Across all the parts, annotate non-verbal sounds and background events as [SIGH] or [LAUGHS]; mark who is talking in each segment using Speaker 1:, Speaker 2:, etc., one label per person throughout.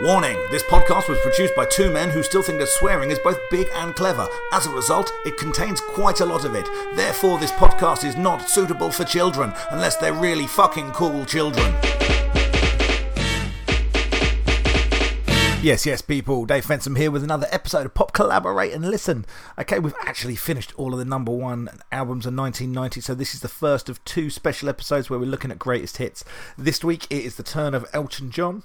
Speaker 1: Warning this podcast was produced by two men who still think that swearing is both big and clever. As a result, it contains quite a lot of it. Therefore, this podcast is not suitable for children, unless they're really fucking cool children. Yes, yes, people. Dave Fensom here with another episode of Pop Collaborate and Listen. Okay, we've actually finished all of the number one albums of 1990, so this is the first of two special episodes where we're looking at greatest hits. This week it is the turn of Elton John.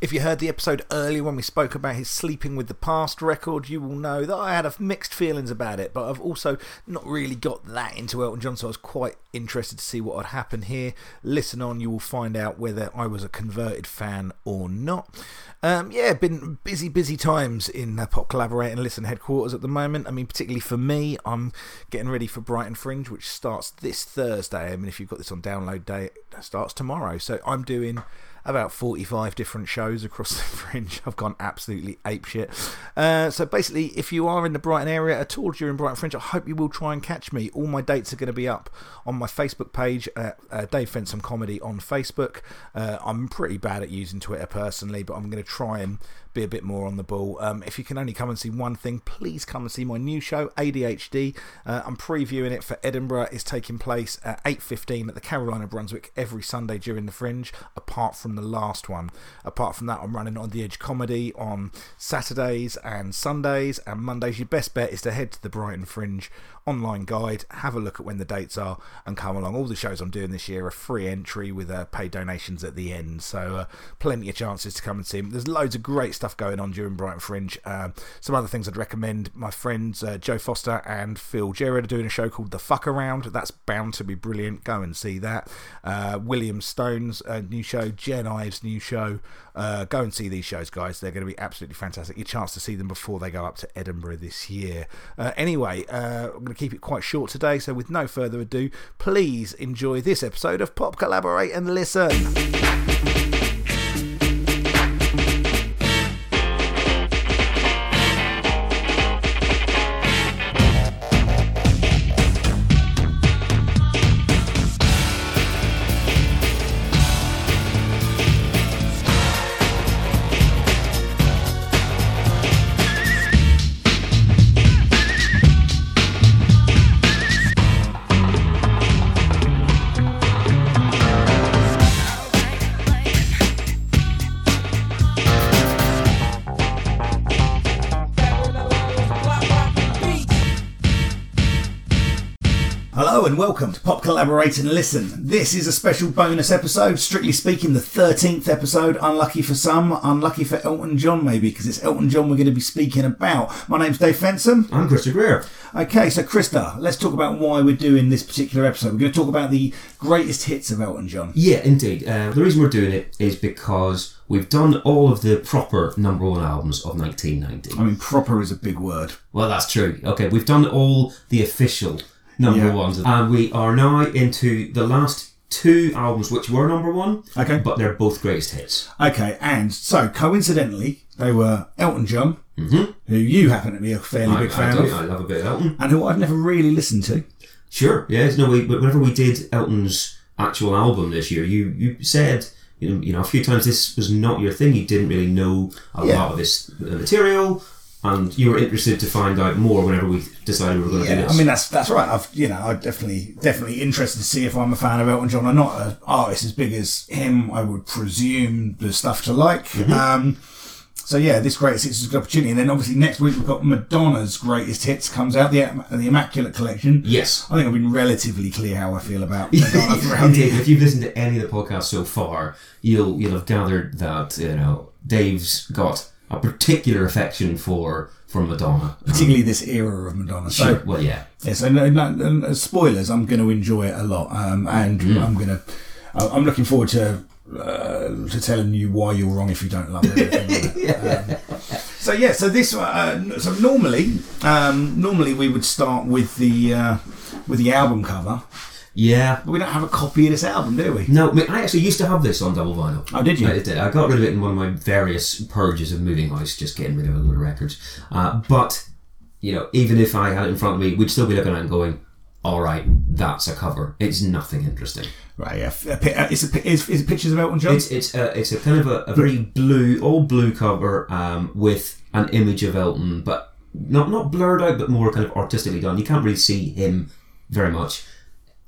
Speaker 1: If you heard the episode earlier when we spoke about his Sleeping with the Past record, you will know that I had a mixed feelings about it, but I've also not really got that into Elton John, so I was quite interested to see what would happen here. Listen on, you will find out whether I was a converted fan or not. Um, yeah, been busy, busy times in uh, Pop Collaborate and Listen headquarters at the moment. I mean, particularly for me, I'm getting ready for Brighton Fringe, which starts this Thursday. I mean, if you've got this on download day, it starts tomorrow. So I'm doing about 45 different shows across [LAUGHS] the fringe. I've gone absolutely apeshit. Uh, so basically, if you are in the Brighton area at all during Brighton Fringe, I hope you will try and catch me. All my dates are going to be up on my Facebook page, uh, uh, Dave Fensom Comedy on Facebook. Uh, I'm pretty bad at using Twitter personally, but I'm going to try and be a bit more on the ball. Um, if you can only come and see one thing, please come and see my new show, ADHD. Uh, I'm previewing it for Edinburgh. It's taking place at 8.15 at the Carolina Brunswick every Sunday during the Fringe, apart from the last one. Apart from that, I'm running On The Edge Comedy on Saturdays and Sundays and Mondays. Your best bet is to head to the Brighton Fringe online guide, have a look at when the dates are, and come along. All the shows I'm doing this year are free entry with uh, paid donations at the end, so uh, plenty of chances to come and see 'em. There's loads of great stuff going on during Brighton Fringe. Um, some other things I'd recommend my friends uh, Joe Foster and Phil Gerard are doing a show called The Fuck Around. That's bound to be brilliant. Go and see that. Uh, William Stone's uh, new show, Jen Ives' new show. Uh, go and see these shows, guys. They're going to be absolutely fantastic. Your chance to see them before they go up to Edinburgh this year. Uh, anyway, uh, I'm going to keep it quite short today, so with no further ado, please enjoy this episode of Pop Collaborate and Listen. Hello and welcome to Pop Collaborate and Listen. This is a special bonus episode, strictly speaking, the 13th episode. Unlucky for some, unlucky for Elton John, maybe, because it's Elton John we're going to be speaking about. My name's Dave Fensom.
Speaker 2: I'm Christian Greer.
Speaker 1: Okay, so Krista, let's talk about why we're doing this particular episode. We're going to talk about the greatest hits of Elton John.
Speaker 2: Yeah, indeed. Uh, the reason we're doing it is because we've done all of the proper number one albums of 1990.
Speaker 1: I mean, proper is a big word.
Speaker 2: Well, that's true. Okay, we've done all the official number
Speaker 1: Yeah.
Speaker 2: ones, and we are now into the last two albums, which were number one.
Speaker 1: Okay.
Speaker 2: but they're both greatest hits.
Speaker 1: Okay, and so coincidentally, they were Elton John, who you happen to be a fairly big
Speaker 2: Mm-hmm. I,
Speaker 1: fan
Speaker 2: I, do,
Speaker 1: of,
Speaker 2: I love a bit of Elton.
Speaker 1: and who I've never really listened to.
Speaker 2: Sure. Yes. No. We, whenever we did Elton's actual album this year, you you said. You know, you know, a few times this was not your thing. You didn't really know a
Speaker 1: Yeah.
Speaker 2: lot of this uh, material, and you were interested to find out more whenever we decided we were going to do
Speaker 1: Yeah,
Speaker 2: this.
Speaker 1: I mean that's that's right. I've you know I'm definitely definitely interested to see if I'm a fan of Elton John. I'm not an artist as big as him. I would presume the stuff to like. Um, so yeah, this greatest hits is a good opportunity. And then obviously next week we've got Madonna's greatest hits comes out the Im- the Immaculate Collection.
Speaker 2: yes.
Speaker 1: I think I've been relatively clear how [LAUGHS] I feel
Speaker 2: [LAUGHS]
Speaker 1: about Madonna throughout the
Speaker 2: Indeed, if you've listened to any of the podcasts so far, you'll you'll have gathered that you know Dave's got a particular affection for for
Speaker 1: [LAUGHS]
Speaker 2: Madonna.
Speaker 1: particularly this era of Madonna. So
Speaker 2: Sure, well, yeah,
Speaker 1: Yeah, so no, no, no, uh, spoilers. I'm going to enjoy it a lot, um, and I'm going to. I'm looking forward to uh, to telling you why you're wrong if you don't love it. Um, so yeah, so this. Uh, n- so normally, um, normally we would start with the uh, with the album cover,
Speaker 2: yeah.
Speaker 1: but we don't have a copy of this album, do we?
Speaker 2: No, I, mean, I actually used to have this on double vinyl.
Speaker 1: Oh, did you?
Speaker 2: I did. I got rid of it in one of my various purges of moving house, just getting rid of a load of records. Uh, but you know, even if I had it in front of me, we'd still be looking at it and going, all right, that's a cover. It's nothing interesting.
Speaker 1: Right, yeah. F- a pi- uh, Is it, pi- is, is it pictures of Elton John?
Speaker 2: It's it's a, it's a kind of a, a very blue, all blue cover um, with an image of Elton, but not not blurred out, but more kind of artistically done. You can't really see him very much.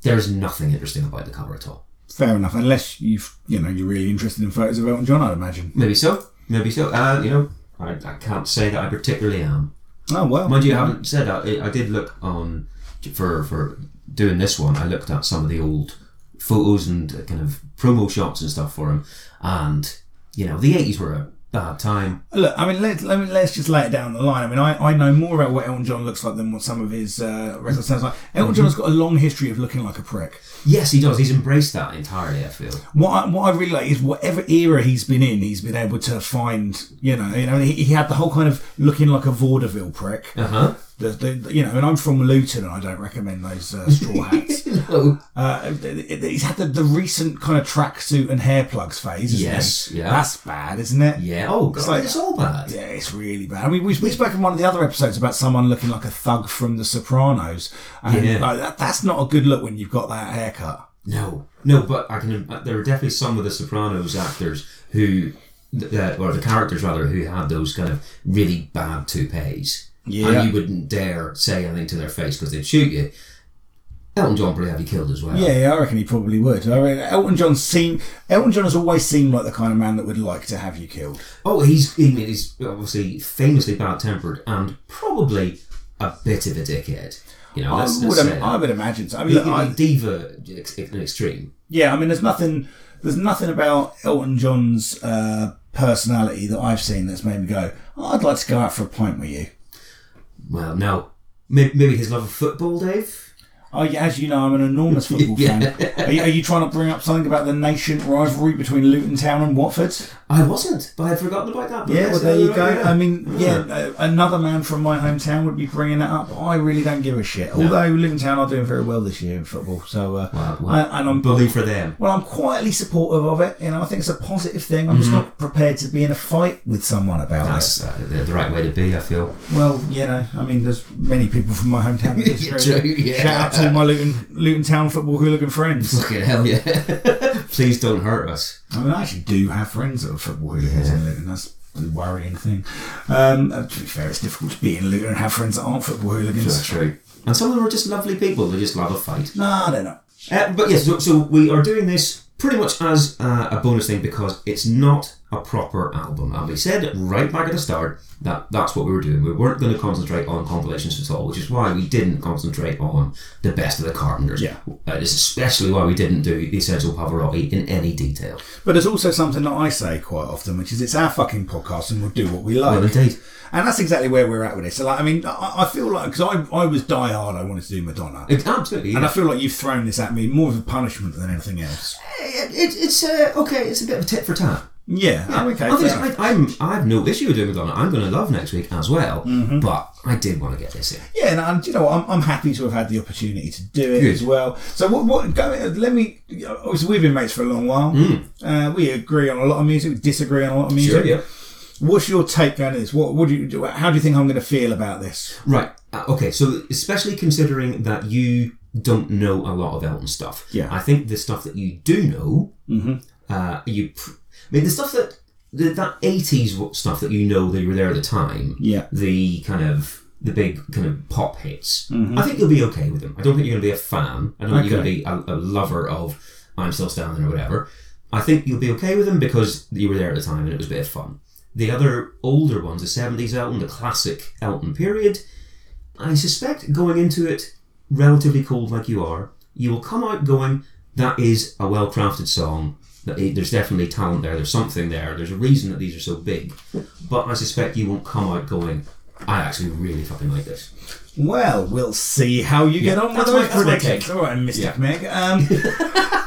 Speaker 2: There's nothing interesting about the cover at all.
Speaker 1: Fair enough, unless you've you know you're really interested in photos of Elton John, I'd imagine.
Speaker 2: Maybe so. Maybe so. Uh, you know, I, I can't say that I particularly am.
Speaker 1: Oh well,
Speaker 2: Mind you, I haven't said that. I, I did look on for for doing this one. I looked at some of the old photos and uh, kind of promo shots and stuff for him, and you know, the eighties were a bad time.
Speaker 1: Look, I mean, let, let me, let's just lay it down the line. I mean, I, I know more about what Elton John looks like than what some of his uh, records sounds like.
Speaker 2: Mm-hmm.
Speaker 1: Elton John has got a long history of looking like a prick.
Speaker 2: Yes, he does. He's embraced that entirely. I feel.
Speaker 1: What I, what I really like is whatever era he's been in, he's been able to find. You know, you know, he, he had the whole kind of looking like a vaudeville prick.
Speaker 2: Uh [LAUGHS] huh.
Speaker 1: The, the, you know, and I'm from Luton, and I don't recommend those uh,
Speaker 2: [LAUGHS]
Speaker 1: straw hats.
Speaker 2: No.
Speaker 1: Uh, he's had the, the recent kind of tracksuit and hair plugs phase. Isn't
Speaker 2: Yes,
Speaker 1: he?
Speaker 2: yeah.
Speaker 1: that's bad, isn't it?
Speaker 2: Yeah. Oh god, it's,
Speaker 1: like-
Speaker 2: all bad.
Speaker 1: Yeah, it's really bad. I mean, we, we spoke in one of the other episodes about someone looking like a thug from The Sopranos, and
Speaker 2: Yeah.
Speaker 1: like, that, that's not a good look when you've got that haircut.
Speaker 2: No, no, but I can. uh, There are definitely some of the Sopranos actors who, uh, or the characters rather, who had those kind of really bad toupees.
Speaker 1: Yeah.
Speaker 2: And you wouldn't dare say anything to their face because they'd shoot you. Elton John probably had you killed as well.
Speaker 1: Yeah, yeah, I reckon he probably would. I mean, Elton John seem Elton John has always seemed like the kind of man that would like to have you killed.
Speaker 2: Oh, he's he, he's obviously famously bad tempered and probably a bit of a dickhead. You know, let's,
Speaker 1: I, would,
Speaker 2: let's say
Speaker 1: im-
Speaker 2: that.
Speaker 1: I would imagine. So. I mean,
Speaker 2: He
Speaker 1: look,
Speaker 2: could
Speaker 1: I,
Speaker 2: be diva ex- ex- extreme.
Speaker 1: yeah, I mean, there's nothing, there's nothing about Elton John's uh, personality that I've seen that's made me go, "Oh, I'd like to go out for a pint with you.
Speaker 2: Well, no, maybe, maybe his love of football, Dave.
Speaker 1: Oh, yeah, as you know, I'm an [LAUGHS] enormous football fan. Are you, are you trying to bring up something about the nascent rivalry between Luton Town and Watford?
Speaker 2: I wasn't, but I'd forgotten about that. But
Speaker 1: Yeah, well,
Speaker 2: that's-
Speaker 1: there you
Speaker 2: uh,
Speaker 1: go.
Speaker 2: yeah.
Speaker 1: I mean, yeah, a- another man from my hometown would be bringing that up. I really don't give a shit. Although Luton Town are doing very well this year in football, so uh,
Speaker 2: Wow, wow.
Speaker 1: I, and I'm
Speaker 2: bully for them.
Speaker 1: well, I'm quietly supportive of it. You know, I think it's a positive thing. I'm just not prepared to be in a fight with someone about it.
Speaker 2: That's uh, the, the right way to be. I feel.
Speaker 1: Well, you know, I mean, there's many people from my hometown. [LAUGHS] that disagree.
Speaker 2: True, yeah.
Speaker 1: Shout out to all my Luton Luton Town football hooligan friends.
Speaker 2: Fucking hell, yeah. [LAUGHS] Please don't hurt us.
Speaker 1: I mean, I actually do have friends that are football hooligans in Luton. That's a worrying thing. Um, uh, to be fair, it's difficult to be in Luton and have friends that aren't football hooligans.
Speaker 2: true. And some of them are just lovely people. They just love a fight.
Speaker 1: No, they're not.
Speaker 2: Uh, but yes, so, so we are doing this pretty much as uh, a bonus thing because it's not a proper album. And we said right back at the start that that's what we were doing. We weren't going to concentrate on compilations at all, which is why we didn't concentrate on the best of the Carpenters.
Speaker 1: Yeah.
Speaker 2: Uh, it's especially why we didn't do the Essential Pavarotti in any detail.
Speaker 1: But there's also something that I say quite often, which is it's our fucking podcast and we'll do what we like.
Speaker 2: Well, indeed.
Speaker 1: And that's exactly where we're at with this. So, like, I mean, I, I feel like, because I, I was die hard, I wanted to do Madonna.
Speaker 2: It, absolutely.
Speaker 1: And
Speaker 2: yeah.
Speaker 1: I feel like you've thrown this at me more of a punishment than anything else.
Speaker 2: It, it- it's uh, okay. It's a bit of a tit for tat.
Speaker 1: Yeah, oh, okay.
Speaker 2: I
Speaker 1: fair enough.
Speaker 2: think I, I'm, I have no issue with doing Madonna. I'm going to love next week as well.
Speaker 1: Mm-hmm.
Speaker 2: But I did want to get this in.
Speaker 1: Yeah, and, and you know, I'm, I'm happy to have had the opportunity to do it
Speaker 2: Good.
Speaker 1: as well. So what? What? Go, let me. Obviously, we've been mates for a long while.
Speaker 2: Hmm.
Speaker 1: Uh, we agree on a lot of music. We disagree on a lot of music. What's your take going to this? What? What do you? do? How do you think I'm going to feel about this?
Speaker 2: Right. Uh, okay. So especially considering that you don't know a lot of Elton stuff.
Speaker 1: Yeah.
Speaker 2: I think the stuff that you do know,
Speaker 1: Mhm.
Speaker 2: uh, you. Pr- I mean, the stuff that the, that eighties stuff that you know that you were there at the time.
Speaker 1: Yeah.
Speaker 2: The kind of the big kind of pop hits.
Speaker 1: Mm-hmm.
Speaker 2: I think you'll be okay with them. I don't think you're going to be a fan. I don't think you're going to be a, a lover of I'm Still Standing or whatever. I think you'll be okay with them because you were there at the time and it was a bit of fun. The other older ones, the seventies Elton, the classic Elton period, I suspect going into it relatively cold like you are, you will come out going, that is a well crafted song. That it- There's definitely talent there. There's something there. There's a reason that these are so big. But I suspect you won't come out going, I actually really fucking like this. [LAUGHS]
Speaker 1: Well, we'll see how you get on with
Speaker 2: that's
Speaker 1: it.
Speaker 2: my-
Speaker 1: That's my
Speaker 2: that's my
Speaker 1: take.
Speaker 2: take.
Speaker 1: All right, Mystic
Speaker 2: Yeah.
Speaker 1: Meg.
Speaker 2: [LAUGHS]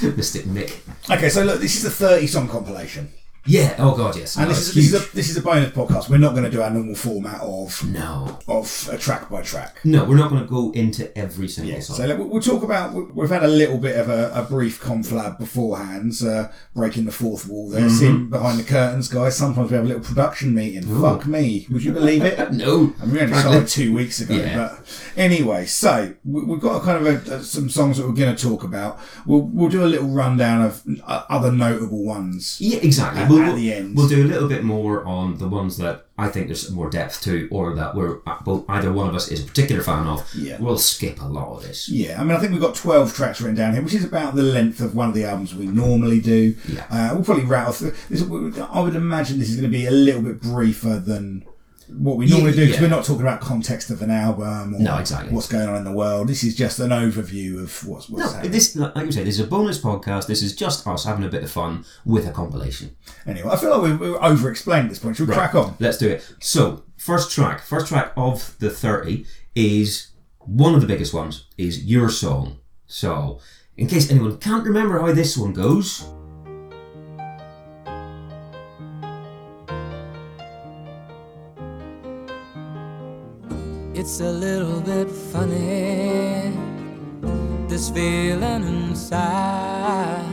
Speaker 1: Um,
Speaker 2: Mystic Mick.
Speaker 1: okay, so look, this is a 30 song compilation.
Speaker 2: Yeah. Oh god, yes.
Speaker 1: And
Speaker 2: No,
Speaker 1: this,
Speaker 2: it's
Speaker 1: is, this, is
Speaker 2: huge.
Speaker 1: a, this is a bonus podcast. We're not going to do our normal format of
Speaker 2: no.
Speaker 1: of a track by track.
Speaker 2: No, we're not going to go into every single
Speaker 1: Yeah,
Speaker 2: song.
Speaker 1: so let- we'll talk about. we- We've had a little bit of a, a brief conflab beforehand, uh, breaking the fourth wall there, seeing behind the curtains, guys. Sometimes we have a little production meeting. Fuck me, would you believe it?
Speaker 2: no.
Speaker 1: I mean, we only
Speaker 2: Frankly.
Speaker 1: started two weeks ago,
Speaker 2: Yeah.
Speaker 1: but anyway. So we, we've got kind of a, uh, some songs that we're going to talk about. We'll we'll do a little rundown of uh, other notable ones.
Speaker 2: Yeah, exactly.
Speaker 1: At-
Speaker 2: we'll,
Speaker 1: at
Speaker 2: we'll-
Speaker 1: the end.
Speaker 2: we'll do a little bit more on the ones that I think there's more depth to, or that we're both, either one of us is a particular fan of.
Speaker 1: Yeah.
Speaker 2: We'll skip a lot of this.
Speaker 1: Yeah, I mean, I think we've got 12 tracks written down here, which is about the length of one of the albums we normally do.
Speaker 2: Yeah.
Speaker 1: Uh, we'll probably rattle through. This, I would imagine this is going to be a little bit briefer than what we normally
Speaker 2: Yeah,
Speaker 1: do, because
Speaker 2: yeah.
Speaker 1: we're not talking about context of an album or
Speaker 2: No, exactly.
Speaker 1: what's going on in the world. This is just an overview of what's, what's
Speaker 2: No,
Speaker 1: happening.
Speaker 2: this like you say, this is a bonus podcast. This is just us having a bit of fun with a compilation.
Speaker 1: Anyway, I feel like we've, we've over-explained at this point. Should we crack on?
Speaker 2: Let's do it. So, first track, first track of the thirty is one of the biggest ones. Is your song. So, in case anyone can't remember how this one goes,
Speaker 3: It's a little bit funny, this feeling inside.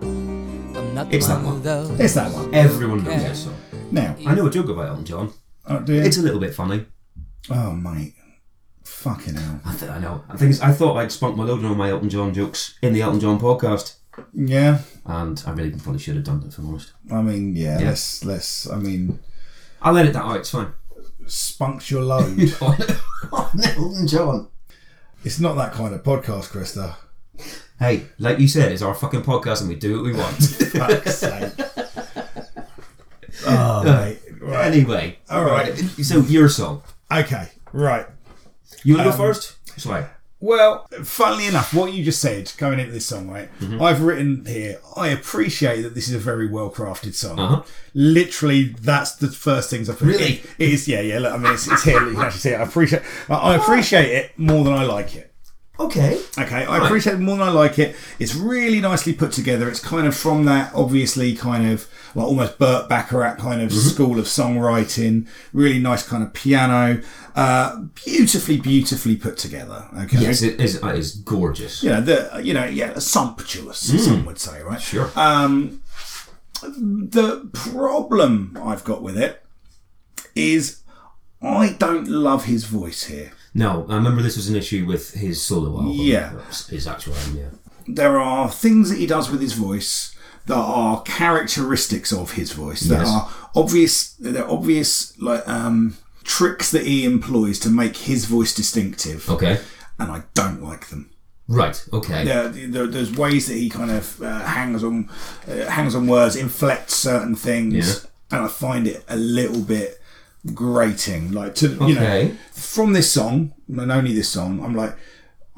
Speaker 3: I'm not
Speaker 2: It's that
Speaker 3: one
Speaker 2: one.
Speaker 3: of those.
Speaker 1: It's that one.
Speaker 2: everyone knows this song.
Speaker 1: Now,
Speaker 2: I know a joke about Elton John.
Speaker 1: oh, do you-
Speaker 2: It's a little bit funny.
Speaker 1: oh, mate. Fucking hell.
Speaker 2: I, th- I know. I think it's- I thought I'd spunk my load on all my Elton John jokes in the Elton John podcast,
Speaker 1: Yeah.
Speaker 2: and I really probably should have done it. If I'm honest,
Speaker 1: I mean, yeah,
Speaker 2: Yeah.
Speaker 1: let's, let's, I mean,
Speaker 2: I'll edit that out. It's fine. [LAUGHS]
Speaker 1: spunks your load.
Speaker 2: On, on Elton John.
Speaker 1: It's not that kind of podcast, Krista.
Speaker 2: Hey, like you said, it's our fucking podcast, and we do what we
Speaker 1: [LAUGHS]
Speaker 2: want.
Speaker 1: Fuck's sake. Oh, mate. Right.
Speaker 2: anyway,
Speaker 1: All right.
Speaker 2: So your song.
Speaker 1: Okay. Right.
Speaker 2: You want to go first? Sorry.
Speaker 1: Well, funnily enough, what you just said going into this song, right? I've written here, I appreciate that this is a very well crafted song.
Speaker 2: Uh-huh.
Speaker 1: Literally, that's the first things I put
Speaker 2: Really?
Speaker 1: It, it is, yeah, yeah. Look, I mean, it's, it's here. You can actually see it. I appreciate, I, I appreciate it more than I like it.
Speaker 2: Okay.
Speaker 1: Okay, I appreciate it more than I like it. It's really nicely put together. It's kind of from that obviously kind of like almost Burt Bacharach kind of
Speaker 2: Mm-hmm.
Speaker 1: school of songwriting. Really nice kind of piano. Uh, beautifully, beautifully put together. Okay.
Speaker 2: Yes, it is. It is uh, gorgeous.
Speaker 1: You know, the, you know, yeah, sumptuous, some would say, right?
Speaker 2: Mm.
Speaker 1: Um,
Speaker 2: Sure.
Speaker 1: The problem I've got with it is I don't love his voice here.
Speaker 2: no, I remember this was an issue with his solo album.
Speaker 1: Yeah.
Speaker 2: His actual album. Yeah.
Speaker 1: there are things that he does with his voice that are characteristics of his voice that
Speaker 2: Yes.
Speaker 1: are obvious they're obvious like um tricks that he employs to make his voice distinctive
Speaker 2: Okay.
Speaker 1: and i don't like them
Speaker 2: Right. Okay.
Speaker 1: there, there, there's ways that he kind of uh, hangs on uh, hangs on words inflects certain things and i find it a little bit grating like to you know
Speaker 2: Okay.
Speaker 1: from this song and only this song i'm like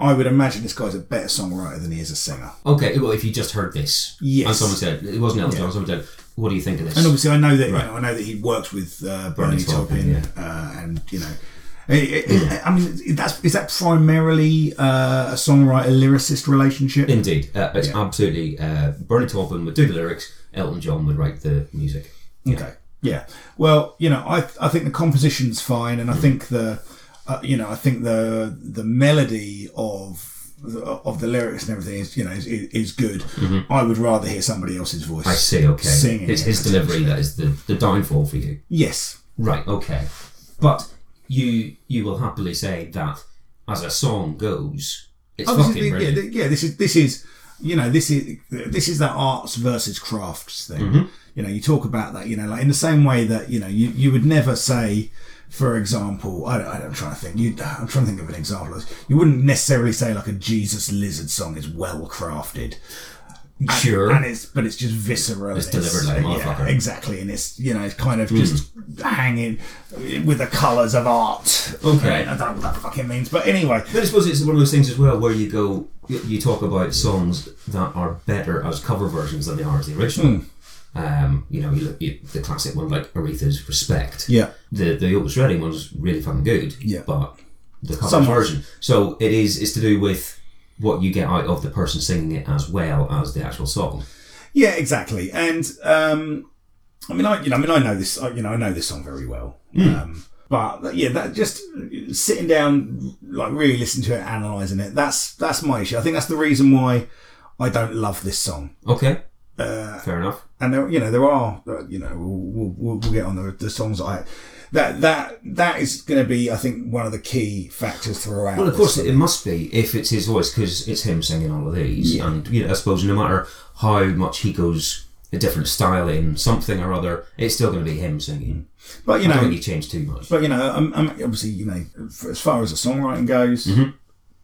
Speaker 1: i would imagine this guy's a better songwriter than he is a singer
Speaker 2: Okay, well, if you just heard this,
Speaker 1: Yes.
Speaker 2: and someone said it wasn't Elton John, someone said, "What do you think of this?"
Speaker 1: And obviously, I know that
Speaker 2: Right.
Speaker 1: you know, I know that he works with uh, Bernie
Speaker 2: Bernie Taupin,
Speaker 1: Taupin, uh, and you know, i i
Speaker 2: Mm.
Speaker 1: I mean, that's is that primarily uh, a songwriter lyricist relationship?
Speaker 2: Indeed, uh, it's absolutely uh, Bernie Taupin would do the lyrics, Elton John would write the music.
Speaker 1: Okay. Yeah. Well, you know, I I think the composition's fine,
Speaker 2: Mm.
Speaker 1: and I think the, uh, you know, I think the the melody of of the lyrics and everything is you know is, is good. I would rather hear somebody else's voice.
Speaker 2: Mm-hmm. I see. Okay,
Speaker 1: Singing
Speaker 2: it's his
Speaker 1: it.
Speaker 2: delivery that is the, the downfall for you.
Speaker 1: Yes.
Speaker 2: Right. Okay, but you you will happily say that as a song goes, it's
Speaker 1: Oh, this
Speaker 2: fucking
Speaker 1: is the- yeah,
Speaker 2: brilliant.
Speaker 1: th- yeah, this is this is you know this is this is that arts versus crafts thing.
Speaker 2: Mm-hmm.
Speaker 1: You know, you talk about that. You know, like in the same way that you know you, you would never say, for example, I don't, I don't, I'm trying to think. You, I'm trying to think of an example. of this. You wouldn't necessarily say like a Jesus Lizard song is well crafted. And-
Speaker 2: Sure.
Speaker 1: and it's but it's just visceral.
Speaker 2: It's
Speaker 1: and
Speaker 2: delivered like a motherfucker. Hmm.
Speaker 1: exactly, and it's you know it's kind of just hanging with the colours of art.
Speaker 2: Okay.
Speaker 1: I don't know what that fucking means, but anyway,
Speaker 2: But I suppose it's one of those things as well where you go, you you talk about songs that are better as cover versions than they are as the original.
Speaker 1: Hmm.
Speaker 2: Um, you know, you look you, the classic one like Aretha's "Respect."
Speaker 1: Yeah.
Speaker 2: the the Otis Redding one's really fucking good.
Speaker 1: Yeah.
Speaker 2: but the cover
Speaker 1: Some-
Speaker 2: version. So it is. It's to do with what you get out of the person singing it as well as the actual song.
Speaker 1: Yeah, exactly. And um, I mean, I you know, I mean, I know this. I, you know, I know this song very well.
Speaker 2: Hmm.
Speaker 1: Um, but yeah, that just sitting down, like really listening to it, analysing it. That's that's my issue. I think that's the reason why I don't love this song.
Speaker 2: Okay.
Speaker 1: Uh,
Speaker 2: Fair enough.
Speaker 1: and there, you know, there are, uh, you know, we'll, we'll, we'll get on the, the songs that I. That that that is going to be, I think, one of the key factors throughout.
Speaker 2: Well, of
Speaker 1: this
Speaker 2: course,
Speaker 1: song.
Speaker 2: it must be if it's his voice because it's him singing all of these. And you know, I suppose no matter how much he goes a different style in something or other, it's still going to be him singing.
Speaker 1: but you
Speaker 2: I don't
Speaker 1: know,
Speaker 2: think he changed too much.
Speaker 1: but you know, I'm, I'm obviously, you know, for, as far as the songwriting goes,
Speaker 2: Mm-hmm.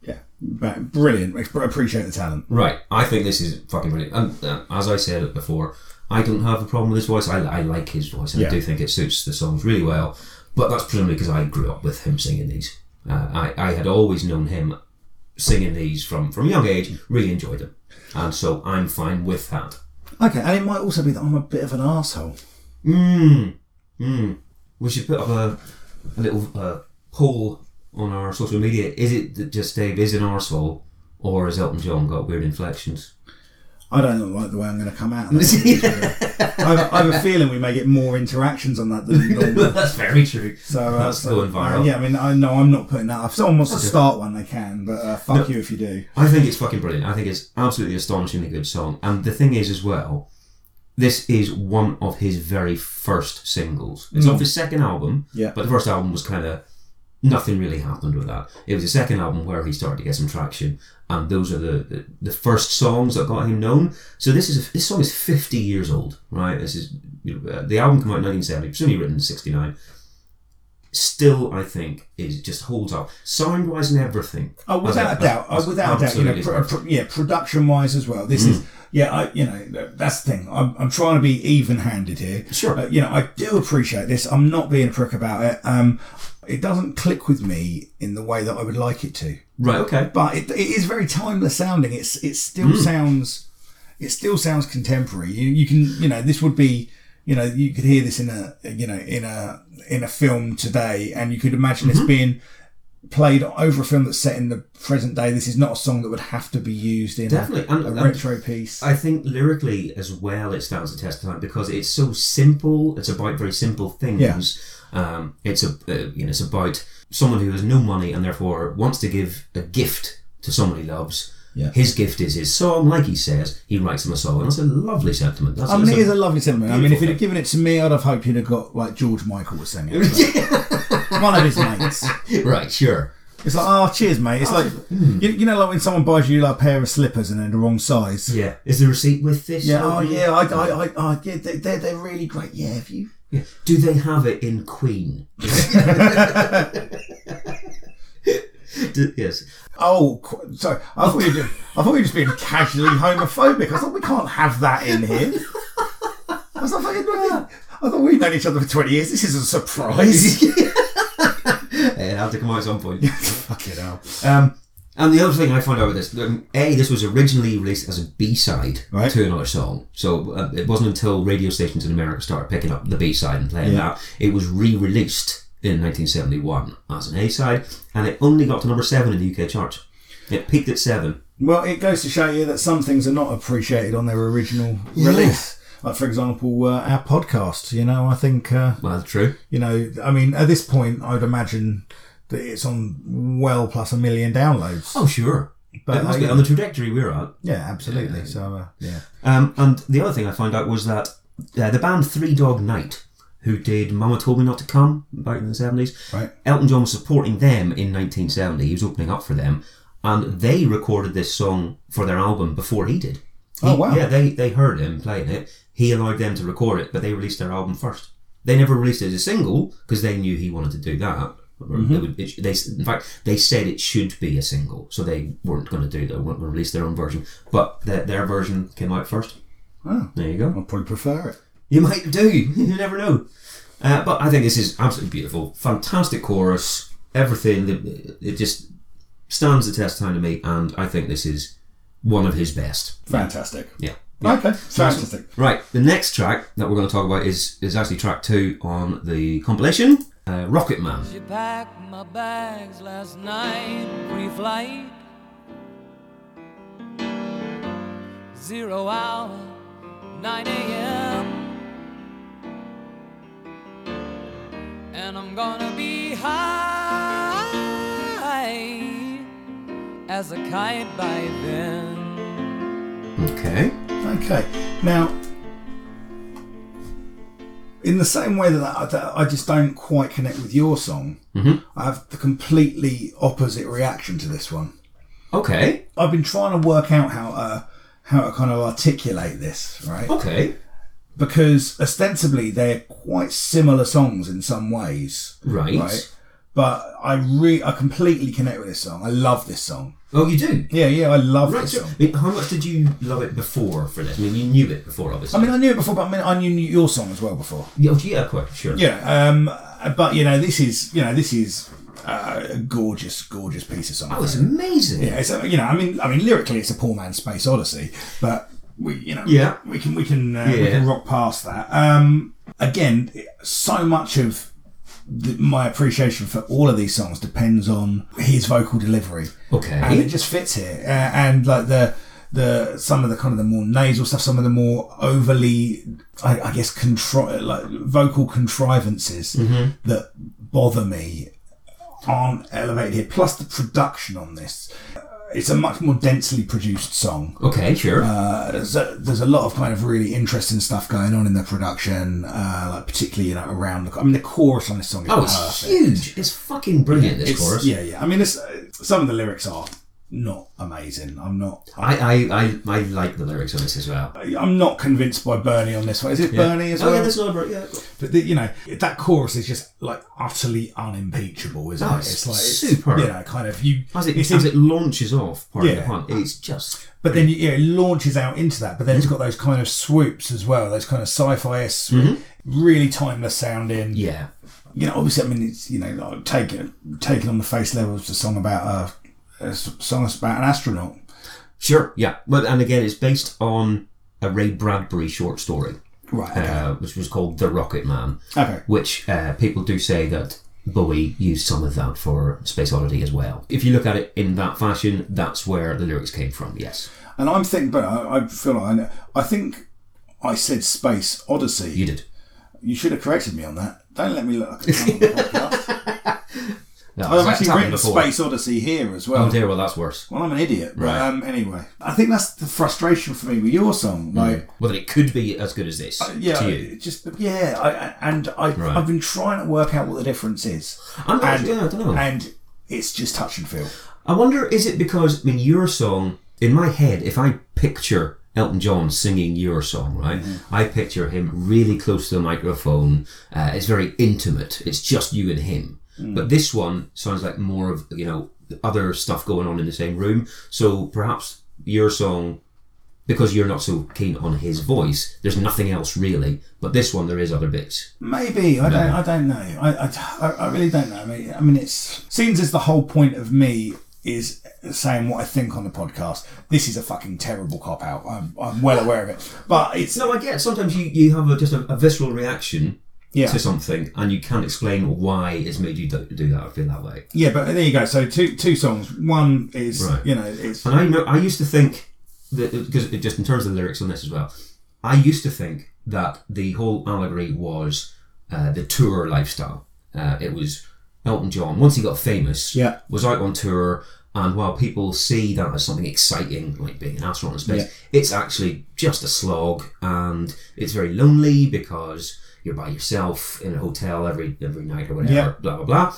Speaker 1: yeah, but brilliant. I appreciate the talent.
Speaker 2: Right, I think this is fucking brilliant. And uh, as I said it before, I don't have a problem with his voice. I, I like his voice, and I
Speaker 1: Yeah.
Speaker 2: do think it suits the songs really well. But that's presumably because I grew up with him singing these. Uh, I I had always known him singing these from from a young age. Really enjoyed them, and so I'm fine with that.
Speaker 1: Okay, and it might also be that I'm a bit of an asshole.
Speaker 2: Mmm. Mmm. We should put up a, a little uh, poll on our social media. Is it that just Dave is an arsehole, or has Elton John got weird inflections? [LAUGHS]
Speaker 1: I don't like the way I'm going to come out. Of this. I, have, I have a feeling we may get more interactions on that than
Speaker 2: [LAUGHS]
Speaker 1: normal.
Speaker 2: That's very true.
Speaker 1: So uh,
Speaker 2: That's
Speaker 1: so,
Speaker 2: going viral.
Speaker 1: uh, yeah, I mean, I know I'm not putting that up. If someone wants to start one, they can. But uh, fuck you if you do.
Speaker 2: I think it's fucking brilliant. I think it's absolutely astonishingly good song. And the thing is, as well, this is one of his very first singles. It's off his second album,
Speaker 1: Mm. Yeah.
Speaker 2: but the first album was kind of nothing really happened with that. It was the second album where he started to get some traction, and those are the, the, the first songs that got him known. So this is this song is 50 years old, right? This is you know, uh, the album came out in 1970, presumably written in 69. Still, I think is just holds up sound wise and everything.
Speaker 1: Oh, without a doubt, oh, without a doubt, you know,
Speaker 2: Absolutely Mm.
Speaker 1: pro-
Speaker 2: perfect.
Speaker 1: pro- yeah, production wise as well. This is, yeah, I, you know, that's the thing. I'm, I'm trying to be even handed here.
Speaker 2: Sure.
Speaker 1: Uh, you know, I do appreciate this. I'm not being a prick about it. Um, it doesn't click with me in the way that I would like it to,
Speaker 2: Right. Okay.
Speaker 1: but it, it is very timeless sounding. It's, it still
Speaker 2: Hmm.
Speaker 1: sounds, it still sounds contemporary. You, you can, you know, this would be, you know, you could hear this in a, you know, in a, in a film today, and you could imagine
Speaker 2: Mm-hmm.
Speaker 1: this being. Played over a film that's set in the present day. This is not a song that would have to be used in a-
Speaker 2: Definitely. And,
Speaker 1: a
Speaker 2: and
Speaker 1: retro piece.
Speaker 2: I think lyrically as well, it stands the test of time because it's so simple. It's about very simple things.
Speaker 1: Yeah.
Speaker 2: Um, it's a uh, you know it's about someone who has no money and therefore wants to give a gift to someone he loves.
Speaker 1: Yeah.
Speaker 2: His gift is his song, like he says. He writes him a song, and that's a lovely sentiment. That's,
Speaker 1: I mean,
Speaker 2: that's
Speaker 1: it is a lovely sentiment. I mean, if
Speaker 2: beautiful
Speaker 1: you'd have given it to me, I'd have hoped you'd have got like George Michael was
Speaker 2: [LAUGHS]
Speaker 1: singing. it. But One of his mates.
Speaker 2: [LAUGHS] right, sure.
Speaker 1: It's like, oh, cheers, mate. It's like, you, you know, like when someone buys you like a pair of slippers and they're the wrong size.
Speaker 2: Yeah. Is there a receipt with this?
Speaker 1: Yeah, oh yeah, I, I, I, I yeah, they- they're they're really great. Yeah, if you
Speaker 2: Yeah. Do they have it
Speaker 1: [LAUGHS]
Speaker 2: in Queen? [LAUGHS] Do- yes.
Speaker 1: Oh, qu- sorry. I thought you were just, I thought you were just being casually homophobic. I thought we can't have that in here. I was like, fucking, I thought we've known each other for twenty years. This is a surprise.
Speaker 2: It'll have to come out at some point.
Speaker 1: Fucking hell.
Speaker 2: Um, and the other thing I found out with this, um, a this was originally released as a B side
Speaker 1: Right.
Speaker 2: to another song, so uh, it wasn't until radio stations in America started picking up the B side and playing
Speaker 1: Yeah.
Speaker 2: that it was re-released in 1971 as an A side, and it only got to number seven in the UK charts. It peaked at seven.
Speaker 1: Well, it goes to show you that some things are not appreciated on their original release. Like, for example, uh, our podcast. You know, I think, uh,
Speaker 2: Well, true.
Speaker 1: you know, I mean, at this point, I'd imagine that it's on well plus a million downloads.
Speaker 2: Oh, sure. But it
Speaker 1: But
Speaker 2: must be
Speaker 1: I-
Speaker 2: on the trajectory we're at.
Speaker 1: Yeah, absolutely. So, uh, yeah.
Speaker 2: Um, and the other thing I found out was that uh, the band Three Dog Night, who did Mama Told Me Not to Come back in the 70s,
Speaker 1: Right.
Speaker 2: Elton John was supporting them in 1970. He was opening up for them. And they recorded this song for their album before he did. He-
Speaker 1: Oh, wow.
Speaker 2: Yeah, they, they heard him playing it. He allowed them to record it, but they released their album first. They never released it as a single because they knew he wanted to do that.
Speaker 1: Mm-hmm.
Speaker 2: They would- it- they, in fact, they said it should be a single, so they weren't going to do that. weren't going to release their own version, but their, their version came out first.
Speaker 1: Oh,
Speaker 2: There you go.
Speaker 1: I'd probably prefer it.
Speaker 2: You might do. [LAUGHS] you never know. Uh, but I think this is absolutely beautiful. Fantastic chorus. Everything. the- It just stands the test of time to me, and I think this is one of his best.
Speaker 1: Fantastic.
Speaker 2: Yeah.
Speaker 1: Okay, fantastic.
Speaker 2: Right. The next track that we're going to talk about is is actually track two on the compilation, uh, Rocket Man.
Speaker 3: She packed my bags last night, pre flight. Zero hour, 9 a.m. and I'm gonna be high as a kite by then.
Speaker 2: Okay.
Speaker 1: Okay. Now, in the same way that I, that I just don't quite connect with your song, I have the completely opposite reaction to this one.
Speaker 2: Okay.
Speaker 1: I've been trying to work out how uh, how to kind of articulate this, right?
Speaker 2: Okay.
Speaker 1: Because ostensibly they're quite similar songs in some ways,
Speaker 2: Right.
Speaker 1: right? But I re I completely connect with this song. I love this song.
Speaker 2: Oh, you do.
Speaker 1: Yeah, yeah, I love
Speaker 2: Right.
Speaker 1: this
Speaker 2: So,
Speaker 1: song.
Speaker 2: I mean, how much did you love it before for this? I mean, you knew it before, obviously.
Speaker 1: I mean, I knew it before, but I mean, I knew your song as well before.
Speaker 2: yeah, oh, yeah, quite sure.
Speaker 1: Yeah, um, but you know, this is you know, this is uh, a gorgeous, gorgeous piece of
Speaker 2: Oh, it's
Speaker 1: song.
Speaker 2: amazing.
Speaker 1: Yeah, it's a, you know, I mean, I mean, lyrically, it's a poor man's space odyssey, but we, you know,
Speaker 2: Yeah.
Speaker 1: we can we can uh,
Speaker 2: Yeah.
Speaker 1: we can rock past that. Um, again, so much of the, my appreciation for all of these songs depends on his vocal delivery
Speaker 2: Okay.
Speaker 1: and it just fits here. Uh, and like the the some of the kind of the more nasal stuff, some of the more overly, I, I guess, contri- like vocal contrivances
Speaker 2: Mm-hmm.
Speaker 1: that bother me aren't elevated here. Plus the production on this. Uh, It's a much more densely produced song.
Speaker 2: okay. Sure.
Speaker 1: Uh, there's, a, there's a lot of kind of really interesting stuff going on in the production, uh, like particularly you know around the. I mean, the chorus on this song is
Speaker 2: oh, it's
Speaker 1: perfect.
Speaker 2: huge. It's fucking brilliant. this
Speaker 1: uh, It's-
Speaker 2: chorus.
Speaker 1: Yeah, yeah. I mean, it's, uh, some of the lyrics are not amazing. I'm not.
Speaker 2: I, I, I, I like the lyrics on this as well.
Speaker 1: I'm not convinced by Bernie on this one. Is it Bernie as
Speaker 2: oh,
Speaker 1: well?
Speaker 2: yeah, that's not yeah.
Speaker 1: but the, you know that chorus is just like utterly unimpeachable, isn't
Speaker 2: Oh,
Speaker 1: it?
Speaker 2: it's
Speaker 1: like
Speaker 2: superb.
Speaker 1: You know, kind of you.
Speaker 2: As
Speaker 1: [LAUGHS]
Speaker 2: it,
Speaker 1: it's
Speaker 2: as
Speaker 1: in-
Speaker 2: it launches off, part of
Speaker 1: Yeah.
Speaker 2: the hunt, it's just
Speaker 1: but then you, you know, it launches out into that. But then
Speaker 2: Mm-hmm.
Speaker 1: it's got those kind of swoops as well. Those kind of sci-fi swoop, really timeless sounding.
Speaker 2: Mm-hmm. yeah.
Speaker 1: You know, obviously, I mean, it's you know, like, taken taken on the face level. It's a song about a, a s- song about an astronaut.
Speaker 2: Sure, yeah. But and again, it's based on a Ray Bradbury short story,
Speaker 1: Right. Okay.
Speaker 2: uh, which was called The Rocket Man,
Speaker 1: okay.
Speaker 2: which uh, people do say that Bowie used some of that for Space Oddity as well. If you look at it in that fashion, that's where the lyrics came from. Yes,
Speaker 1: And I'm thinking, but I, I feel like I, know, I think I said Space Odyssey. You,
Speaker 2: you did.
Speaker 1: should have corrected me on that. Don't let me look like
Speaker 2: [LAUGHS]
Speaker 1: a clown on the podcast.
Speaker 2: No,
Speaker 1: I've
Speaker 2: that's
Speaker 1: actually
Speaker 2: happened
Speaker 1: written Space Odyssey here as well.
Speaker 2: Oh dear, well that's worse.
Speaker 1: well, I'm an idiot. But,
Speaker 2: Right.
Speaker 1: um, anyway, I think that's the frustration for me with your song. Like, uh,
Speaker 2: Well, then it could be as good as this
Speaker 1: yeah,
Speaker 2: Mm. to you.
Speaker 1: it just yeah. I- I, and I,
Speaker 2: Right.
Speaker 1: I've been trying to work out what the difference is,
Speaker 2: I'm not,
Speaker 1: and-
Speaker 2: yeah, I don't know.
Speaker 1: and it's just touch and feel.
Speaker 2: I wonder, is it because, I mean, your song, in my head, if I picture Elton John singing your song, right?
Speaker 1: Mm-hmm.
Speaker 2: I picture him really close to the microphone. Uh, it's very intimate. It's just you and him.
Speaker 1: Mm.
Speaker 2: But this one sounds like more of, you know, other stuff going on in the same room. So perhaps your song, because you're not so keen on his voice, there's nothing else really. But this one, there is other bits.
Speaker 1: Maybe I don't. I don't know. I, I, I- I really don't know. I mean, I mean, it's seems as the whole point of me is saying what I think on the podcast. This is a fucking terrible cop out. I'm, I'm well aware of it, but it's
Speaker 2: No, I get it. Sometimes you, you have a, just a, a visceral reaction
Speaker 1: yeah,
Speaker 2: to something and you can't explain why it's made you do, do that or feel that way.
Speaker 1: yeah. But there you go. So two two songs. One is
Speaker 2: Right.
Speaker 1: you know it's
Speaker 2: And I know I used to think that because it- just in terms of the lyrics on this as well, I used to think that the whole allegory was uh, the tour lifestyle. Uh, it was Elton John once he got famous,
Speaker 1: Yeah.
Speaker 2: was out on tour. And while people see that as something exciting, like being an astronaut in space, it's actually just a slog, and it's very lonely because you're by yourself in a hotel every every night or whatever.
Speaker 1: Yeah.
Speaker 2: Blah blah blah.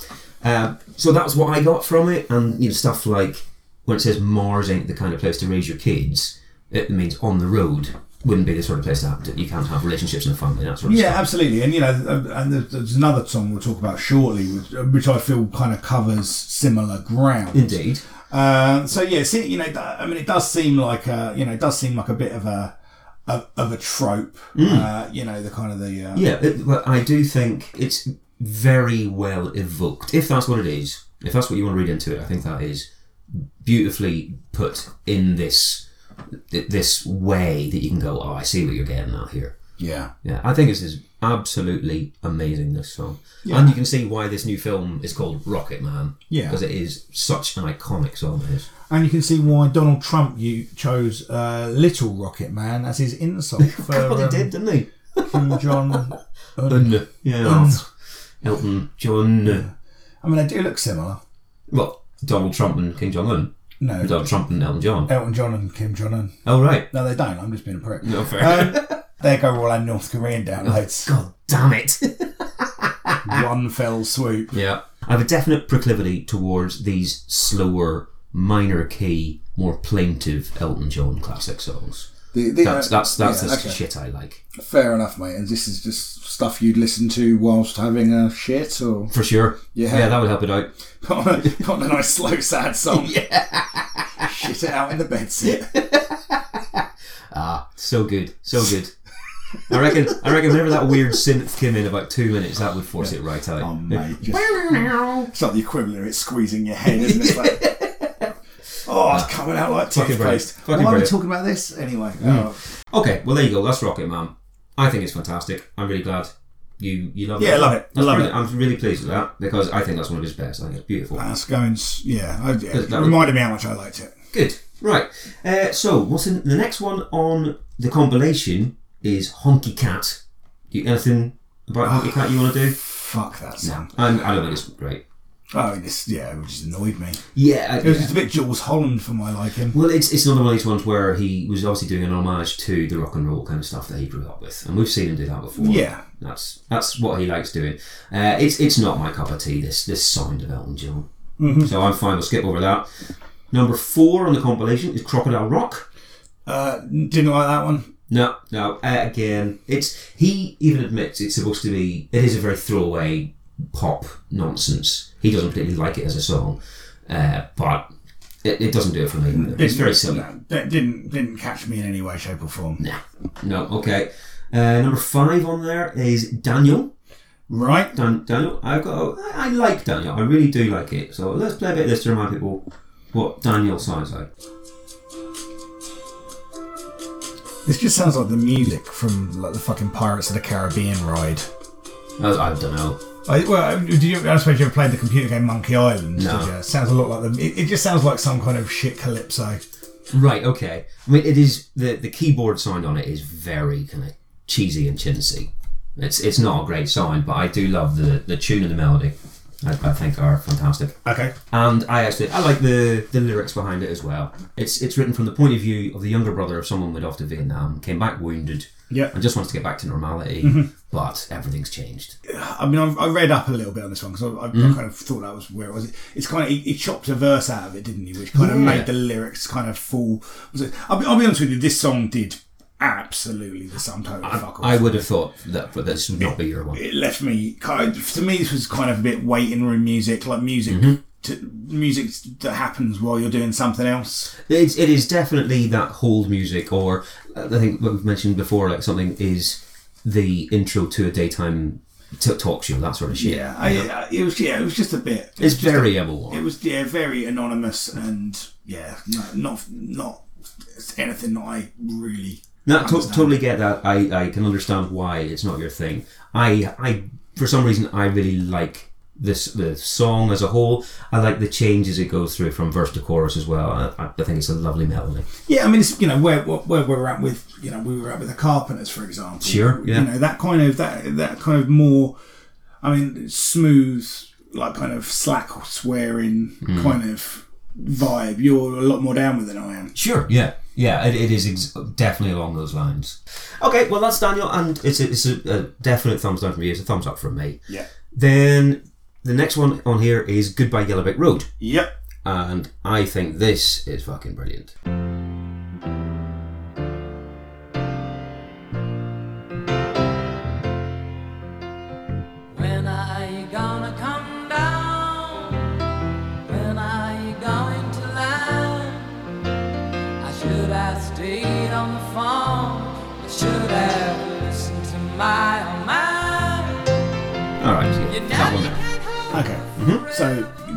Speaker 2: Um, so that's what I got from it, and you know stuff like when it says Mars ain't the kind of place to raise your kids, it means on the road wouldn't be the sort of place to have. To, you can't have relationships in a family, that sort of
Speaker 1: yeah,
Speaker 2: stuff.
Speaker 1: absolutely. And you know, uh, and there's- there's another song we'll talk about shortly, which, which I feel kind of covers similar ground.
Speaker 2: Indeed.
Speaker 1: Uh, so yeah, see, you know, th- I mean, it does seem like a, you know, it does seem like a bit of a of, of a trope. Uh, you know, the kind of the uh,
Speaker 2: Hmm. Yeah, it, but I do think it's very well evoked. If that's what it is, if that's what you want to read into it, I think that is beautifully put in this th- this way that you can go. Oh, I see what you're getting at here.
Speaker 1: yeah.
Speaker 2: Yeah, I think this is absolutely amazing. This song, and you can see why this new film is called Rocket Man.
Speaker 1: Yeah.
Speaker 2: because it is such an iconic song. It is.
Speaker 1: And you can see why Donald Trump you chose uh, Little Rocket Man as his
Speaker 2: [LAUGHS]
Speaker 1: insult for [LAUGHS]
Speaker 2: Well,
Speaker 1: um,
Speaker 2: he did, didn't he?
Speaker 1: Kim Jong.
Speaker 2: Yeah. Elton John.
Speaker 1: I mean, they do look similar.
Speaker 2: Well, Donald Trump and King Jong Un.
Speaker 1: No,
Speaker 2: Donald Trump and Elton John.
Speaker 1: Elton John and Kim Jong Un.
Speaker 2: Oh right.
Speaker 1: No, they don't. I'm just being a prick.
Speaker 2: No fair.
Speaker 1: Um, there go all our North Korean downloads.
Speaker 2: God damn it.
Speaker 1: [LAUGHS] One fell swoop.
Speaker 2: yeah. I have a definite proclivity towards these slower, minor key, more plaintive Elton John classic songs.
Speaker 1: The, the, uh,
Speaker 2: That's that's that's
Speaker 1: yeah,
Speaker 2: the
Speaker 1: okay.
Speaker 2: shit I like.
Speaker 1: Fair enough, mate. And this is just stuff you'd listen to whilst having a shit or
Speaker 2: For sure.
Speaker 1: Yeah.
Speaker 2: Yeah, that would help it out.
Speaker 1: put on a, put on a nice slow sad song. yeah. Shit it out in the bed sit.
Speaker 2: Ah, so good. So good. I reckon I reckon whenever that weird synth came in about two minutes, that would force it right out.
Speaker 1: Oh, mate. Just, it's not the equivalent of it squeezing your head, isn't it? It's like, oh, it's coming out like
Speaker 2: Fucking brilliant.
Speaker 1: toothpaste.
Speaker 2: Fucking Mm.
Speaker 1: Why are we
Speaker 2: brilliant.
Speaker 1: talking about this anyway? Oh.
Speaker 2: Okay, well there you go. That's Rocket Man. I think it's fantastic. I'm really glad you you love it.
Speaker 1: Yeah, I love it. I
Speaker 2: That's
Speaker 1: love
Speaker 2: brilliant. I'm really pleased with that because I think that's one of his best. I think it's beautiful.
Speaker 1: That's going, s- yeah. I, yeah.
Speaker 2: That
Speaker 1: It
Speaker 2: would-
Speaker 1: reminded me how much I liked it.
Speaker 2: Good. Right. Uh, so what's in the next one on the compilation is Honky Cat. You anything about Honky Cat Oh, you want to do?
Speaker 1: Fuck that
Speaker 2: No.
Speaker 1: song.
Speaker 2: I'm, I don't think it's great.
Speaker 1: Oh, it just, yeah, it just annoyed me.
Speaker 2: Yeah.
Speaker 1: It was just a bit Jules Holland for my liking.
Speaker 2: Well, it's, it's another one of these ones where he was obviously doing an homage to the rock and roll kind of stuff that he grew up with, and we've seen him do that before.
Speaker 1: Yeah.
Speaker 2: that's that's what he likes doing. Uh, it's it's not my cup of tea. This this sound of Elton John, so I'm fine. We'll skip over that. Number four on the compilation is Crocodile Rock.
Speaker 1: Uh, didn't like that one.
Speaker 2: No, no. Uh, again, it's he even admits it's supposed to be. It is a very throwaway pop nonsense. He doesn't particularly like it as a song, uh, but it, it doesn't do it for me. Either. It's very silly.
Speaker 1: No, that didn't didn't catch me in any way, shape, or form.
Speaker 2: No, no, okay. Uh, number five on there is Daniel.
Speaker 1: Right.
Speaker 2: Dan- Daniel, I've got. I- I like Daniel. I really do like it. So let's play a bit of this to remind people what Daniel sounds like.
Speaker 1: This just sounds like the music from like the fucking Pirates of the Caribbean ride.
Speaker 2: I, I don't know.
Speaker 1: I, well, did you, I suppose you ever played the computer game Monkey Island?
Speaker 2: No.
Speaker 1: Did you? It sounds a lot like them. It, it just sounds like some kind of shit calypso.
Speaker 2: Right. Okay. I mean, it is the the keyboard sound on it is very kind of cheesy and chintzy. It's it's not a great sound, but I do love the the tune and the melody. I, I think are fantastic.
Speaker 1: Okay.
Speaker 2: and I actually I like the the lyrics behind it as well. It's it's written from the point of view of the younger brother of someone who went off to Vietnam, came back wounded,
Speaker 1: Yeah.
Speaker 2: and just wants to get back to normality,
Speaker 1: Mm-hmm.
Speaker 2: but everything's changed.
Speaker 1: I mean, I've, I read up a little bit on this one because I, I, I
Speaker 2: Mm-hmm.
Speaker 1: kind of thought that was where it was. It's kind of he, he chopped a verse out of it, didn't he? Which kind of
Speaker 2: Yeah.
Speaker 1: made the lyrics kind of fall. Was it, I'll, be, I'll be honest with you. This song did absolutely the sum total. of fuck off.
Speaker 2: I would have thought that, but this would not be your one.
Speaker 1: it left me kind of, to me this was kind of a bit waiting room music like music to, music that happens while you're doing something else
Speaker 2: It's, it is definitely that hold music, or uh, I think what we've mentioned before, like something is the intro to a daytime t- talk show, that sort of shit.
Speaker 1: yeah, I, I, it was yeah it was just a bit
Speaker 2: It's very Emma
Speaker 1: it was yeah very anonymous and yeah no, not not anything that I really
Speaker 2: No, to-
Speaker 1: understand.
Speaker 2: totally get that. I, I can understand why it's not your thing. I I for some reason I really like this the song as a whole. I like the changes it goes through from verse to chorus as well. I, I- I think it's a lovely melody.
Speaker 1: Yeah, I mean, it's you know where where where we're at with you know we were at with the Carpenters, for example.
Speaker 2: Sure, yeah.
Speaker 1: You know that kind of that that kind of more, I mean, smooth like kind of slack swearing
Speaker 2: Hmm.
Speaker 1: kind of vibe. You're a lot more down with than I am.
Speaker 2: Sure. Yeah. Yeah. It, it is ex- definitely along those lines. Okay. Well, that's Daniel, and it's a, it's a, a definite thumbs down from you. It's a thumbs up from me.
Speaker 1: Yeah.
Speaker 2: Then the next one on here is Goodbye Yellow Brick Road,
Speaker 1: Yep.
Speaker 2: and I think this is fucking brilliant.
Speaker 3: When are you gonna come down? When are you going to land? I should have stayed on the phone. I should have listened to my own mind.
Speaker 2: All right.
Speaker 3: You
Speaker 2: Yeah, that one
Speaker 1: Okay.
Speaker 2: there.
Speaker 1: So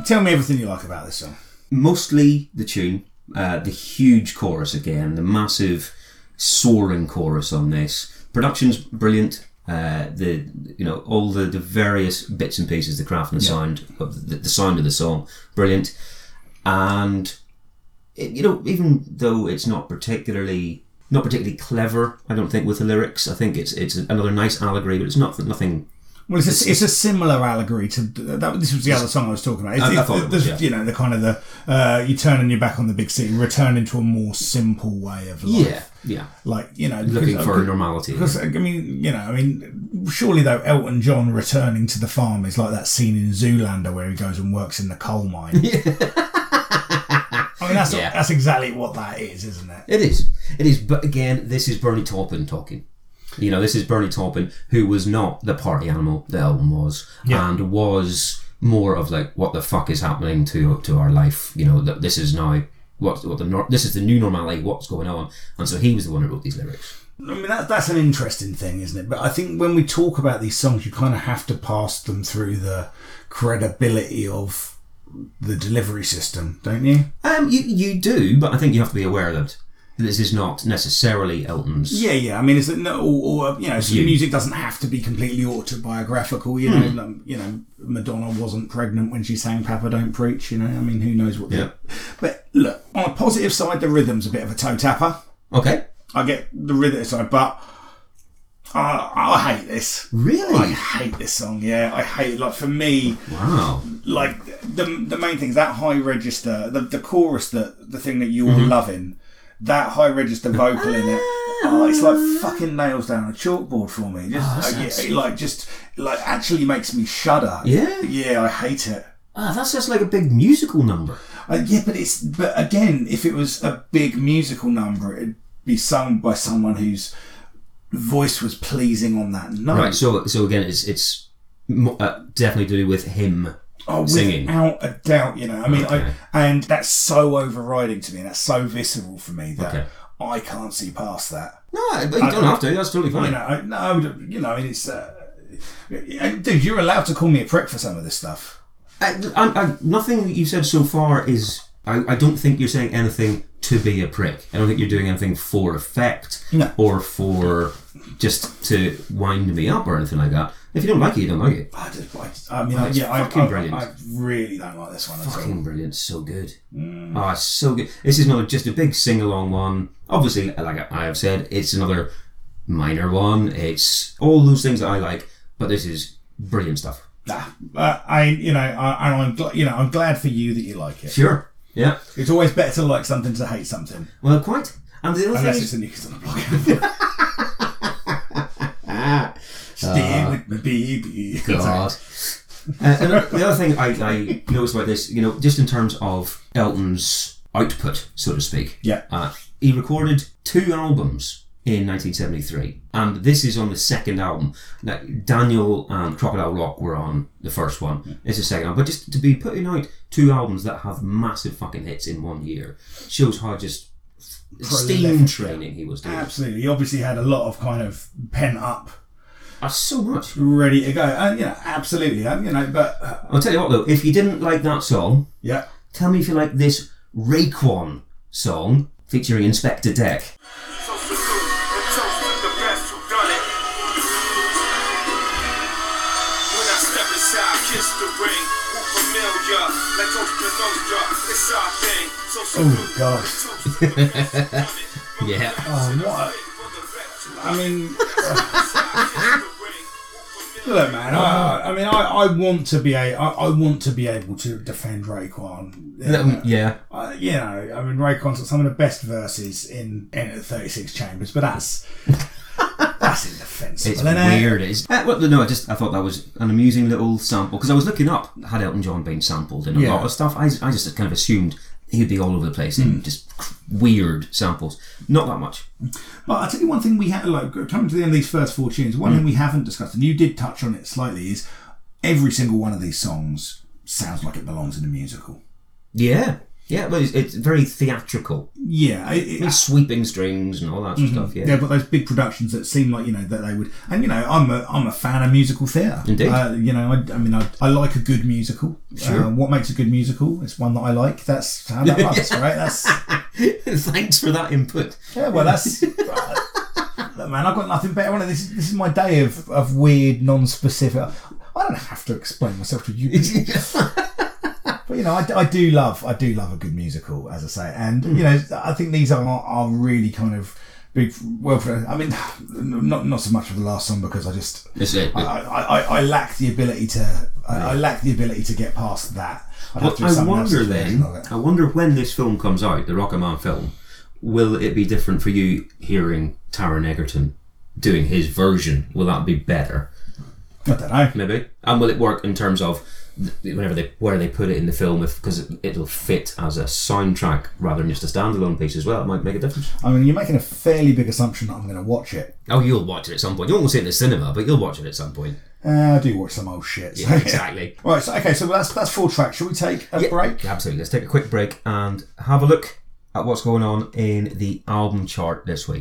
Speaker 1: tell me everything you like about this song.
Speaker 2: mostly the tune, uh, the huge chorus again, the massive soaring chorus on this. Production's brilliant. Uh, the you know all the, the various bits and pieces, the craft and the sound of the, the sound of the song, brilliant. And it, you know, even though it's not particularly not particularly clever, I don't think with the lyrics. I think it's it's another nice allegory, but it's not nothing
Speaker 1: Well, it's a, it's a similar allegory to that. This was the other song I was talking about. It's,
Speaker 2: I- I
Speaker 1: it's-
Speaker 2: thought it
Speaker 1: there's,
Speaker 2: was, yeah.
Speaker 1: You know, the kind of the uh, you turn and your back on the big city, return into a more simple way of life.
Speaker 2: Yeah, yeah.
Speaker 1: Like you know,
Speaker 2: Looking
Speaker 1: because- uh,
Speaker 2: for normality. [LAUGHS]
Speaker 1: Because I mean, you know, I mean, surely though, Elton John returning to the farm is like that scene in Zoolander where he goes and works in the coal
Speaker 2: [LAUGHS]
Speaker 1: mine. I mean, that's
Speaker 2: Yeah.
Speaker 1: that's exactly what that is, isn't it?
Speaker 2: It is. It is. But again, this is Bernie Taupin talking. You know, this is Bernie Taupin, who was not the party animal that Elton was, and was more of like, what the fuck is happening to to our life? You know, that this is now what's what the nor- this is the new normality. What's going on? And so he was the one who wrote these lyrics.
Speaker 1: I mean, that's that's an interesting thing, isn't it? But I think when we talk about these songs, you kind of have to pass them through the credibility of the delivery system, don't you?
Speaker 2: Um, you you do, but I think you have to be aware that this is not necessarily Elton's.
Speaker 1: Yeah, yeah. I mean, it's no, or, or you know, so
Speaker 2: You.
Speaker 1: music doesn't have to be completely autobiographical. You
Speaker 2: Hmm.
Speaker 1: know, like, you know, Madonna wasn't pregnant when she sang "Papa Don't Preach." You know, I mean, who knows what? the-
Speaker 2: Yeah.
Speaker 1: But look, on a positive side, the rhythm's a bit of a toe tapper.
Speaker 2: Okay.
Speaker 1: I get the rhythm side, but I, I hate this. I
Speaker 2: Really?
Speaker 1: hate this song. Yeah, I hate it. Like for me,
Speaker 2: Wow.
Speaker 1: like the the main thing is that high register, the, the chorus, that the thing that you're
Speaker 2: Mm-hmm.
Speaker 1: loving, that high register vocal in it.
Speaker 2: Ah.
Speaker 1: Oh, it's like fucking nails down a chalkboard for me. Just
Speaker 2: that
Speaker 1: uh, yeah,
Speaker 2: sounds-
Speaker 1: it, like just like actually makes me shudder.
Speaker 2: Yeah?
Speaker 1: yeah, I hate it.
Speaker 2: Ah, that's just like a big musical number.
Speaker 1: Uh, yeah, but it's but again, if it was a big musical number, it'd be sung by someone whose voice was pleasing on that note.
Speaker 2: Right. So so again, it's it's mo- uh, definitely to do with him.
Speaker 1: Oh,
Speaker 2: singing.
Speaker 1: without a doubt, you know. I mean,
Speaker 2: Okay.
Speaker 1: I and that's so overriding to me. That's so visceral for me that
Speaker 2: Okay.
Speaker 1: I can't see past that.
Speaker 2: No, but you don't have to. That's totally
Speaker 1: You
Speaker 2: fine.
Speaker 1: know, I, no, I would- you know, I mean, it's. Uh, and dude, you're allowed to call me a prick for some of this stuff.
Speaker 2: I, I, I, nothing that you said so far is. I, I don't think you're saying anything to be a prick. I don't think you're doing anything for effect
Speaker 1: No.
Speaker 2: or for just to wind me up or anything like that. If you don't like it, you don't like it.
Speaker 1: I, just, I, I mean,
Speaker 2: That's
Speaker 1: yeah, I,
Speaker 2: fucking
Speaker 1: I,
Speaker 2: brilliant.
Speaker 1: I really don't like this one at all.
Speaker 2: Fucking brilliant, so good.
Speaker 1: Mm.
Speaker 2: Ah, it's so good. This is not just a big sing along one. Obviously, like I have said, it's another minor one. It's all those things that I like, but this is brilliant stuff.
Speaker 1: Nah, uh, I, you know, I, and I'm, gl- you know, I'm glad for you that you like it.
Speaker 2: Sure. Yeah.
Speaker 1: It's always better to like something to hate something,
Speaker 2: Well, quite. And the other
Speaker 1: unless
Speaker 2: thing
Speaker 1: it's
Speaker 2: is,
Speaker 1: the new kids on the
Speaker 2: [LAUGHS]
Speaker 1: block. Stay with me, baby.
Speaker 2: God. Uh, and the other thing I, I noticed about this, you know, just in terms of Elton's output, so to speak.
Speaker 1: Yeah.
Speaker 2: Uh, he recorded two albums in 1973, and this is on the second album. Now, Daniel and Crocodile Rock were on the first one. It's the second album, but just to be putting out two albums that have massive fucking hits in one year shows how just steam
Speaker 1: Prolific.
Speaker 2: training he was doing.
Speaker 1: Absolutely. He obviously had a lot of kind of pent up,
Speaker 2: That's so much.
Speaker 1: ready to go. And, you know, absolutely. And, you know, but, uh,
Speaker 2: I'll tell you what though, if you didn't like that song,
Speaker 1: yeah.
Speaker 2: Tell me if you like this Raekwon song featuring Inspector Deck.
Speaker 4: Toast to you and toast to the best who done it. When I step inside, kiss the ring. Who familiar? Like Coach Kenosha, it's our thing. So
Speaker 1: Oh, God.
Speaker 2: [LAUGHS] Yeah.
Speaker 1: Oh, what? [LAUGHS] I mean, [LAUGHS] look, man. I, I mean, I, I want to be a, I, I want to be able to defend Raekwon. You know,
Speaker 2: Um, yeah.
Speaker 1: I- you know, I mean, Raekwon's got some of the best verses in, in 36 Chambers, but that's, [LAUGHS] that's indefensible.
Speaker 2: It's
Speaker 1: isn't it?
Speaker 2: weird. It's, uh, well, no, I just I thought that was an amusing little sample because I was looking up had Elton John been sampled in a
Speaker 1: Yeah. Hmm.
Speaker 2: lot of stuff. I, I just kind of assumed he'd be all over the place and just weird samples. Not that much.
Speaker 1: But I tell you one thing we had like coming to the end of these first four tunes.
Speaker 2: Mm.
Speaker 1: One thing we haven't discussed, and you did touch on it slightly, is every single one of these songs sounds like it belongs in a musical.
Speaker 2: Yeah. Yeah, but it's, it's very theatrical.
Speaker 1: Yeah, Mm-hmm. it, it,
Speaker 2: Sweeping strings and all that sort of stuff. Yeah.
Speaker 1: they've got those big productions that seem like you know that they would. And you know, I'm a I'm a fan of musical theatre.
Speaker 2: Indeed.
Speaker 1: uh, you know, I, I mean, I, I like a good musical.
Speaker 2: Sure.
Speaker 1: Uh, what makes a good musical? It's one that I like. That's how
Speaker 2: [LAUGHS]
Speaker 1: that runs, right? That's
Speaker 2: Thanks for that input.
Speaker 1: Yeah, well, that's. Look, man, I've got nothing better on it. This, this is my day of, of weird, non specific. I don't have to explain myself to you. But you know, I, I do love I do love a good musical, as I say, and you know, I think these are are really kind of big well for I mean not not so much for the last song because I just
Speaker 2: It's it.
Speaker 1: I, I, I, I lack the ability to I, I lack the ability to get past that. I'd have to do
Speaker 2: I
Speaker 1: something else
Speaker 2: wonder
Speaker 1: to
Speaker 2: then.
Speaker 1: of it.
Speaker 2: I wonder when this film comes out, the Rocketman film, will it be different for you hearing Taron Egerton doing his version? Will that be better?
Speaker 1: I don't know.
Speaker 2: Maybe. And will it work in terms of th- whenever they where they put it in the film? If because it, it'll fit as a soundtrack rather than just a standalone piece as well, it might make a difference.
Speaker 1: I mean, you're making a fairly big assumption that I'm going to watch it.
Speaker 2: Oh, you'll watch it at some point. You won't see it in the cinema, but you'll watch it at some [LAUGHS] point.
Speaker 1: Uh, I do watch some old shit. so-
Speaker 2: Yeah, exactly.
Speaker 1: [LAUGHS] Right. So okay. So that's that's four tracks. Should we take a break?
Speaker 2: Absolutely. Let's take a quick break and have a look at what's going on in the album chart this week.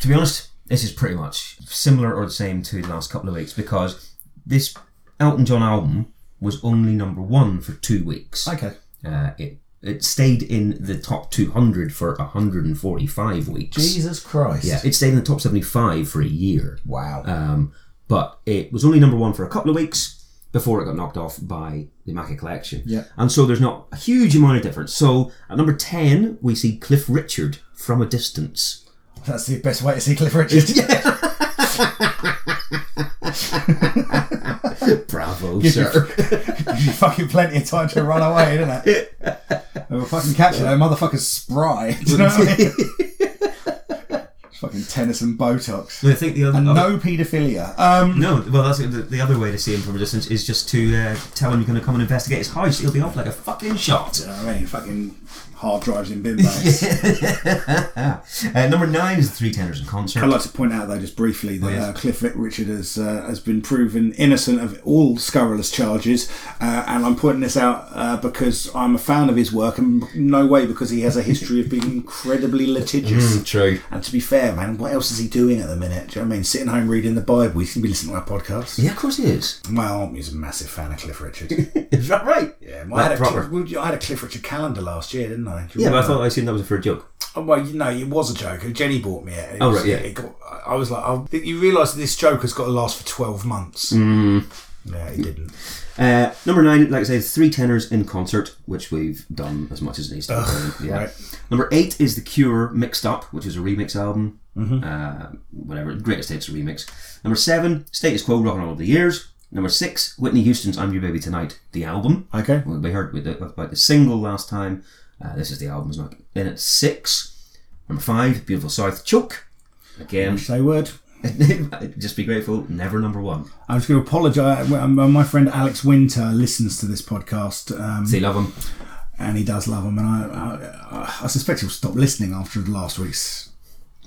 Speaker 2: To be honest, this is pretty much similar or the same to the last couple of weeks because this Elton John album was only number one for two weeks.
Speaker 1: Okay.
Speaker 2: Uh, it it stayed in the top 200 for 145 weeks.
Speaker 1: Jesus Christ.
Speaker 2: Yeah, it stayed in the top 75 for a year.
Speaker 1: Wow.
Speaker 2: Um, but it was only number one for a couple of weeks before it got knocked off by the Macca Collection.
Speaker 1: Yeah.
Speaker 2: And so there's not a huge amount of difference. So at number 10, we see Cliff Richard from a distance.
Speaker 1: that's the best way to see Cliff Richard.
Speaker 2: [LAUGHS] Bravo,
Speaker 1: Gives you [LAUGHS] fucking plenty of time to run away, didn't it? They were fucking catching that motherfucker's spry. [LAUGHS] Do you know what I mean? fucking tennis and Botox.
Speaker 2: I think the other.
Speaker 1: And no paedophilia. Um,
Speaker 2: No, well, that's the, the other way to see him from a distance is just to uh, tell him you're going to come and investigate his house. He'll be off like a fucking shot.
Speaker 1: do you know what I mean? Fucking hard drives in bin [LAUGHS] bags.
Speaker 2: [LAUGHS] Uh, number nine is the Three Tenors in Concert.
Speaker 1: I'd like to point out, though, just briefly, that uh, Cliff Richard has uh, has been proven innocent of all scurrilous charges, uh, and I'm pointing this out uh, because I'm a fan of his work, and no way because he has a history of being incredibly litigious.
Speaker 2: True.
Speaker 1: And to be fair, man, what else is he doing at the minute? Do you know what I mean? Sitting home reading the Bible, he's going to be listening to our podcast.
Speaker 2: [LAUGHS] Yeah, of course it is.
Speaker 1: My aunt is a massive fan of Cliff
Speaker 2: [LAUGHS]
Speaker 1: Richard.
Speaker 2: Is that right?
Speaker 1: Yeah, my, I, had a
Speaker 2: proper.
Speaker 1: Cliff, well, I had a Cliff Richard calendar last year, didn't I? Do you
Speaker 2: Yeah, but I
Speaker 1: remember?
Speaker 2: thought I assumed that was for a joke.
Speaker 1: Oh, well, you know, it was a joke. Jenny bought me it. it
Speaker 2: Oh,
Speaker 1: was,
Speaker 2: right, yeah.
Speaker 1: It got, I was like, oh, you realise this joke has got to last for 12 months. Yeah, it didn't.
Speaker 2: Uh, number nine, like I say, three tenors in concert, which we've done as much as it needs to. be done, yeah. Number eight is The Cure Mixed Up, which is a remix album. Uh, whatever, greatest hits remix. Number seven, Status Quo Rock and Roll of the Years. Number six, Whitney Houston's I'm Your Baby Tonight, the album.
Speaker 1: Okay.
Speaker 2: Well, we heard with the, about the single last time. Uh, this is the album. It's not in at six. Number five, Beautiful South, Choke. Again,
Speaker 1: Say word.
Speaker 2: [LAUGHS] just be grateful. Never number one.
Speaker 1: I was going to apologise. well, um, My friend Alex Winter listens to this podcast, um,
Speaker 2: They love them.
Speaker 1: and he does love him. And I, I, I suspect he'll stop listening after last week's.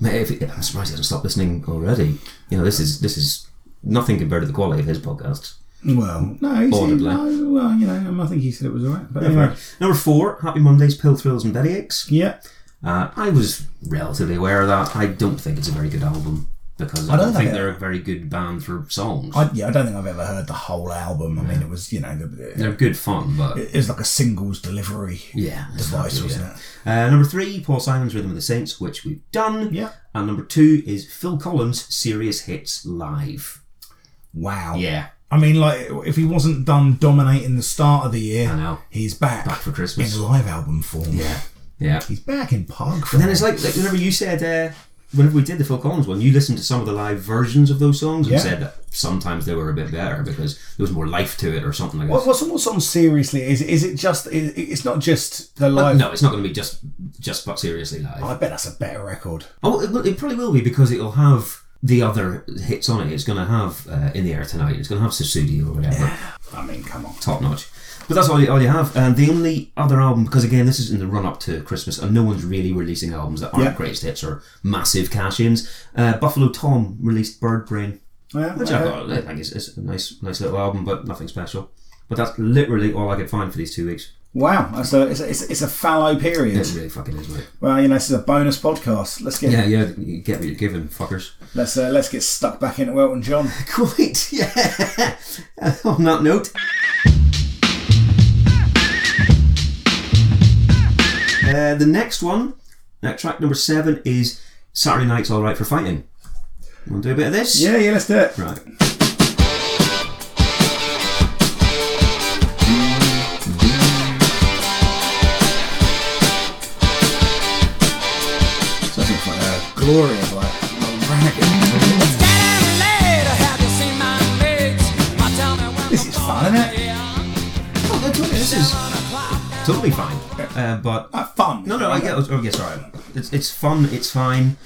Speaker 2: Mate, if I'm surprised he hasn't stopped listening already. You know, this is this is nothing compared to the quality of his podcasts.
Speaker 1: Well, no, he's, he,
Speaker 2: Audibly.
Speaker 1: no, well, you know, um, I think he said it was all right. But anyway,
Speaker 2: Number four, Happy Mondays, Pill Thrills and Belly Aches.
Speaker 1: yeah.
Speaker 2: Uh, I was relatively aware of that. I don't think it's a very good album because I,
Speaker 1: don't
Speaker 2: don't think
Speaker 1: think it-
Speaker 2: they're a very good band for songs.
Speaker 1: I, yeah, I don't think I've ever heard the whole album. I mean, it was you know, the,
Speaker 2: they're good fun, but
Speaker 1: it was like a singles delivery
Speaker 2: yeah, it's not
Speaker 1: device,
Speaker 2: good,
Speaker 1: wasn't
Speaker 2: yeah.
Speaker 1: it?
Speaker 2: Uh, number three, Paul Simon's Rhythm of the Saints, which we've done.
Speaker 1: Yeah.
Speaker 2: And number two is Phil Collins' Serious Hits Live.
Speaker 1: Wow.
Speaker 2: Yeah.
Speaker 1: I mean, like, if he wasn't done dominating the start of the year,
Speaker 2: I know.
Speaker 1: he's back,
Speaker 2: Back for Christmas.
Speaker 1: in live album form.
Speaker 2: Yeah. Yeah.
Speaker 1: He's back in punk.
Speaker 2: And then it's like, like whenever you said, uh, whenever we did the Phil Collins one, you listened to some of the live versions of those songs and
Speaker 1: Yeah.
Speaker 2: said that sometimes they were a bit better because there was more life to it or something like
Speaker 1: What,
Speaker 2: that.
Speaker 1: what's, what's on seriously? Is is it just? Is, it's not just the live.
Speaker 2: No, it's not going to be just just but seriously live.
Speaker 1: I bet that's a better record.
Speaker 2: Oh, it, will- it probably will be because it'll have the other hits on it. It's going to have uh, in the air tonight. It's going to have Susudio or whatever.
Speaker 1: I mean, come on.
Speaker 2: top notch. But that's all you, all you have. And the only other album, because again, this is in the run up to Christmas, and no one's really releasing albums that aren't
Speaker 1: Yeah.
Speaker 2: greatest hits or massive cash ins. Uh, Buffalo Tom released Bird Brain,
Speaker 1: Yeah,
Speaker 2: which I
Speaker 1: okay.
Speaker 2: thought I think is, is a nice, nice little album, but nothing special. But that's literally all I could find for these two weeks.
Speaker 1: Wow, that's a, it's, a, it's, a, it's a fallow period.
Speaker 2: It really fucking is, mate.
Speaker 1: Well, you know, this is a bonus podcast. Let's get
Speaker 2: Yeah, yeah, you get what you're given, [LAUGHS] fuckers.
Speaker 1: let's uh, let's get stuck back into Elton John.
Speaker 2: Quite, yeah. [LAUGHS] On that note. Uh, the next one, uh, track number seven, is Saturday Night's All Right for Fighting. Want to do a bit of this?
Speaker 1: Yeah, yeah, let's do it.
Speaker 2: Right.
Speaker 1: glory of like ragga. This is fun, isn't it?
Speaker 2: Oh, that's what- this is totally fine. Uh, but
Speaker 1: Uh, fun.
Speaker 2: no, no, I get. Oh, yeah, sorry. It's it's fun. It's fine.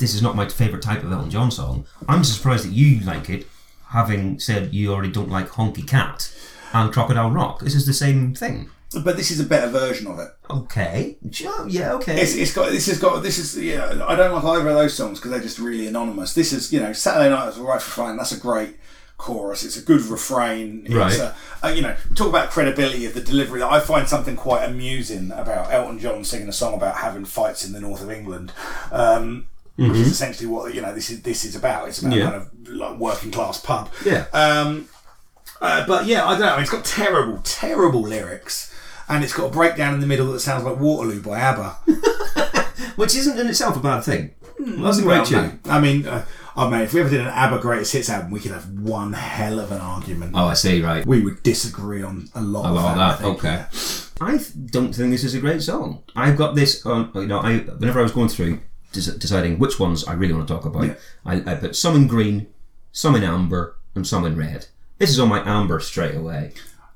Speaker 2: This is not my favorite type of Elton John song. I'm surprised that you like it, having said you already don't like Honky Cat and Crocodile Rock. This is the same thing.
Speaker 1: But this is a better version of it.
Speaker 2: Okay. Sure. Yeah. Okay.
Speaker 1: It's, it's got this has got this is yeah. I don't like either of those songs because they're just really anonymous. This is you know Saturday Night is all right for fun. That's a great chorus. It's a good refrain. It's
Speaker 2: Right.
Speaker 1: a, uh, you know talk about credibility of the delivery. I find something quite amusing about Elton John singing a song about having fights in the north of England. Um, Which is essentially what you know. This is this is about. It's about
Speaker 2: Mm-hmm. Yeah.
Speaker 1: kind of like working class pub.
Speaker 2: Yeah.
Speaker 1: Um, uh, but yeah, I don't know. It's got terrible, terrible lyrics, and it's got a breakdown in the middle that sounds like Waterloo by ABBA.
Speaker 2: Which isn't in itself a bad thing. That's a great
Speaker 1: Well,
Speaker 2: tune.
Speaker 1: no. I mean, uh, oh man, if we ever did an ABBA Greatest Hits album, we could have one hell of an argument.
Speaker 2: Oh, I see. Right.
Speaker 1: We would disagree on a lot
Speaker 2: I
Speaker 1: of
Speaker 2: love
Speaker 1: that. I
Speaker 2: that.
Speaker 1: think.
Speaker 2: Okay. I th- don't think this is a great song. I've got this on. oh, You know, I whenever I was going through des- deciding which ones I really want to talk about,
Speaker 1: Yeah.
Speaker 2: I, I put some in green, some in amber, and some in red. This is on my amber straight away.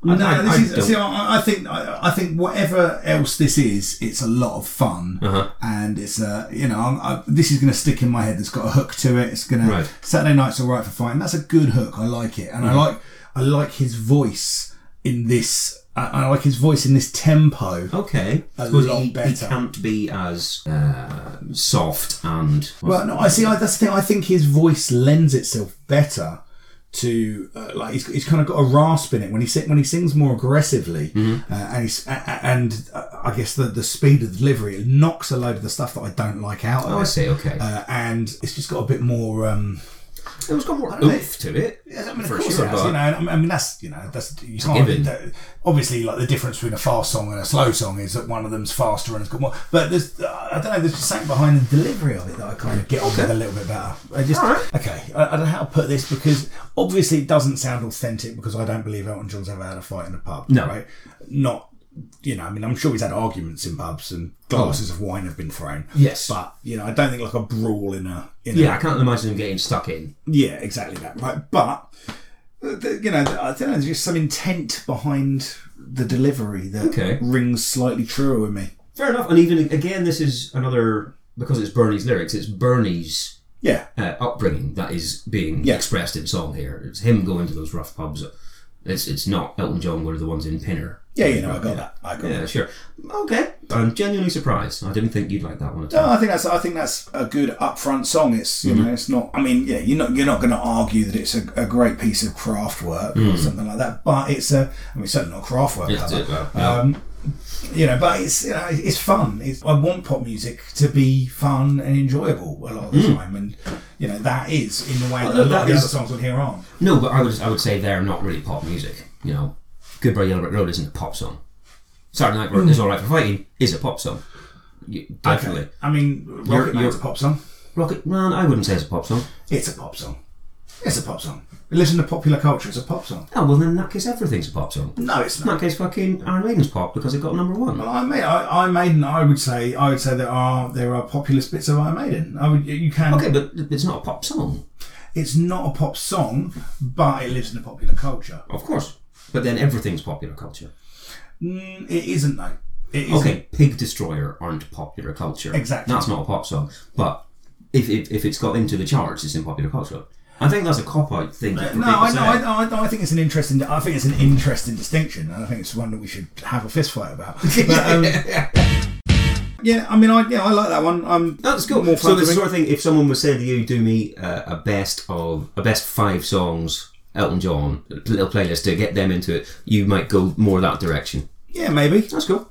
Speaker 1: I, no,
Speaker 2: I-
Speaker 1: this
Speaker 2: I
Speaker 1: is,
Speaker 2: don't-
Speaker 1: see, I, I think I, I think whatever else this is, it's a lot of fun,
Speaker 2: Uh-huh.
Speaker 1: and it's a you know I'm, I, this is going to stick in my head. It's got a hook to it. It's going
Speaker 2: Right. Mm-hmm.
Speaker 1: to Saturday night's all right for fighting. That's a good hook. I like it, and I like I like his voice in this. I, I like his voice in this
Speaker 2: Oh,
Speaker 1: tempo.
Speaker 2: Okay,
Speaker 1: A
Speaker 2: Suppose
Speaker 1: lot
Speaker 2: he, he
Speaker 1: better.
Speaker 2: can't be as uh, soft and
Speaker 1: Well, no, I see. I, that's the thing. I think his voice lends itself better to uh, like he's, he's kind of got a rasp in it when he sing, when he sings more aggressively,
Speaker 2: Mm-hmm.
Speaker 1: uh, and he's, a- a- and uh, I guess the the speed of delivery it knocks a load of the stuff that I don't like out of
Speaker 2: Oh, I
Speaker 1: it.
Speaker 2: see. Okay,
Speaker 1: Uh, and it's just got a bit more. Um,
Speaker 2: it was got more
Speaker 1: know.
Speaker 2: oomph to it.
Speaker 1: I mean, of
Speaker 2: for
Speaker 1: course
Speaker 2: sure,
Speaker 1: it has,
Speaker 2: but-
Speaker 1: you know. and I mean, that's you know, that's you can't.
Speaker 2: given.
Speaker 1: that- obviously, like the difference between a fast song and a slow song is that one of them's faster and it's got more. But there's, I don't know, there's just something behind the delivery of it that I kind of get on with a little bit better. I just
Speaker 2: Alright.
Speaker 1: okay. I, I don't know how to put this because obviously it doesn't sound authentic because I don't believe Elton John's ever had a fight in a pub.
Speaker 2: No.
Speaker 1: right? Not. You know, I mean, I'm sure he's had arguments in pubs and glasses of wine have been thrown.
Speaker 2: Oh. Yes.
Speaker 1: but you know, I don't think like a brawl in a in a
Speaker 2: yeah, I can't imagine him getting stuck in.
Speaker 1: yeah, exactly that. Right, but uh, the- you know, I don't know. There's just some intent behind the delivery that
Speaker 2: Okay.
Speaker 1: rings slightly truer with me.
Speaker 2: Fair enough. And even again, this is another because it's Bernie's lyrics. It's Bernie's
Speaker 1: Yeah,
Speaker 2: uh, upbringing that is being
Speaker 1: Yeah.
Speaker 2: expressed in song here. It's him going to those rough pubs. It's it's not Elton John one of the ones in Pinner.
Speaker 1: yeah, you know, I got that. I got
Speaker 2: Yeah,
Speaker 1: that.
Speaker 2: sure. Okay, I'm genuinely surprised. I didn't think you'd like that one at
Speaker 1: No,
Speaker 2: all.
Speaker 1: I think that's I think that's a good upfront song. It's
Speaker 2: Mm-hmm.
Speaker 1: you know, it's not. I mean, yeah, you're not you're not going to argue that it's a, a great piece of craft work
Speaker 2: Mm.
Speaker 1: or something like that. But it's a. I mean, it's certainly not craft work.
Speaker 2: Yeah, it's
Speaker 1: cover.
Speaker 2: it, well, yeah.
Speaker 1: um, you know, but it's you know, it's fun. It's, I want pop music to be fun and enjoyable a lot of the time, and you know that is in the way that a
Speaker 2: Mm. that
Speaker 1: lot of the
Speaker 2: is-
Speaker 1: other songs on here aren't.
Speaker 2: no, but I would I would say they're not really pop music. You know, Goodbye Yellow Brick Road isn't a pop song. Saturday Night
Speaker 1: Hmm.
Speaker 2: Rock is all right for fighting is a pop song. You- definitely,
Speaker 1: I mean,
Speaker 2: You're-
Speaker 1: Rocket Man's
Speaker 2: you're-
Speaker 1: a pop song.
Speaker 2: Rocket Man. I wouldn't say it's a pop song.
Speaker 1: It's a pop song. It's a pop song. It lives in the popular culture. It's a pop song.
Speaker 2: Oh well, then in that case, everything's a pop song.
Speaker 1: No, it's
Speaker 2: In
Speaker 1: not.
Speaker 2: that case, fucking Iron Maiden's pop because it got number one.
Speaker 1: Well, Iron Maiden, I, Iron Maiden, I would say, I would say there are there are populist bits of Iron Maiden. I would, you can.
Speaker 2: Okay, but it's not a pop song,
Speaker 1: It's not a pop song, but it lives in the popular culture.
Speaker 2: of course. But then everything's popular culture.
Speaker 1: Mm, it isn't though. It isn't.
Speaker 2: Okay, Pig Destroyer aren't popular culture.
Speaker 1: Exactly.
Speaker 2: That's not a pop song. But if, if, if it's got into the charts, it's in popular culture. I think that's a cop out thing. that
Speaker 1: No,
Speaker 2: people
Speaker 1: I
Speaker 2: say.
Speaker 1: know, I know, I know. I think it's an interesting. I think it's an interesting distinction, and I think it's one that we should have a fist fight
Speaker 2: [LAUGHS]
Speaker 1: about. But, um, yeah, I mean, I yeah, I like that one. Um,
Speaker 2: No, that's cool.
Speaker 1: More
Speaker 2: so
Speaker 1: fun
Speaker 2: the
Speaker 1: to me.
Speaker 2: sort of thing, if someone was saying to you, do me uh, a best of a best five songs, Elton John, a little playlist to get them into it, you might go more that direction.
Speaker 1: yeah, maybe.
Speaker 2: That's cool.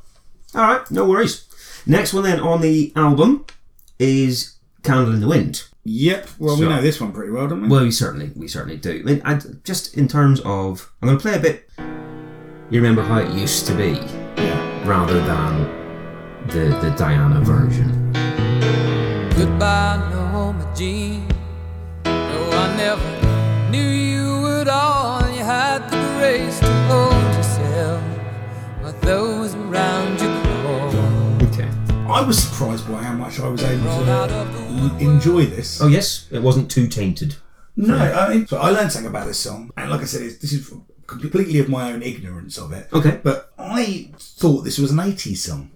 Speaker 2: All right, no worries. Next one then on the album is Candle in the Wind.
Speaker 1: Yep. Well, we
Speaker 2: So-
Speaker 1: know this one pretty well, don't we?
Speaker 2: Well, we certainly, we certainly do. I mean, I, just in terms of, I'm going to play a bit. You remember how it used to be,
Speaker 1: yeah.
Speaker 2: rather than the the Diana version.
Speaker 3: Goodbye, Norma Jean. No, I never knew you at all. You had the grace to hold yourself, but those around you clawed.
Speaker 2: Okay.
Speaker 1: I I was surprised by how much I was able to l- enjoy this.
Speaker 2: Oh yes, it wasn't too tainted.
Speaker 1: No, I mean, so I learned something about this song, and like I said, it's, this is completely of my own ignorance of it.
Speaker 2: Okay.
Speaker 1: But I thought this was an 80s song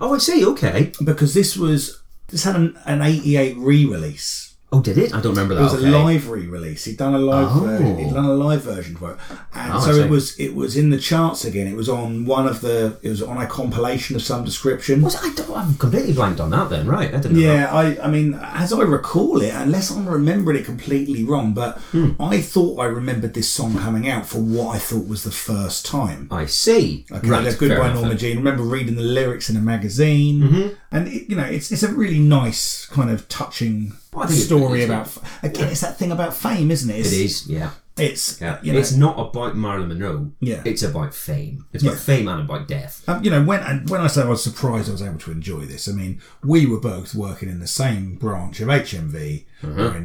Speaker 2: Oh, I see. Okay.
Speaker 1: because this was this had an, an 88 re-release.
Speaker 2: Oh, did it? I don't remember that.
Speaker 1: It was
Speaker 2: okay.
Speaker 1: a live re-release. He'd done a live
Speaker 2: Oh.
Speaker 1: version. He'd done a live version for it, and
Speaker 2: Oh, I
Speaker 1: so
Speaker 2: see.
Speaker 1: it was it was in the charts again. It was on one of the it was on a compilation of some description.
Speaker 2: Was it? I don't, I'm completely blanked on that. Then right, I didn't. know that.
Speaker 1: Yeah, I, I mean, as I recall it, unless I'm remembering it completely wrong, but
Speaker 2: Hmm.
Speaker 1: I thought I remembered this song coming out for what I thought was the first time.
Speaker 2: I see.
Speaker 1: Okay,
Speaker 2: right.
Speaker 1: they're good
Speaker 2: fair
Speaker 1: by
Speaker 2: enough
Speaker 1: Norma
Speaker 2: then. Mm-hmm.
Speaker 1: Jean. Remember reading the lyrics in a magazine, and it, you know it's it's a really nice kind of touching
Speaker 2: Well, I think it-
Speaker 1: story
Speaker 2: it's-
Speaker 1: about. f- Again, it's that thing about fame, isn't it? It's,
Speaker 2: It is. Yeah.
Speaker 1: It's
Speaker 2: Yeah.
Speaker 1: you know,
Speaker 2: It's not about Marilyn Monroe.
Speaker 1: Yeah.
Speaker 2: It's about fame. It's about
Speaker 1: Yeah.
Speaker 2: fame and about death.
Speaker 1: um, you know when and when I say I was surprised I was able to enjoy this. I mean, we were both working in the same branch of HMV
Speaker 2: Uh-huh.
Speaker 1: when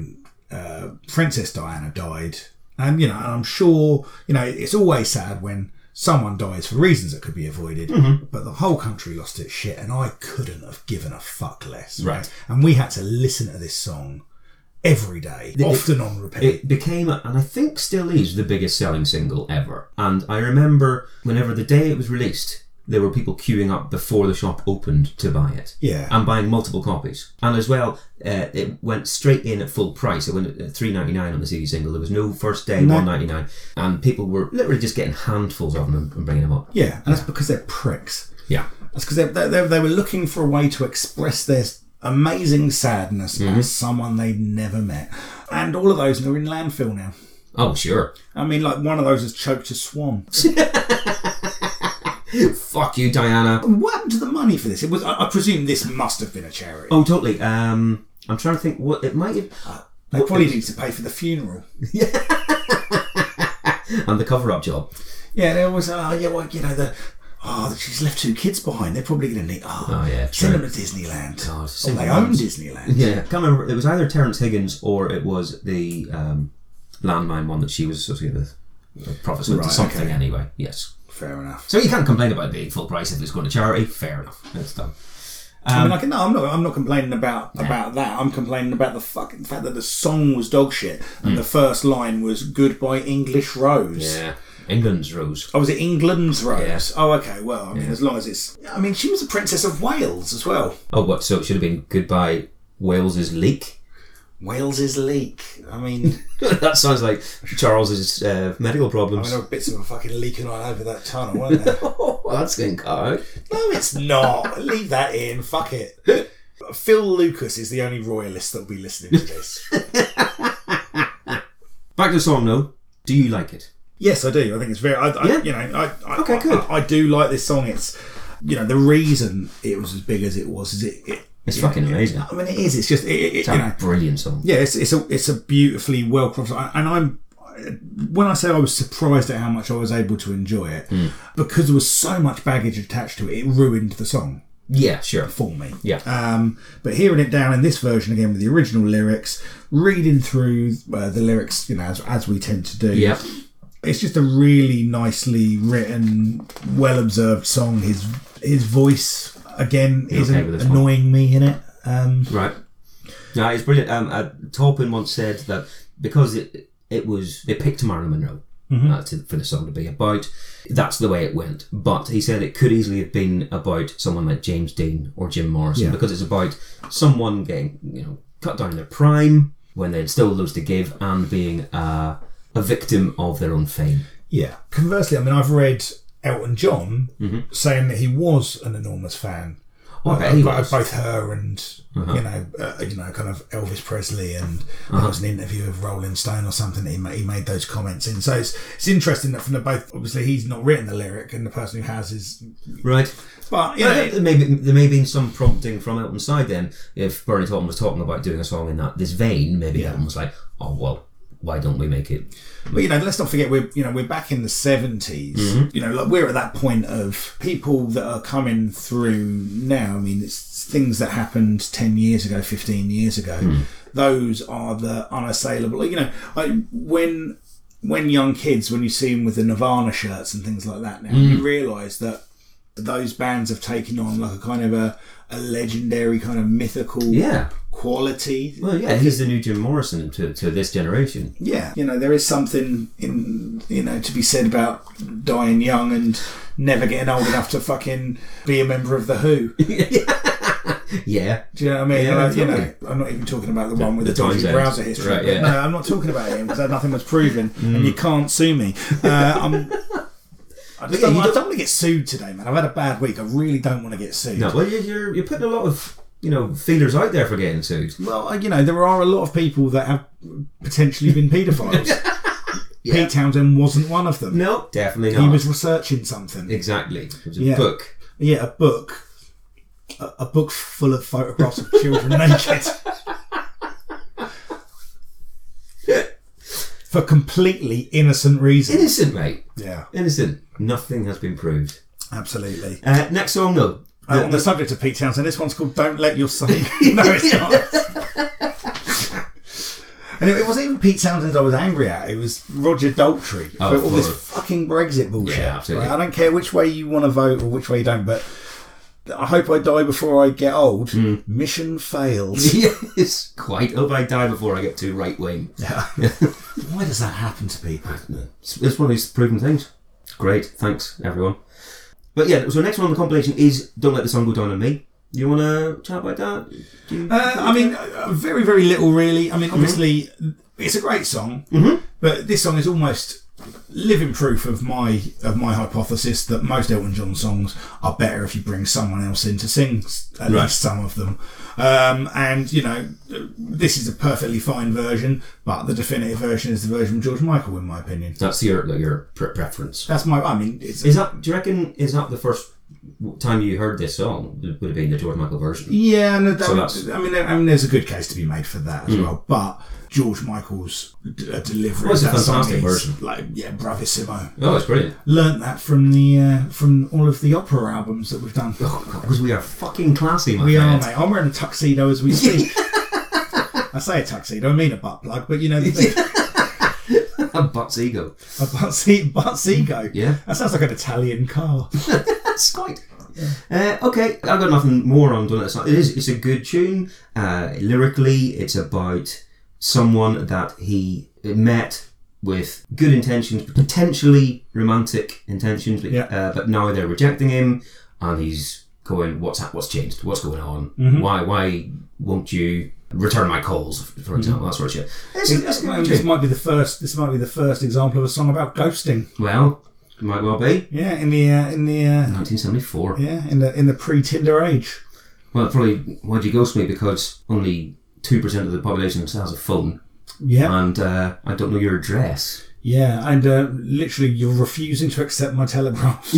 Speaker 1: uh, Princess Diana died, and you know, and I'm sure you know it's always sad when. Someone dies for reasons that could be avoided,
Speaker 2: Mm-hmm.
Speaker 1: but the whole country lost its shit, and I couldn't have given a fuck less.
Speaker 2: Right.
Speaker 1: and we had to listen to this song every day, often on repeat.
Speaker 2: It became, and I think still is, the biggest selling single ever. And I remember whenever the day it was released, there were people queuing up before the shop opened to buy it.
Speaker 1: Yeah.
Speaker 2: And buying multiple copies. And as well, uh, it went straight in at full price. It went at three ninety nine on the CD single. There was no first day
Speaker 1: No.
Speaker 2: one ninety nine, and people were literally just getting handfuls of them and bringing them up.
Speaker 1: yeah, and that's because they're pricks.
Speaker 2: Yeah.
Speaker 1: That's because they, they, they, they were looking for a way to express their amazing sadness
Speaker 2: Mm-hmm.
Speaker 1: about someone they'd never met. And all of those are in landfill now.
Speaker 2: Oh sure.
Speaker 1: I mean, like one of those has choked a swan.
Speaker 2: Fuck you, Diana.
Speaker 1: What happened to the money for this? It was, I, I presume, this must have been a charity.
Speaker 2: Oh totally. Um, I'm trying to think what it might have.
Speaker 1: they probably need to pay for the funeral.
Speaker 2: And the cover up job.
Speaker 1: Yeah, they always say, oh yeah, well, you know the. Oh, she's left two kids behind. They're probably going to need. Oh,
Speaker 2: Oh, yeah,
Speaker 1: send
Speaker 2: true.
Speaker 1: them to Disneyland.
Speaker 2: God,
Speaker 1: or
Speaker 2: single
Speaker 1: they own
Speaker 2: moms.
Speaker 1: Disneyland.
Speaker 2: Yeah, I can't remember. It was either Terence Higgins or it was the um, landmine one that she was associated with. The profits went
Speaker 1: Right,
Speaker 2: to something
Speaker 1: okay.
Speaker 2: anyway. Yes.
Speaker 1: Fair enough.
Speaker 2: So you can't complain about it being full price if it's going to charity. Fair enough. That's done.
Speaker 1: I
Speaker 2: Um,
Speaker 1: mean, I can, no, I'm not. I'm not complaining about about that. I'm complaining about the fucking fact that the song was dog shit, and
Speaker 2: Hmm.
Speaker 1: the first line was "Goodbye English Rose."
Speaker 2: England's rose.
Speaker 1: Oh, was it England's Rose?
Speaker 2: Yeah.
Speaker 1: Oh, okay. Well, I mean, as long as it's. I mean, she was a princess of Wales as well.
Speaker 2: Oh, what? So it should have been goodbye Wales's leak. [LAUGHS]
Speaker 1: Wales's leak. I mean, [LAUGHS]
Speaker 2: that sounds like Charles's uh,
Speaker 1: I
Speaker 2: medical
Speaker 1: mean,
Speaker 2: problems.
Speaker 1: there were bits of a fucking leaking all over that tunnel, weren't there? no,
Speaker 2: [LAUGHS] Oh, that's getting cut out.
Speaker 1: it's not. Leave that in. Fuck it. Phil Lucas is the only royalist that'll be listening to this.
Speaker 2: Back to the song though. Do you like it?
Speaker 1: [LAUGHS] Yes, I do. I think it's very. I, I,
Speaker 2: Yeah.
Speaker 1: You know, I, I,
Speaker 2: Okay, good.
Speaker 1: I, I do like this song. It's, you know, the reason it was as big as it was is it. it
Speaker 2: It's fucking amazing.
Speaker 1: I mean, it is. It's just. It, it,
Speaker 2: It's
Speaker 1: you know,
Speaker 2: a brilliant song.
Speaker 1: yeah. It's, it's a it's a beautifully well crafted. And I'm when I say I was surprised at how much I was able to enjoy it
Speaker 2: Hmm.
Speaker 1: because there was so much baggage attached to it. It ruined the song
Speaker 2: Yeah, sure.
Speaker 1: for me.
Speaker 2: Yeah.
Speaker 1: Um, but hearing it down in this version again with the original lyrics, reading through uh, the lyrics, you know, as, as we tend to do
Speaker 2: Yep.
Speaker 1: it's just a really nicely written, well observed song. His his voice again isn't
Speaker 2: okay with this one?
Speaker 1: annoying me in it. Um,
Speaker 2: Right. No, it's brilliant. Um, uh, Taupin once said that because it it was they picked Marilyn Monroe uh, to, for the song to be about. That's the way it went. But he said it could easily have been about someone like James Dean or Jim Morrison
Speaker 1: Yeah.
Speaker 2: because it's about someone getting you know cut down in their prime when they had still loads to give and being uh, a victim of their own fame.
Speaker 1: yeah. Conversely, I mean, I've read Elton John saying that he was an enormous fan
Speaker 2: Mm-hmm. Oh, I bet
Speaker 1: of,
Speaker 2: he
Speaker 1: bo- of
Speaker 2: was. Uh-huh.
Speaker 1: both her and you know, uh, you know, kind of Elvis Presley, and there was an interview of Rolling Stone or something. That he ma- he made those comments in. So it's it's interesting that from the both. Obviously, he's not written the lyric, and the person who has is.
Speaker 2: Right.
Speaker 1: But you
Speaker 2: Yeah,
Speaker 1: know,
Speaker 2: there may be there may be some prompting from Elton's side then. If Bernie Taupin was talking about doing a song in that this vein, maybe Elton was like, "Oh well, why don't we make it?"
Speaker 1: But you know, let's not forget we're you know we're back in the 70s You know, like we're at that point of people that are coming through now. I mean, it's things that happened ten years ago, fifteen years ago. Those are the unassailable. You know, I, when when young kids, when you see them with the Nirvana shirts and things like that, now you realise that those bands have taken on like a kind of a, a legendary kind of mythical
Speaker 2: Yeah.
Speaker 1: quality.
Speaker 2: Well, yeah, he's the new Jim Morrison to, to this generation.
Speaker 1: yeah, you know, there is something in you know to be said about dying young and never getting old enough to fucking be a member of the Who. Do
Speaker 2: Yeah.
Speaker 1: you know what I mean?
Speaker 2: Yeah,
Speaker 1: Like, you know,
Speaker 2: totally.
Speaker 1: I'm not even talking about the one with
Speaker 2: the
Speaker 1: the, dodgy
Speaker 2: times end.
Speaker 1: browser history.
Speaker 2: Right, yeah. Mm.
Speaker 1: No, I'm not talking about him because nothing was proven, and you can't sue me. Uh, I'm. I just
Speaker 2: yeah,
Speaker 1: don't,
Speaker 2: you
Speaker 1: I
Speaker 2: don't-
Speaker 1: don't want to get sued today, man. I've had a bad week. I really don't want to get sued.
Speaker 2: No, well, you're, you're, you're putting a lot of, you know, feelers out there for getting sued.
Speaker 1: Well, you know, there are a lot of people that have potentially been
Speaker 2: [LAUGHS]
Speaker 1: paedophiles. Pete Townsend wasn't one of them.
Speaker 2: No, definitely not.
Speaker 1: He was researching something.
Speaker 2: Exactly. It was a
Speaker 1: Yeah.
Speaker 2: book.
Speaker 1: Yeah, a book. A, a book full of photographs of children naked. For completely innocent reasons.
Speaker 2: Innocent, mate.
Speaker 1: Yeah,
Speaker 2: Innocent. Nothing has been proved.
Speaker 1: absolutely.
Speaker 2: Uh, next song, though.
Speaker 1: Uh, on the subject of Pete Townsend, this one's called Don't Let Your Son. [LAUGHS] no, it's not. [LAUGHS] And it, it wasn't even Pete Townsend I was angry at. It was Roger Daltrey
Speaker 2: Oh,
Speaker 1: for all this
Speaker 2: for-
Speaker 1: fucking Brexit bullshit.
Speaker 2: Yeah, absolutely.
Speaker 1: Right, I don't care which way you want to vote or which way you don't, but I hope I die before I get old. Mission fails.
Speaker 2: [LAUGHS] yes, quite. Hope I die before I get too right wing.
Speaker 1: [LAUGHS] Why does that happen to people?
Speaker 2: It's, it's one of these proven things. Great. Thanks, everyone. But yeah, so next one on the compilation is Don't Let the Sun Go Down on Me. You want to chat about that? Do you-
Speaker 1: Uh, I mean, uh, very, very little, really. I mean, obviously, it's a great song, but this song is almost living proof of my of my hypothesis that most Elton John songs are better if you bring someone else in to sing s- at least some of them. Um, and you know, this is a perfectly fine version, but the definitive version is the version of George Michael, in my opinion.
Speaker 2: That's your like, your pre- preference.
Speaker 1: That's my. I mean, it's
Speaker 2: Is that? Do you reckon? Is that the first time you heard this song? Would have been the George Michael version.
Speaker 1: Yeah, and that,
Speaker 2: So that's-
Speaker 1: I mean, I mean, there's a good case to be made for that
Speaker 2: Hmm.
Speaker 1: as well. But George Michael's d- uh, delivery,
Speaker 2: Well,
Speaker 1: of
Speaker 2: it's a
Speaker 1: that song
Speaker 2: fantastic
Speaker 1: is,
Speaker 2: version.
Speaker 1: Like, yeah, bravissimo.
Speaker 2: Oh, it's brilliant.
Speaker 1: Learned that from the uh, from all of the opera albums that we've done.
Speaker 2: Because Oh, we are fucking classy, my
Speaker 1: we are,
Speaker 2: friend.
Speaker 1: mate. I'm wearing a tuxedo as we speak. [LAUGHS] I say a tuxedo, I mean a butt plug, but
Speaker 2: [LAUGHS]
Speaker 1: you know the thing.
Speaker 2: A [LAUGHS] butt's ego.
Speaker 1: a butt seat, butt seago.
Speaker 2: Yeah.
Speaker 1: that sounds like an Italian car.
Speaker 2: That's quite. Uh, okay, I've got nothing more on Don't Let It Slide. It is. It's a good tune. Uh, lyrically, it's about someone that he met with good intentions, potentially romantic intentions, but,
Speaker 1: Yeah.
Speaker 2: uh, but now they're rejecting him, and he's going, "What's hap- what's changed? What's going on?
Speaker 1: Mm-hmm.
Speaker 2: Why why won't you return my calls?" For example, that sort of shit. It's, it's a good
Speaker 1: this
Speaker 2: tune.
Speaker 1: Mm-hmm. might be the first. This might be the first example of a song about ghosting.
Speaker 2: Well, it might well be
Speaker 1: Yeah, in the uh, in the uh,
Speaker 2: 1974.
Speaker 1: yeah in the in the pre Tinder age.
Speaker 2: Well, probably why'd you ghost me? Because only two percent of the population has a phone,
Speaker 1: Yeah.
Speaker 2: and uh, I don't know your address.
Speaker 1: Yeah, and uh, literally, you're refusing to accept my telegraph.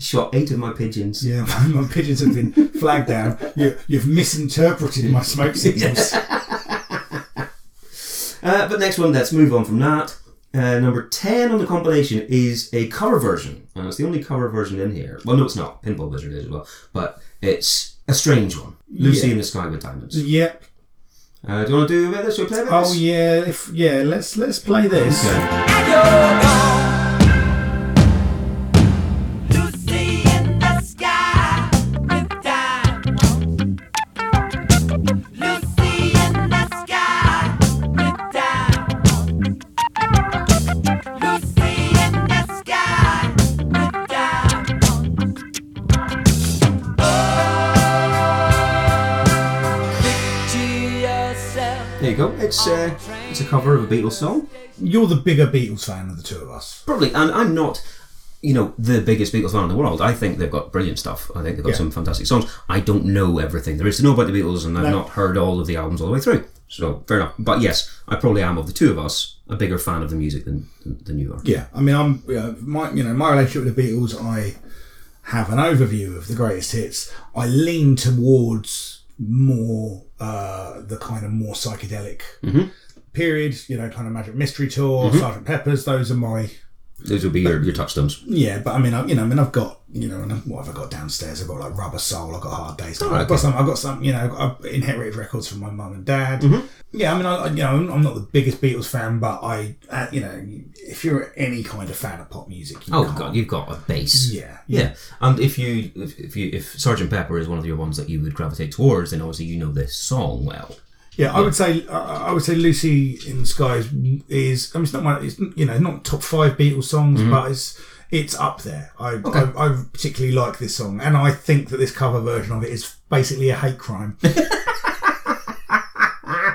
Speaker 2: Shot eight of my pigeons.
Speaker 1: yeah, [LAUGHS] my, my pigeons have been flagged down. You, you've misinterpreted my smoke signals.
Speaker 2: Uh, but next one, let's move on from that. Uh, number ten on the compilation is a cover version, and it's the only cover version in here. Well, no, it's not. Pinball Wizard is as well, but it's a strange one. Lucy
Speaker 1: Yeah.
Speaker 2: in the Sky with Diamonds.
Speaker 1: Yep.
Speaker 2: Uh, do you want to do a bit of this? Shall we play a bit of
Speaker 1: Oh
Speaker 2: this?
Speaker 1: yeah. If yeah, let's let's play this.
Speaker 2: Okay.
Speaker 3: Lucy in the sky with diamonds. Lucy in the sky with diamonds. Lucy in the sky with diamonds. Oh, picture yourself
Speaker 2: There you go. It's uh, it's a cover of a Beatles song.
Speaker 1: You're the bigger Beatles fan of the two of us.
Speaker 2: probably and I'm not you know the biggest Beatles fan in the world I think they've got brilliant stuff I think they've got
Speaker 1: Yeah.
Speaker 2: some fantastic songs I don't know everything there is to know about the Beatles and I've not heard all of the albums all the way through so fair enough but yes I probably am of the two of us a bigger fan of the music than than, than you are
Speaker 1: Yeah. I mean, I'm yeah, my you know my relationship with the Beatles. I have an overview of the greatest hits. I lean towards more uh, the kind of more psychedelic period. You know, kind of Magic Mystery Tour, Sergeant Pepper's. Those are my
Speaker 2: Those would be your, your touchstones.
Speaker 1: Yeah, but I mean, I, you know, I mean, I've got, you know, and I've- what have I got downstairs? I've got like Rubber Soul, I've got Hard Days. Night,
Speaker 2: right,
Speaker 1: I've got
Speaker 2: okay.
Speaker 1: some, I've got some, you know, I've inherited records from my mum and dad.
Speaker 2: Mm-hmm.
Speaker 1: Yeah, I mean, I, I- you know, I'm I'm not the biggest Beatles fan, but I, uh, you know, if you're any kind of fan of pop music, you
Speaker 2: Oh
Speaker 1: can't-
Speaker 2: god, you've got a bass.
Speaker 1: yeah,
Speaker 2: Yeah, and if you if, if you if Sergeant Pepper is one of your ones that you would gravitate towards, then obviously you know this song well.
Speaker 1: Yeah, I would say I I would say Lucy in the Sky is, is I mean it's not my it's you know not top five Beatles songs,
Speaker 2: Mm-hmm.
Speaker 1: but it's it's up there. I, I I particularly like this song, and I think that this cover version of it is basically a hate
Speaker 2: [LAUGHS]
Speaker 1: crime.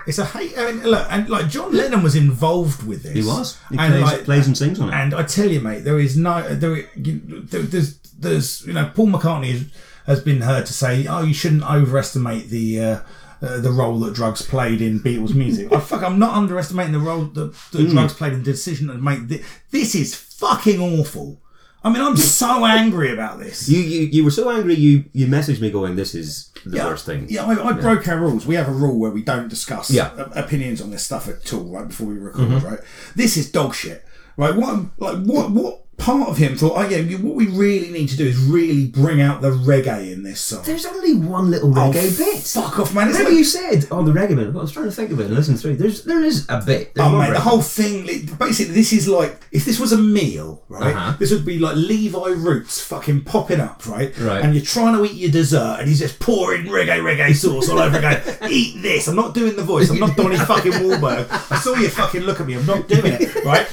Speaker 1: it's a hate. I mean, look, and like John Lennon was involved with this.
Speaker 2: He was. He
Speaker 1: and
Speaker 2: plays,
Speaker 1: like,
Speaker 2: plays and sings on it.
Speaker 1: and I tell you, mate, there is no there. You, there there's there's you know Paul McCartney has, has been heard to say, oh, you shouldn't overestimate the. Uh, uh, the role that drugs played in Beatles music. I fuck, I'm not underestimating the role that the drugs played in the decision to make this. This is fucking awful. I mean, I'm so angry about this.
Speaker 2: you, you you were so angry you you messaged me going, This is the worst thing.
Speaker 1: Yeah, I, I broke our rules. We have a rule where we don't discuss
Speaker 2: Yeah.
Speaker 1: op- opinions on this stuff at all, right? Before we record, right? This is dog shit, right? What, like, what, what part of him thought? Oh yeah, you- what we really need to do is really bring out the reggae in this song.
Speaker 2: There's only one little
Speaker 1: Oh,
Speaker 2: reggae bit.
Speaker 1: Fuck off, man! It's
Speaker 2: Remember
Speaker 1: like-
Speaker 2: you said on the reggae bit, I was trying to think of it and listen through. There's there is a bit. There's
Speaker 1: Oh
Speaker 2: one
Speaker 1: mate, the
Speaker 2: reggae.
Speaker 1: whole thing. li- Basically, this is like if this was a meal, right?
Speaker 2: Uh-huh.
Speaker 1: This would be like Levi Roots fucking popping up, right?
Speaker 2: Right.
Speaker 1: And you're trying to eat your dessert, and he's just pouring reggae reggae sauce all over.
Speaker 2: [LAUGHS]
Speaker 1: Going, eat this. I'm not doing the voice. I'm not Donny fucking Wahlberg. I saw you fucking look at me. I'm not doing it, right?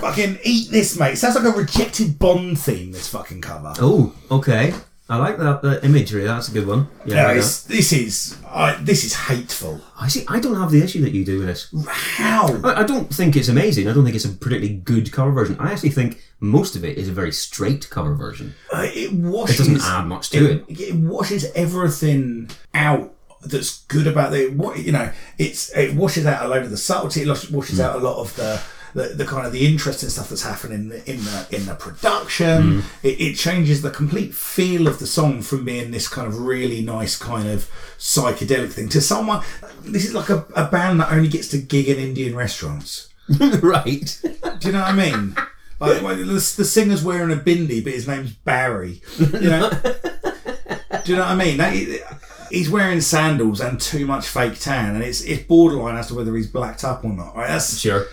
Speaker 1: fucking eat this, mate. Sounds like a rejected Bond theme. This fucking cover.
Speaker 2: Oh, okay. I like that, that imagery, that's a good one. Yeah.
Speaker 1: No,
Speaker 2: I like that.
Speaker 1: it's, this is I this is hateful.
Speaker 2: I see I don't have the issue that you do with this.
Speaker 1: How?
Speaker 2: I, I don't think it's amazing. I don't think it's a particularly good cover version. I actually think most of it is a very straight cover version.
Speaker 1: Uh, it
Speaker 2: It
Speaker 1: washes.
Speaker 2: doesn't add much to it.
Speaker 1: it, it washes everything out that's good about the what you know it's it washes out a load of the subtlety it lush- washes out a lot of the the, the kind of the interesting stuff that's happening in the in the, in the production it, it changes the complete feel of the song from being this kind of really nice kind of psychedelic thing to someone this is like a, a band that only gets to gig in indian restaurants
Speaker 2: [LAUGHS] right.
Speaker 1: do you know what I
Speaker 2: [LAUGHS]
Speaker 1: mean? Like, well, the, the singer's wearing a bindi, but his name's Barry. You know? Do you know what I mean? That- he's wearing sandals and too much fake tan, and it's it's borderline as to whether he's blacked up or not. Right? That's
Speaker 2: Sure.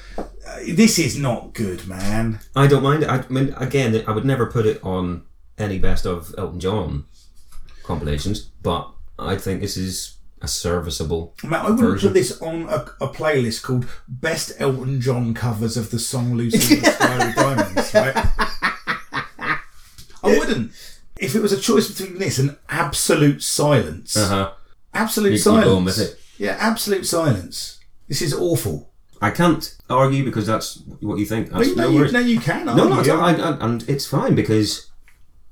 Speaker 1: this is not good, man.
Speaker 2: I don't mind it. I mean, again, I would never put it on any best of Elton John compilations, but I think this is a serviceable.
Speaker 1: Man, I wouldn't
Speaker 2: Version.
Speaker 1: put this on a, a playlist called "Best Elton John Covers of the Song Lucy in the Sky with Diamonds." Right? I wouldn't. If it was a choice between this and absolute silence,
Speaker 2: huh.
Speaker 1: Absolute
Speaker 2: Uh-huh. You keep
Speaker 1: silence.
Speaker 2: on with it.
Speaker 1: Yeah, absolute silence. This is awful.
Speaker 2: I can't argue because that's what you think. That's
Speaker 1: no,
Speaker 2: no
Speaker 1: you,
Speaker 2: worries.
Speaker 1: no, you can.
Speaker 2: No,
Speaker 1: argue.
Speaker 2: no, it's not- I, I, and it's fine because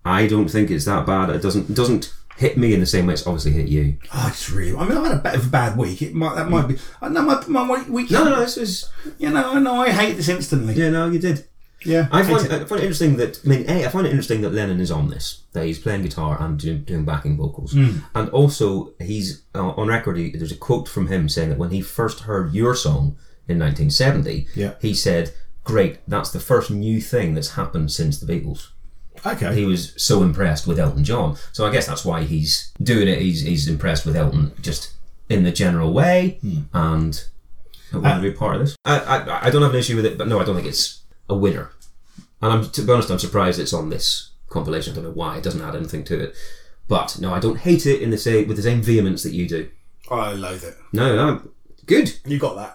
Speaker 2: I don't think it's that bad. It doesn't it doesn't hit me in the same way it's obviously hit you.
Speaker 1: Oh, it's really. I mean, I've had a bit of a bad week. It might. That might be. I know my my week- week.
Speaker 2: No, no, no, this is
Speaker 1: You know, I know. I hate this instantly.
Speaker 2: yeah, no, you did.
Speaker 1: yeah.
Speaker 2: I
Speaker 1: hate
Speaker 2: find, I find it interesting that I mean, a I find it interesting that Lennon is on this. That he's playing guitar and doing, doing backing vocals,
Speaker 1: Hmm.
Speaker 2: and also he's uh, on record. He, there's a quote from him saying that when he first heard your song in 1970,
Speaker 1: Yeah.
Speaker 2: he said, "Great, that's the first new thing that's happened since the Beatles."
Speaker 1: it. Okay.
Speaker 2: He was so impressed with Elton John, so I guess that's why he's doing it. He's he's impressed with Elton just in the general way,
Speaker 1: Hmm.
Speaker 2: and I
Speaker 1: Uh,
Speaker 2: want to be part of this. I, I I don't have an issue with it, but no, I don't think it's a winner. And I'm to be honest, I'm surprised it's on this compilation. I don't know why it doesn't add anything to it. But no, I don't hate it in the same with the same vehemence that you do.
Speaker 1: I loathe it.
Speaker 2: No, no, good.
Speaker 1: You got that.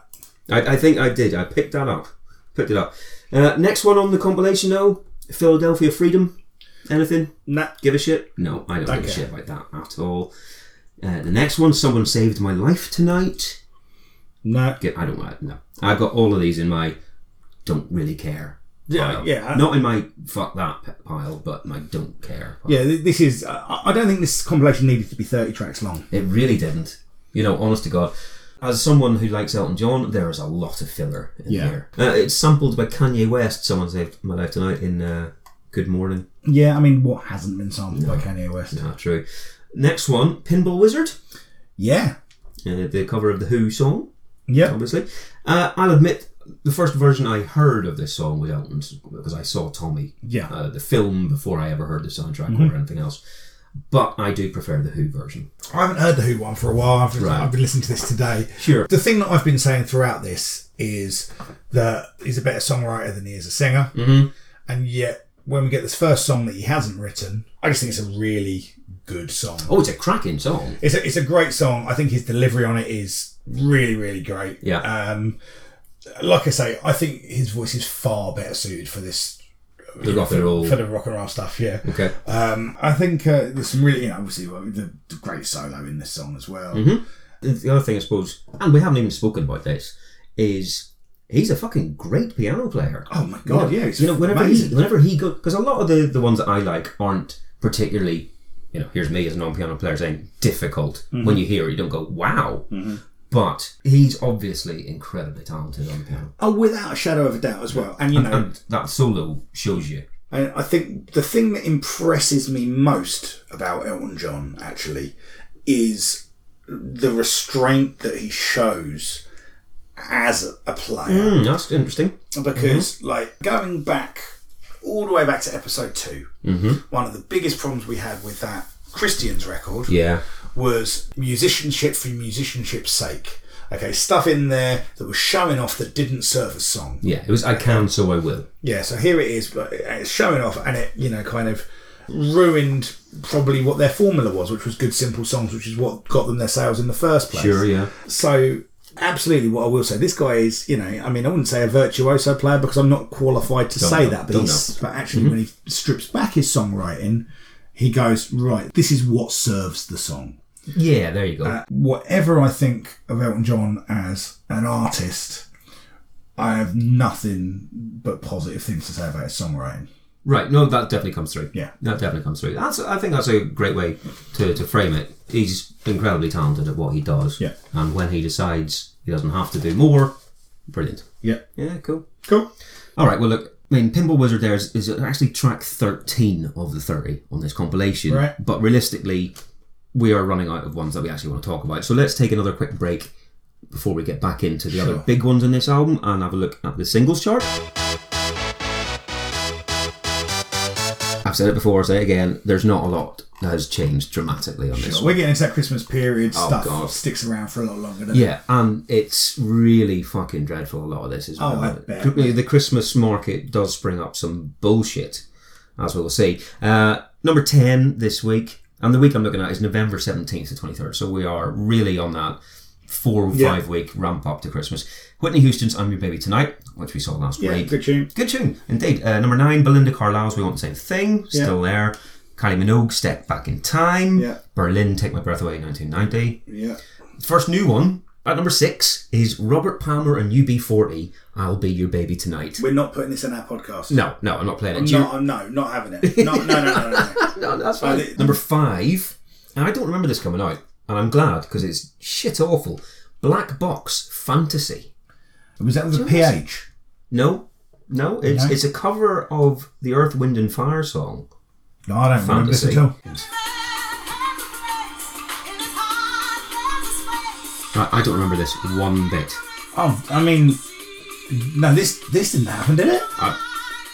Speaker 2: I, I think I did. I picked that up. Picked it up. Uh, next one on the compilation, though, Philadelphia Freedom. Anything?
Speaker 1: Nah.
Speaker 2: Give a shit? No, I don't give
Speaker 1: Okay.
Speaker 2: a shit about that at all. Uh, the next one, someone saved my life tonight.
Speaker 1: No.
Speaker 2: Get, I don't want it. No, I've got all of these in my don't really care.
Speaker 1: Yeah.
Speaker 2: pile.
Speaker 1: Yeah.
Speaker 2: Not in my fuck that p- pile, but my don't care. Pile.
Speaker 1: Yeah. th- This is. I I don't think this compilation needed to be thirty tracks long.
Speaker 2: It really didn't. You know, honest to God. As someone who likes Elton John, there is a lot of filler in
Speaker 1: Yeah.
Speaker 2: here. Uh, it's sampled by Kanye West. Someone saved my life tonight in uh, Good Morning.
Speaker 1: Yeah. I mean, what hasn't been sampled by Kanye West?
Speaker 2: Not true. Next one, Pinball Wizard.
Speaker 1: Yeah.
Speaker 2: Uh, the cover of the Who song,
Speaker 1: Yep.
Speaker 2: obviously. Uh, I'll admit the first version I heard of this song was Elton's because I saw Tommy,
Speaker 1: Yeah. Mm-hmm.
Speaker 2: uh, the film before I ever heard the soundtrack or anything else. But I do prefer the Who version.
Speaker 1: I haven't heard the Who one for a while. I've,
Speaker 2: Right.
Speaker 1: I've been listening to this today.
Speaker 2: Sure.
Speaker 1: The thing that I've been saying throughout this is that he's a better songwriter than he is a singer,
Speaker 2: Mhm.
Speaker 1: and yet when we get this first song that he hasn't written, I just think it's a really good song.
Speaker 2: Oh, it's a cracking song.
Speaker 1: It's a, it's a great song. I think his delivery on it is really really great.
Speaker 2: Yeah.
Speaker 1: Um, like I say, I think his voice is far better suited for this
Speaker 2: The rock and roll.
Speaker 1: for the rock and roll stuff. Yeah.
Speaker 2: Okay.
Speaker 1: Um, I think uh, there's some really, you know, obviously well, the, the great solo in this song as well.
Speaker 2: Mm. The- The other thing, I suppose, and we haven't even spoken about this, is he's a fucking great piano player.
Speaker 1: Oh my god, yeah, it's
Speaker 2: you know, whenever
Speaker 1: amazing.
Speaker 2: he, whenever he goes, because a lot of the, the ones that I like aren't particularly, you know, here's me as a non piano player saying difficult. When you hear it, you don't go, wow. But he's obviously incredibly talented on the piano.
Speaker 1: Oh, without a shadow of a doubt as well. And you know,
Speaker 2: [CLEARS THROAT] And that solo shows you.
Speaker 1: I, I think the thing that impresses me most about Elton John actually is the restraint that he shows as a player.
Speaker 2: Hmm, that's interesting.
Speaker 1: Because, like, going back all the way back to episode 2 one of the biggest problems we had with that Christian's record
Speaker 2: Yeah.
Speaker 1: was musicianship for musicianship's sake. Okay, stuff in there that was showing off that didn't serve a song.
Speaker 2: Yeah. It was I Can So I Will.
Speaker 1: Yeah, so here it is, but it's showing off, and it you know kind of ruined probably what their formula was, which was good simple songs, which is what got them their sales in the first place.
Speaker 2: Sure, yeah.
Speaker 1: So absolutely, what I will say, this guy is you know I mean I wouldn't say a virtuoso player because I'm not qualified to say
Speaker 2: know. Mm-hmm.
Speaker 1: that, but
Speaker 2: Don't
Speaker 1: he's, but actually when he strips back his songwriting, he goes right. This is what serves the song
Speaker 2: Yeah, there you go.
Speaker 1: whatever I think of Elton John as an artist, I have nothing but positive things to say about his songwriting.
Speaker 2: Right, no, that definitely comes through.
Speaker 1: Yeah.
Speaker 2: that definitely comes through. That's, I think that's a great way to, to frame it. He's incredibly talented at what he does.
Speaker 1: Yeah.
Speaker 2: and when he decides he doesn't have to do more, brilliant.
Speaker 1: Yeah.
Speaker 2: Yeah, cool.
Speaker 1: Cool.
Speaker 2: All right, well, look, I mean, Pinball Wizard there is, is actually track thirteen of the thirty on this compilation.
Speaker 1: Right.
Speaker 2: but realistically, we are running out of ones that we actually want to talk about. So let's take another quick break before we get back into the other
Speaker 1: Sure.
Speaker 2: big ones in this album and have a look at the singles chart. I've said it before, I'll say it again. There's not a lot that has changed dramatically on this
Speaker 1: So
Speaker 2: one.
Speaker 1: we're getting into that Christmas period
Speaker 2: Oh,
Speaker 1: stuff.
Speaker 2: God.
Speaker 1: Sticks around for a lot longer. Doesn't
Speaker 2: Yeah, and it's really fucking dreadful. A lot of this is
Speaker 1: Oh, I bet.
Speaker 2: the Christmas market does spring up some bullshit, as we'll see. Uh, number ten this week, and the week I'm looking at is November seventeenth to twenty third. So we are really on that four or
Speaker 1: Yeah.
Speaker 2: five week ramp up to Christmas. Whitney Houston's "I'm Your Baby Tonight," which we saw last
Speaker 1: it?
Speaker 2: week.
Speaker 1: good tune.
Speaker 2: Good tune, indeed. Uh, number nine, Belinda Carlisle's "We Want the Same Thing," still there. Kylie Minogue, "Step Back in Time."
Speaker 1: Yeah.
Speaker 2: Berlin, "Take My Breath Away," 1990
Speaker 1: Yeah.
Speaker 2: first new one at number six is Robert Palmer and UB40. I'll be your baby tonight.
Speaker 1: We're not putting this in our podcast.
Speaker 2: No, no, I'm not playing it.
Speaker 1: I'm
Speaker 2: Do you-
Speaker 1: not, I'm, no, not having it. No, no, no, no, no. no.
Speaker 2: no, that's fine.
Speaker 1: I-
Speaker 2: number five, and I don't remember this coming out, and I'm glad because it's shit awful. Black Box Fantasy.
Speaker 1: [LAUGHS] Was that with a PH?
Speaker 2: No, no, it's
Speaker 1: No.
Speaker 2: it's a cover of the Earth, Wind and Fire song.
Speaker 1: No, I don't remember this
Speaker 2: Fantasy.
Speaker 1: at all.
Speaker 2: I, I don't remember this one bit.
Speaker 1: Oh, I mean, no, this this didn't happen, did it?
Speaker 2: Uh,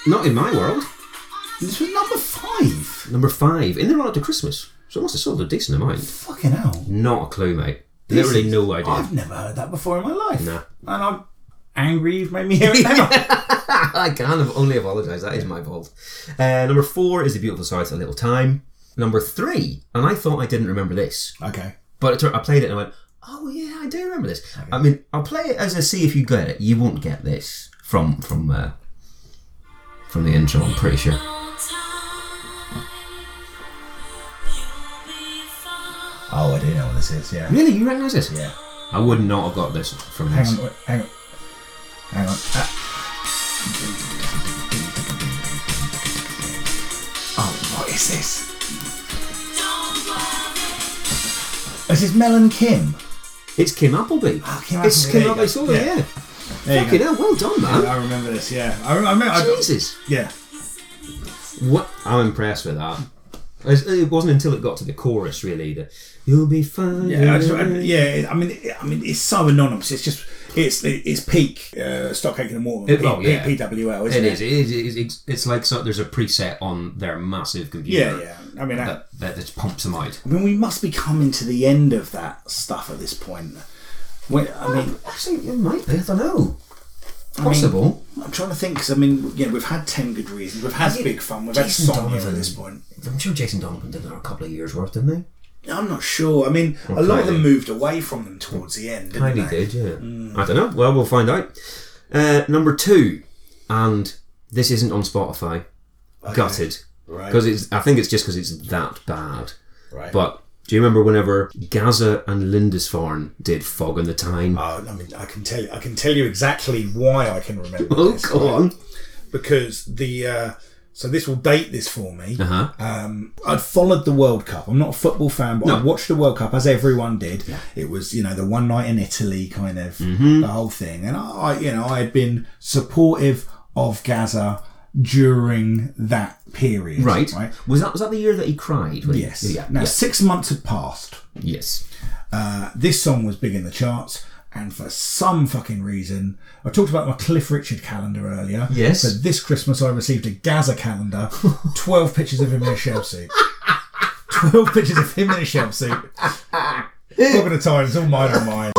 Speaker 2: Not in my world.
Speaker 1: This was number five.
Speaker 2: Number five, in the run up to Christmas, so it must have sold a decent amount.
Speaker 1: Fucking hell.
Speaker 2: Not a clue, mate.
Speaker 1: This
Speaker 2: Literally
Speaker 1: is-
Speaker 2: no idea.
Speaker 1: I've never heard that before in my life.
Speaker 2: No.
Speaker 1: And I'm angry you've made me hear it now.
Speaker 2: [LAUGHS] I can have only apologise. That is my fault. Uh, number four is The Beautiful South, A Little Time. Number three, and I thought I didn't remember this,
Speaker 1: okay.
Speaker 2: but it turned, I played it and I went, oh yeah, I do remember this. I mean, I'll play it as a see if you get it. You won't get this from from uh, from the intro. I'm pretty sure.
Speaker 1: Oh, I do know what this is, yeah.
Speaker 2: Really, you recognise this?
Speaker 1: Yeah.
Speaker 2: I would not have got this from
Speaker 1: Hang
Speaker 2: this.
Speaker 1: on, wait, hang on. Hang on. Ah. Oh, what is this? Is this Mel and Kim?
Speaker 2: It's Kim Appleby.
Speaker 1: Oh, Kim
Speaker 2: It's
Speaker 1: Appleby, there
Speaker 2: Kim
Speaker 1: you
Speaker 2: Appleby.
Speaker 1: go.
Speaker 2: Solo, yeah.
Speaker 1: Yeah. There you
Speaker 2: Fucking
Speaker 1: go.
Speaker 2: hell, well done, man.
Speaker 1: I remember this, yeah. I, I remember. I,
Speaker 2: Jesus.
Speaker 1: yeah.
Speaker 2: What I'm impressed with that. It's- It wasn't until it got to the chorus really that you'll be fine.
Speaker 1: Yeah, I just, I- yeah. I mean, I mean, it's so anonymous. It's just it's it's peak uh, Stock Aitken and Morton.
Speaker 2: It-
Speaker 1: peak-
Speaker 2: oh, yeah.
Speaker 1: peak PWL, isn't
Speaker 2: It
Speaker 1: it?
Speaker 2: is. It is. It is it's, it's like so, there's a preset on their massive
Speaker 1: Yeah,
Speaker 2: computer.
Speaker 1: yeah. I mean, I,
Speaker 2: That, that just pumps them out.
Speaker 1: I mean, we must be coming to the end of that stuff at this point. When, I mean,
Speaker 2: Actually, it might be. I don't know. Possible.
Speaker 1: I'm trying to think because I mean, yeah, we've had ten good reasons. We've had big fun. We've had
Speaker 2: Jason
Speaker 1: Sonya at
Speaker 2: Donovan.
Speaker 1: this point.
Speaker 2: I'm sure Jason Donovan did another couple of years worth, didn't he?
Speaker 1: I'm not sure. I mean, a lot of them
Speaker 2: Kylie.
Speaker 1: moved away from them towards the end. Didn't
Speaker 2: Highly
Speaker 1: they? Hmm.
Speaker 2: did, yeah. I don't know. Well, we'll find out. Uh, number two, and this isn't on Spotify. Gutted.
Speaker 1: Right.
Speaker 2: Because it's, I think it's just because it's that bad.
Speaker 1: Right.
Speaker 2: But do you remember whenever Gaza and Lindisfarne did Fog on the Time?
Speaker 1: Oh, I mean, I can tell you. I can tell you exactly why I can remember.
Speaker 2: [LAUGHS] oh,
Speaker 1: this,
Speaker 2: go on.
Speaker 1: Because the uh, so this will date this for me.
Speaker 2: Uh-huh.
Speaker 1: Um, I'd followed the World Cup. I'm not a football fan, but I watched the World Cup as everyone did. It was you know the one night in Italy kind of
Speaker 2: Mm-hmm.
Speaker 1: the whole thing, and I I- you know I had been supportive of Gaza during that period.
Speaker 2: Right.
Speaker 1: Right.
Speaker 2: Was that was that the year that he cried? when he-
Speaker 1: Yes.
Speaker 2: Yeah.
Speaker 1: Now
Speaker 2: yeah,
Speaker 1: six months had passed.
Speaker 2: Yes.
Speaker 1: Uh, this song was big in the charts. And for some fucking reason, I talked about my Cliff Richard calendar earlier.
Speaker 2: Yes.
Speaker 1: But this Christmas, I received a Gaza
Speaker 2: [LAUGHS]
Speaker 1: calendar, 12 pictures of him in a shell suit. 12 pictures of him in a shell suit. Talking of times, all mine and mine.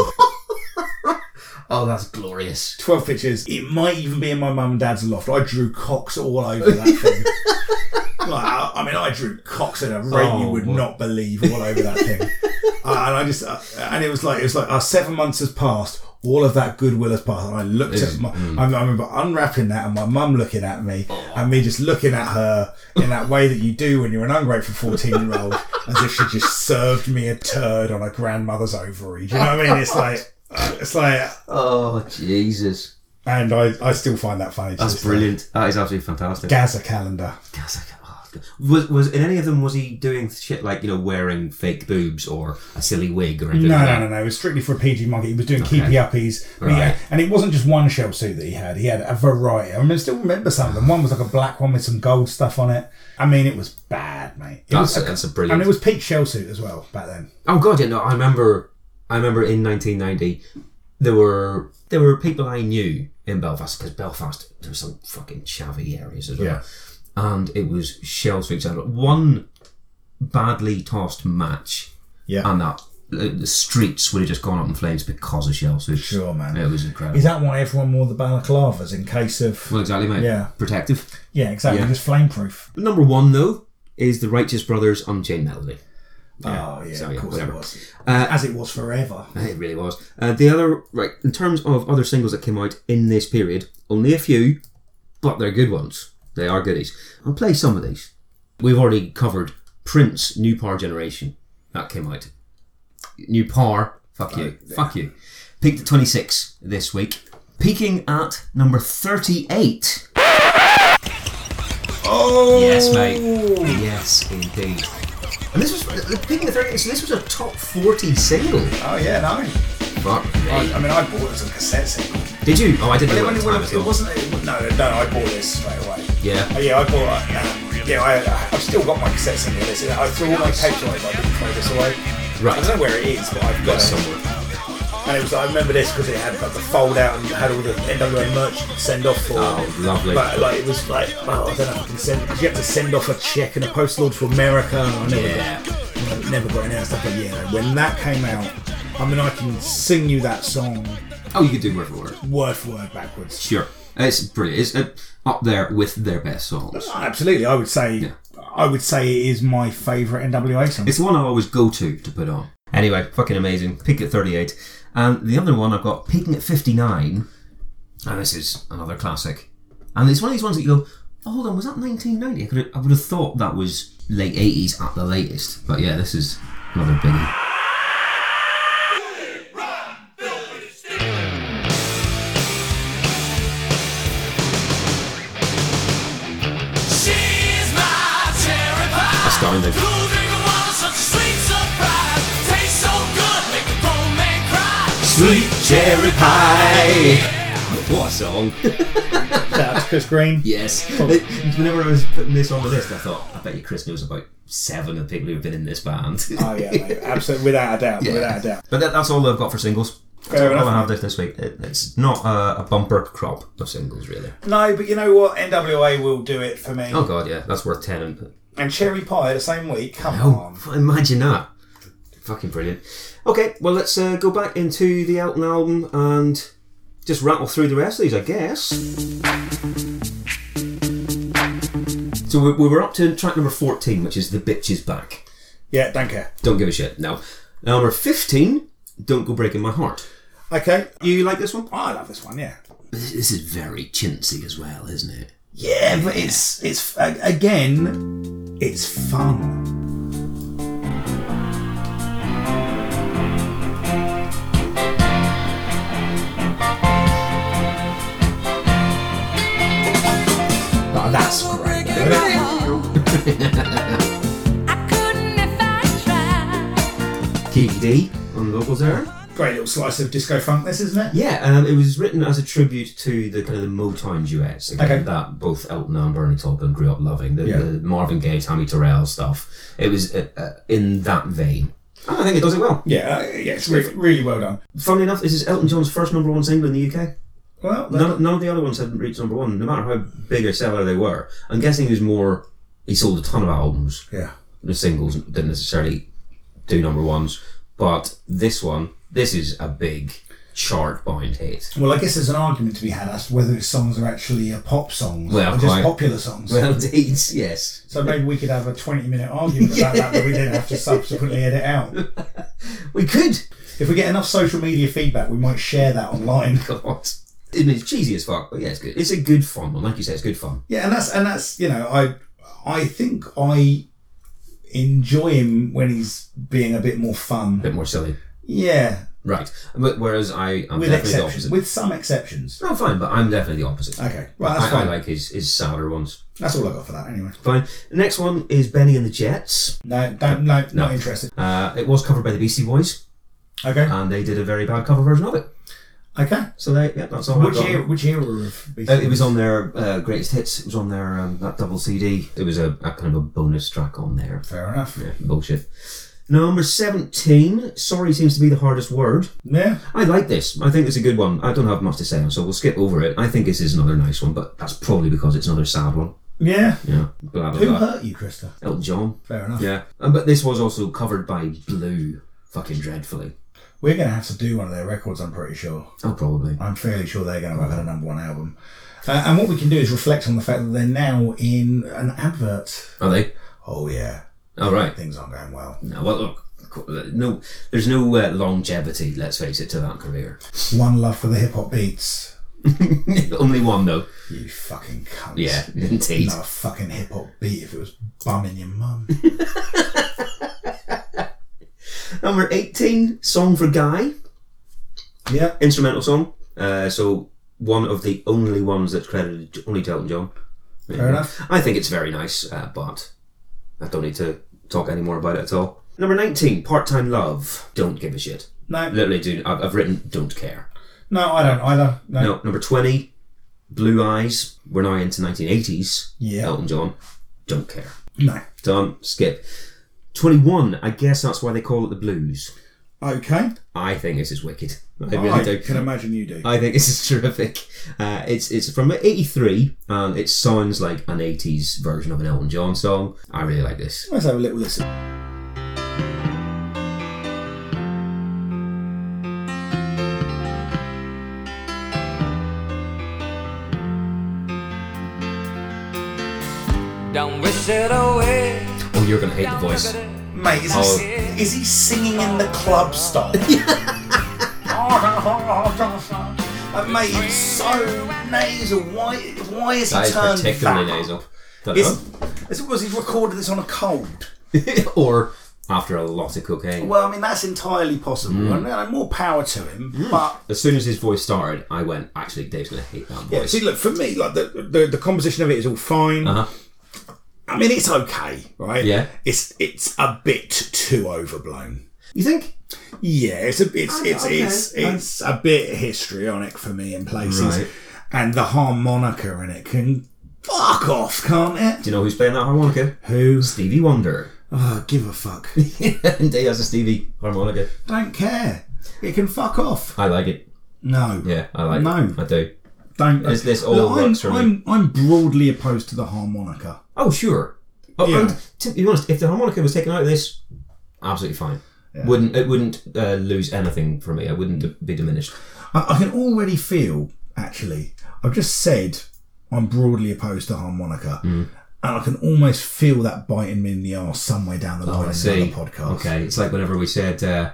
Speaker 2: Oh, that's glorious.
Speaker 1: 12 pictures. It might even be in my mum and dad's loft. I drew cocks all over that
Speaker 2: [LAUGHS]
Speaker 1: thing. Like, I, I mean, I drew cocks at a rate you
Speaker 2: Oh,
Speaker 1: would
Speaker 2: boy.
Speaker 1: not believe all over that thing. Uh, and I just, uh, and it was like, it was like, uh, seven months has passed. All of that goodwill has passed. And I looked at my,
Speaker 2: mm.
Speaker 1: I, I remember unwrapping that and my mum looking at me and me just looking at her in that way that you do when you're an ungrateful 14 year old as if she just served me a turd on her grandmother's ovary. Do you know what I mean? It's like, uh, it's like,
Speaker 2: Oh, Jesus.
Speaker 1: and I, I still find that funny. to
Speaker 2: That's
Speaker 1: this day.
Speaker 2: brilliant. That is absolutely fantastic.
Speaker 1: Gaza calendar.
Speaker 2: That's like, oh, God. was was in any of them was he doing shit like you know wearing fake boobs or a silly wig or anything?
Speaker 1: No,
Speaker 2: like
Speaker 1: no,
Speaker 2: that?
Speaker 1: no, no. It was strictly for a PG monkey. He was doing keepy uppies. But
Speaker 2: Right.
Speaker 1: Yeah, and it wasn't just one shell suit that he had. He had a variety. I remember, still remember some of them. One was like a black one with some gold stuff on it. I mean, it was bad, mate. It
Speaker 2: That's
Speaker 1: was
Speaker 2: a- that's a
Speaker 1: And
Speaker 2: brilliant-
Speaker 1: it was peak shell suit as well back then.
Speaker 2: Oh God, yeah, no. I remember. I remember in 1990 there were there were people I knew in Belfast because Belfast there were some fucking chavvy areas as well,
Speaker 1: Yeah.
Speaker 2: and it was shell suits. And one badly tossed match,
Speaker 1: Yeah.
Speaker 2: and that uh, the the streets would have just gone up in flames because of shell suits.
Speaker 1: Sure, man.
Speaker 2: it was incredible.
Speaker 1: Is that why everyone wore the balaclavas in case of?
Speaker 2: well, exactly, mate.
Speaker 1: Yeah.
Speaker 2: protective.
Speaker 1: Yeah, exactly.
Speaker 2: Yeah.
Speaker 1: Just flameproof.
Speaker 2: But number one though is the Righteous Brothers Unchained Melody.
Speaker 1: oh yeah,
Speaker 2: so,
Speaker 1: of
Speaker 2: yeah,
Speaker 1: course
Speaker 2: whatever.
Speaker 1: it was.
Speaker 2: Uh,
Speaker 1: As it was forever.
Speaker 2: [LAUGHS] It really was. Uh, the other, right, in terms of other singles that came out in this period, only a few, but they're good ones. They are goodies. I'll play some of these. We've already covered Prince, New Par Generation. That came out. New Par, fuck you, fuck you. Peaked at 26 this week. Peaking at number 38.
Speaker 1: Oh
Speaker 2: Yes, mate. Yes, indeed. And this was, uh, peaking at 38, so this was a top 40 single.
Speaker 1: Oh yeah, no.
Speaker 2: Fuck me.
Speaker 1: I, I mean, I bought it as a cassette single.
Speaker 2: Did you? Oh, I didn't
Speaker 1: But it,
Speaker 2: know at
Speaker 1: only
Speaker 2: the
Speaker 1: would
Speaker 2: time
Speaker 1: have,
Speaker 2: as
Speaker 1: it
Speaker 2: well.
Speaker 1: wasn't. It, wa- no, no, I bought this straight away.
Speaker 2: Yeah.
Speaker 1: Oh, yeah, I bought. Uh, yeah, I, I've still got my cassette single. This, I threw all my tapes away. but I didn't throw this away.
Speaker 2: Right.
Speaker 1: I don't know where it is, but I've got it.
Speaker 2: somewhere.
Speaker 1: And it was. I remember this because it had like, the fold out and had all the NWA merch send off for.
Speaker 2: Oh, lovely.
Speaker 1: But like it was like, oh, I don't know if I can send. Cause you have to send off a check and a postal order to America. And I never
Speaker 2: Yeah.
Speaker 1: got, I never got any of that stuff. But yeah, when that came out, I mean, I can sing you that song
Speaker 2: Oh, you could do word for word.
Speaker 1: word for word backwards.
Speaker 2: Sure. It's brilliant. It's uh, up there with their best songs.
Speaker 1: Absolutely, I would say.
Speaker 2: Yeah.
Speaker 1: I would say it is my favourite NWA song.
Speaker 2: It's the one I always go to to put on. Anyway, fucking amazing. Peak at 38. And the other one I've got peaking at 59. And this is another classic. And it's one of these ones that you go, oh, hold on, was that 1990? I, could have, I would have thought that was late 80s at the latest. But yeah, this is another biggie.
Speaker 5: She's my cherry pie.
Speaker 2: Astounding.
Speaker 5: Moving along, such a sweet surprise. Tastes so good, make a grown man cry.
Speaker 2: Sweet cherry pie! What a song!
Speaker 1: Shout out to Chris Green. Oh.
Speaker 2: Yes. Whenever I was putting this on the list, I thought, I bet you Chris knows about seven of the people who've been in this band. [LAUGHS]
Speaker 1: Oh yeah, mate, absolutely, without a doubt, without a doubt.
Speaker 2: But that, that's all I've got for singles.
Speaker 1: Fair
Speaker 2: I'll
Speaker 1: enough.
Speaker 2: have this this week. It, it's not a, a bumper crop of singles, really.
Speaker 1: No, but you know what? NWA will do it for me.
Speaker 2: Oh god, yeah, that's worth ten. And,
Speaker 1: And Cherry Pie the same week. Come
Speaker 2: oh,
Speaker 1: on.
Speaker 2: f- [LAUGHS] imagine that! Fucking brilliant. Okay, well let's uh, go back into the Elton album and just rattle through the rest of these, I guess. So we, we were up to track number fourteen, which is "The Bitch Is Back."
Speaker 1: Yeah, don't care.
Speaker 2: Don't give a shit. No, number fifteen. Don't go breaking my heart.
Speaker 1: Okay.
Speaker 2: You like this one?
Speaker 1: I love this one. Yeah.
Speaker 2: This this is very chintzy as well, isn't it?
Speaker 1: Yeah, but it's it's a- again, it's fun. Oh, that's great.
Speaker 2: Keith D on vocals there.
Speaker 1: Great little slice of disco funk, this isn't it?
Speaker 2: Yeah, um, it was written as a tribute to the kind of the Motown duets again,
Speaker 1: Okay.
Speaker 2: that both Elton and Bernie Taupin grew up loving the,
Speaker 1: Yeah.
Speaker 2: the Marvin Gaye, Tammy Terrell stuff. It was uh, uh, in that vein. And Oh, I think it does it well.
Speaker 1: Yeah, uh, yeah, it's really, really well done.
Speaker 2: Funnily enough, this is Elton John's first number one single in the UK.
Speaker 1: Well, that-
Speaker 2: None, none of the other ones had reached number one, no matter how big a seller they were. I'm guessing he was more. He sold a ton of albums.
Speaker 1: yeah,
Speaker 2: the singles didn't necessarily do number ones, but this one, this is a big chart bound hit.
Speaker 1: Well, I guess there's an argument to be had as to whether its songs are actually uh, pop songs
Speaker 2: Well,
Speaker 1: or just
Speaker 2: quite.
Speaker 1: popular songs.
Speaker 2: Well, [LAUGHS] indeed, yes.
Speaker 1: so maybe we could have a 20 minute argument about that that we then have to subsequently edit out.
Speaker 2: We could.
Speaker 1: If we get enough social media feedback, we might share that online.
Speaker 2: God. I mean, it's cheesy as fuck, but yeah, it's good. It's a good fun one. Like you said, it's good fun.
Speaker 1: Yeah, and that's and that's you know I I think I enjoy him when he's being a bit more
Speaker 2: A
Speaker 1: fun.
Speaker 2: bit more silly.
Speaker 1: Yeah,
Speaker 2: Right. But whereas I, I'm
Speaker 1: with
Speaker 2: definitely the
Speaker 1: exceptions,
Speaker 2: opposite.
Speaker 1: with some exceptions.
Speaker 2: no, fine, but I'm definitely the opposite.
Speaker 1: Okay, well that's
Speaker 2: I, I
Speaker 1: fine.
Speaker 2: like his, his sadder ones.
Speaker 1: That's all I got for that anyway.
Speaker 2: Fine. The next one is Benny and the Jets.
Speaker 1: No, don't, no,
Speaker 2: No.
Speaker 1: not interested.
Speaker 2: Uh, it was covered by the Beastie Boys,
Speaker 1: Okay,
Speaker 2: and they did a very bad cover version of it.
Speaker 1: okay.
Speaker 2: So they, yeah, that's all. I've
Speaker 1: Which
Speaker 2: got.
Speaker 1: era? Which era of? Beastie
Speaker 2: Uh, it was
Speaker 1: Boys?
Speaker 2: on their uh, greatest hits. It was on their um, that double CD. It was a, a kind of a bonus track on there.
Speaker 1: Fair enough.
Speaker 2: Yeah, bullshit. Number seventeen. Sorry seems to be the hardest word.
Speaker 1: Yeah.
Speaker 2: I like this. I think it's a good one. I don't have much to say on, so we'll skip over it. I think this is another nice one, but that's probably because it's another sad one.
Speaker 1: Yeah.
Speaker 2: Yeah, blah blah
Speaker 1: Who
Speaker 2: blah.
Speaker 1: hurt you, Krista?
Speaker 2: Elton John.
Speaker 1: Fair enough.
Speaker 2: Yeah, Um, but this was also covered by Blue. Fucking dreadfully.
Speaker 1: We're going to have to do one of their records, I'm pretty sure.
Speaker 2: Oh, probably.
Speaker 1: I'm fairly sure they're going to have had a number one album. Uh, and what we can do is reflect on the fact that they're now in an advert.
Speaker 2: Are they?
Speaker 1: Oh, yeah.
Speaker 2: All right.
Speaker 1: Things aren't going well.
Speaker 2: No, well, look. qu- No, there's no uh, longevity. Let's face it to that career. [LAUGHS]
Speaker 1: One love for the hip hop beats.
Speaker 2: Only one though.
Speaker 1: You fucking cunt.
Speaker 2: Yeah, [LAUGHS] indeed.
Speaker 1: Not a fucking hip hop beat if it was bumming your
Speaker 2: [LAUGHS]
Speaker 1: mum.
Speaker 2: Number eighteen, song for Guy,
Speaker 1: yeah.
Speaker 2: instrumental song. Uh, so one of the only ones that's credited to- only to Elton John.
Speaker 1: Fair enough.
Speaker 2: I think it's very nice, uh, but I don't need to talk any more about it at all. Number nineteen, part time love. Don't give a shit.
Speaker 1: No,
Speaker 2: Literally, do. I've, I've written don't care.
Speaker 1: no, I don't either. No.
Speaker 2: No, number twenty, Blue Eyes. We're now into nineteen eighties.
Speaker 1: Yeah.
Speaker 2: Elton John. Don't care.
Speaker 1: No.
Speaker 2: Done. Skip. Twenty-one. I guess that's why they call it the blues.
Speaker 1: Okay.
Speaker 2: I think this is wicked. I really
Speaker 1: I
Speaker 2: do.
Speaker 1: can imagine you do.
Speaker 2: I think this is [LAUGHS] terrific. Uh, it's it's from '83, and it sounds like an '80s version of an Elton John song. I really like this.
Speaker 1: Let's have a little listen.
Speaker 3: Don't wish it away.
Speaker 2: Oh, you're gonna hate the voice.
Speaker 1: Mate, is he,
Speaker 2: Oh.
Speaker 1: is he singing in the club
Speaker 2: [LAUGHS]
Speaker 1: style? Uh, mate, it's so nasal. Why, why is he
Speaker 2: That is
Speaker 1: turned
Speaker 2: particularly
Speaker 1: that?
Speaker 2: nasal.
Speaker 1: It's, it's, was he recorded this on a cold?
Speaker 2: Dunno. [LAUGHS] or after a lot of cocaine.
Speaker 1: Well, I mean, that's entirely possible.
Speaker 2: Mm.
Speaker 1: And, uh, more power to him. But
Speaker 2: as soon as his voice started, I went, actually, Dave's gonna hate that
Speaker 1: yeah,
Speaker 2: voice.
Speaker 1: see, look for me, like the the, the composition of it is all fine.
Speaker 2: Uh-huh.
Speaker 1: I mean, it's okay, right?
Speaker 2: Yeah.
Speaker 1: it's it's a bit too overblown.
Speaker 2: you think?
Speaker 1: Yeah, it's a it's it's
Speaker 2: okay.
Speaker 1: it's, it's a bit histrionic for me in places,
Speaker 2: Right.
Speaker 1: and the harmonica in it can fuck off, can't it?
Speaker 2: Do you know who's playing that harmonica?
Speaker 1: Who?
Speaker 2: Stevie Wonder. [LAUGHS]
Speaker 1: Oh, give a fuck.
Speaker 2: Indeed, has a Stevie harmonica.
Speaker 1: Don't care. It can fuck off.
Speaker 2: I like it.
Speaker 1: No.
Speaker 2: Yeah, I like
Speaker 1: No.
Speaker 2: it. I do.
Speaker 1: Don't.
Speaker 2: This- this all
Speaker 1: Look, I'm,
Speaker 2: works for me.
Speaker 1: I'm, I'm broadly opposed to the harmonica.
Speaker 2: Oh, sure. Oh,
Speaker 1: Yeah.
Speaker 2: and to be honest, if the harmonica was taken out of this, absolutely fine. Wouldn't it wouldn't uh, lose anything for me? I wouldn't d- be diminished.
Speaker 1: I, I can already feel, actually, I've just said I'm broadly opposed to harmonica.
Speaker 2: Mm.
Speaker 1: And I can almost feel that biting me in the arse somewhere down the line
Speaker 2: Oh, I
Speaker 1: in
Speaker 2: see.
Speaker 1: another podcast.
Speaker 2: Okay, it's like whenever we said uh,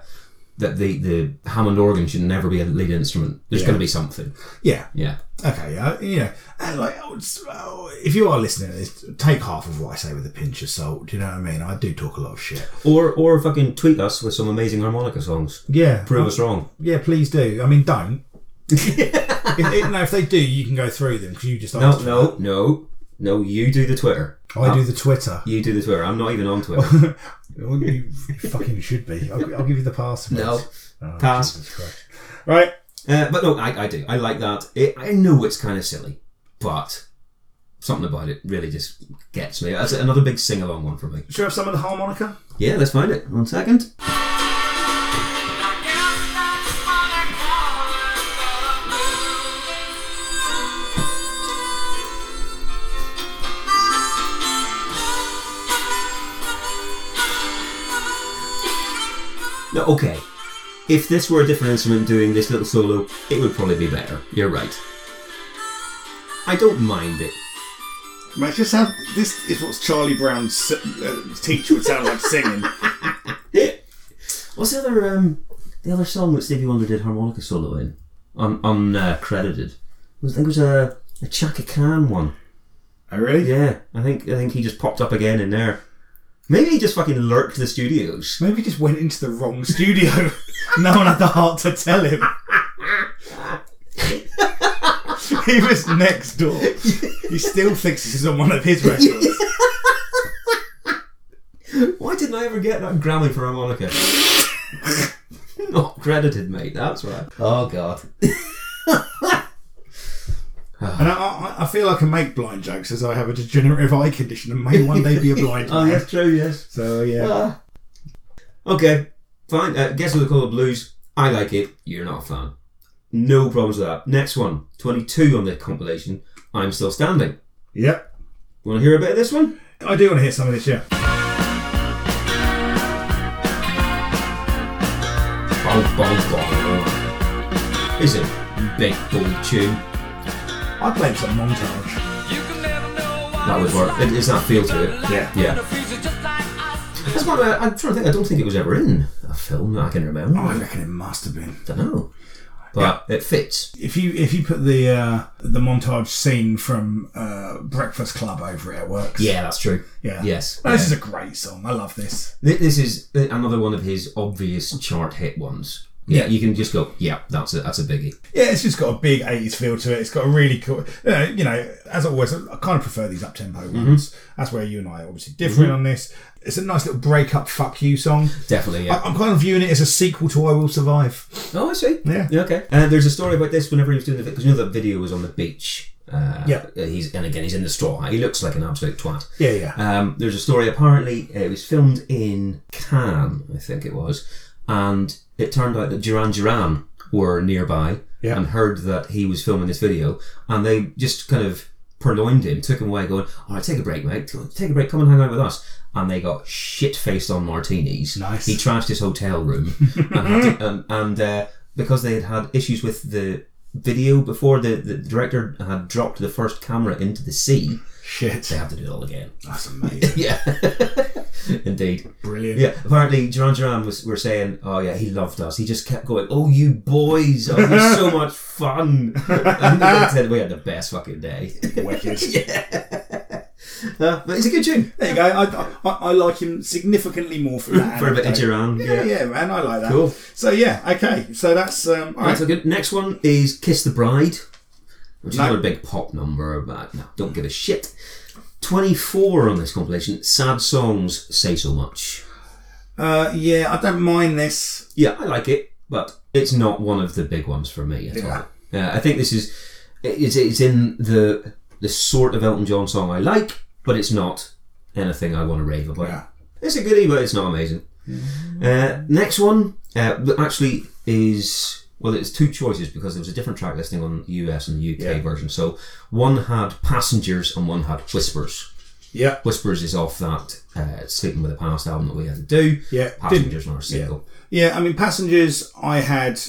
Speaker 2: that the the Hammond organ should never be a lead instrument. There's
Speaker 1: Yeah.
Speaker 2: going to be something.
Speaker 1: Yeah.
Speaker 2: Yeah.
Speaker 1: Okay. Uh, you know, and like, I would s- oh, if you are listening to this, take half of what I say with a pinch of salt. Do you know what I mean? I do talk a lot of shit.
Speaker 2: Or or fucking tweet us with some amazing harmonica songs.
Speaker 1: Yeah.
Speaker 2: Prove
Speaker 1: I-
Speaker 2: us wrong.
Speaker 1: Yeah, please do. I mean, don't. [LAUGHS] if, if, no, if they do, you can go through them because you just
Speaker 2: No,
Speaker 1: asked for
Speaker 2: no, no, no. You do the Twitter.
Speaker 1: that. I do the Twitter.
Speaker 2: You do the Twitter. I'm not even on Twitter.
Speaker 1: Well, you [LAUGHS] fucking should be. I'll, I'll give you the pass.
Speaker 2: no.
Speaker 1: Oh,
Speaker 2: Pass.
Speaker 1: Jesus Christ. Right.
Speaker 2: Uh, but no, I, I do. I like that. It, I know it's kind of silly, but something about it really just gets me. That's another big sing along one for me.
Speaker 1: Should we have some of the harmonica?
Speaker 2: Yeah, let's find it. One second. No, okay. If this were a different instrument doing this little solo, it would probably be better. You're right. I don't mind it.
Speaker 1: Mate, just have this is what Charlie Brown's uh, teacher would sound like singing.
Speaker 2: Eh. What's the other um the other song that Stevie Wonder did harmonica solo in? Un uncredited. It was- I think it was a a Chaka Khan one.
Speaker 1: Oh, really?
Speaker 2: Yeah, I think I think he just popped up again in there. Maybe he just fucking lurked the studios.
Speaker 1: Maybe he just went into the wrong studio. [LAUGHS] no one had the heart to tell
Speaker 2: [LAUGHS]
Speaker 1: him. he was next door. He still thinks this is on one of his
Speaker 2: [LAUGHS]
Speaker 1: records.
Speaker 2: Why didn't I ever get that Grammy for harmonica? [LAUGHS] Not credited, mate. That's right. Oh god.
Speaker 1: And I, I, I feel I can make blind jokes as I have a degenerative eye condition and may one day be a blind
Speaker 2: Oh,
Speaker 1: man.
Speaker 2: true. Yes.
Speaker 1: So yeah,
Speaker 2: Okay, fine. Uh, guess what they call the blues? I like it. You're not a fan. No problems with that. Next one, 22 on the compilation. I'm still standing.
Speaker 1: yep.
Speaker 2: Want to hear a bit of this one?
Speaker 1: I do want to hear some of this. Yeah,
Speaker 2: Bong, bong, bong. Is it big bold tune?
Speaker 1: I played some montage.
Speaker 2: That would work. It, it's that feel to it.
Speaker 1: Yeah.
Speaker 2: Yeah. That's one. I, I'm trying to think. I don't think it was ever in a film that I can remember.
Speaker 1: Oh, I reckon it must have been.
Speaker 2: don't know. But it fits.
Speaker 1: If you if you put the uh, the montage scene from uh, Breakfast Club over it, it works.
Speaker 2: Yeah, that's true.
Speaker 1: yeah.
Speaker 2: Yes.
Speaker 1: This is
Speaker 2: Yeah.
Speaker 1: a great song. I love this.
Speaker 2: Thi- This is another one of his obvious chart hit ones. Yeah,
Speaker 1: Yeah.
Speaker 2: you can just go. Yeah, that's a that's a biggie.
Speaker 1: Yeah, it's just got a big '80s feel to it. It's got a really cool. You know, you know as always, I kind of prefer these up tempo ones. That's where you and I are obviously differing on this. It's a nice little break up "fuck you" song.
Speaker 2: Definitely.
Speaker 1: I-
Speaker 2: Yeah.
Speaker 1: I'm kind of viewing it as a sequel to I Will Survive.
Speaker 2: oh, I see.
Speaker 1: Yeah.
Speaker 2: okay. And there's a story about this whenever he was doing the because you know that video was on the beach. Uh,
Speaker 1: Yeah.
Speaker 2: He's and again he's in the straw hat. He looks like an absolute twat.
Speaker 1: Yeah, yeah.
Speaker 2: Um, there's a story. Apparently, uh, it was filmed in Cannes, I think it was, and it turned out that Duran Duran were nearby
Speaker 1: Yeah.
Speaker 2: and heard that he was filming this video, and they just kind of purloined him, took him away, going, "All right, take a break, mate. Come on, Take a break. Come and hang out with us." And they got shit faced on martinis.
Speaker 1: Nice.
Speaker 2: He trashed his hotel room,
Speaker 1: [LAUGHS]
Speaker 2: and, had to, and, and uh, because they had had issues with the video before, the, the director had dropped the first camera into the sea.
Speaker 1: Shit.
Speaker 2: They have to do it all again.
Speaker 1: That's amazing.
Speaker 2: [LAUGHS] Yeah, indeed.
Speaker 1: Brilliant.
Speaker 2: Yeah, apparently Duran Duran was were saying, "Oh yeah, he loved us. He just kept going. Oh, you boys, oh, you're
Speaker 1: [LAUGHS]
Speaker 2: so much fun." And they said we had the best fucking day.
Speaker 1: Wicked.
Speaker 2: Uh, but it's a good tune
Speaker 1: There you go. I, I, I like him significantly more for that.
Speaker 2: [LAUGHS] for a bit of Duran.
Speaker 1: Yeah,
Speaker 2: Yeah,
Speaker 1: yeah, man. I like that.
Speaker 2: Cool.
Speaker 1: So yeah, okay. So that's um. All right.
Speaker 2: That's a good. Next one is "Kiss the Bride," which is
Speaker 1: No.
Speaker 2: another big pop number, but no, don't give a shit. Twenty-four on this compilation. Sad songs say so much.
Speaker 1: Uh, yeah, I don't mind this.
Speaker 2: Yeah, I like it, but it's not one of the big ones for me at all. Yeah, I think this is it- it's, it's in the the sort of Elton John song I like, but it's not anything I want to rave about.
Speaker 1: Yeah. Mm-hmm.
Speaker 2: It's a goodie, but it's not amazing. Uh, next one, uh, but actually, is well, it's two choices because there was a different track listing on the US and the UK
Speaker 1: Yeah.
Speaker 2: version. So one had Passengers and one had Whispers.
Speaker 1: Yeah.
Speaker 2: Whispers is off that uh, Sleeping with the Past album that we had to do.
Speaker 1: Yeah,
Speaker 2: Passengers on our single.
Speaker 1: Yeah, I mean, Passengers, I had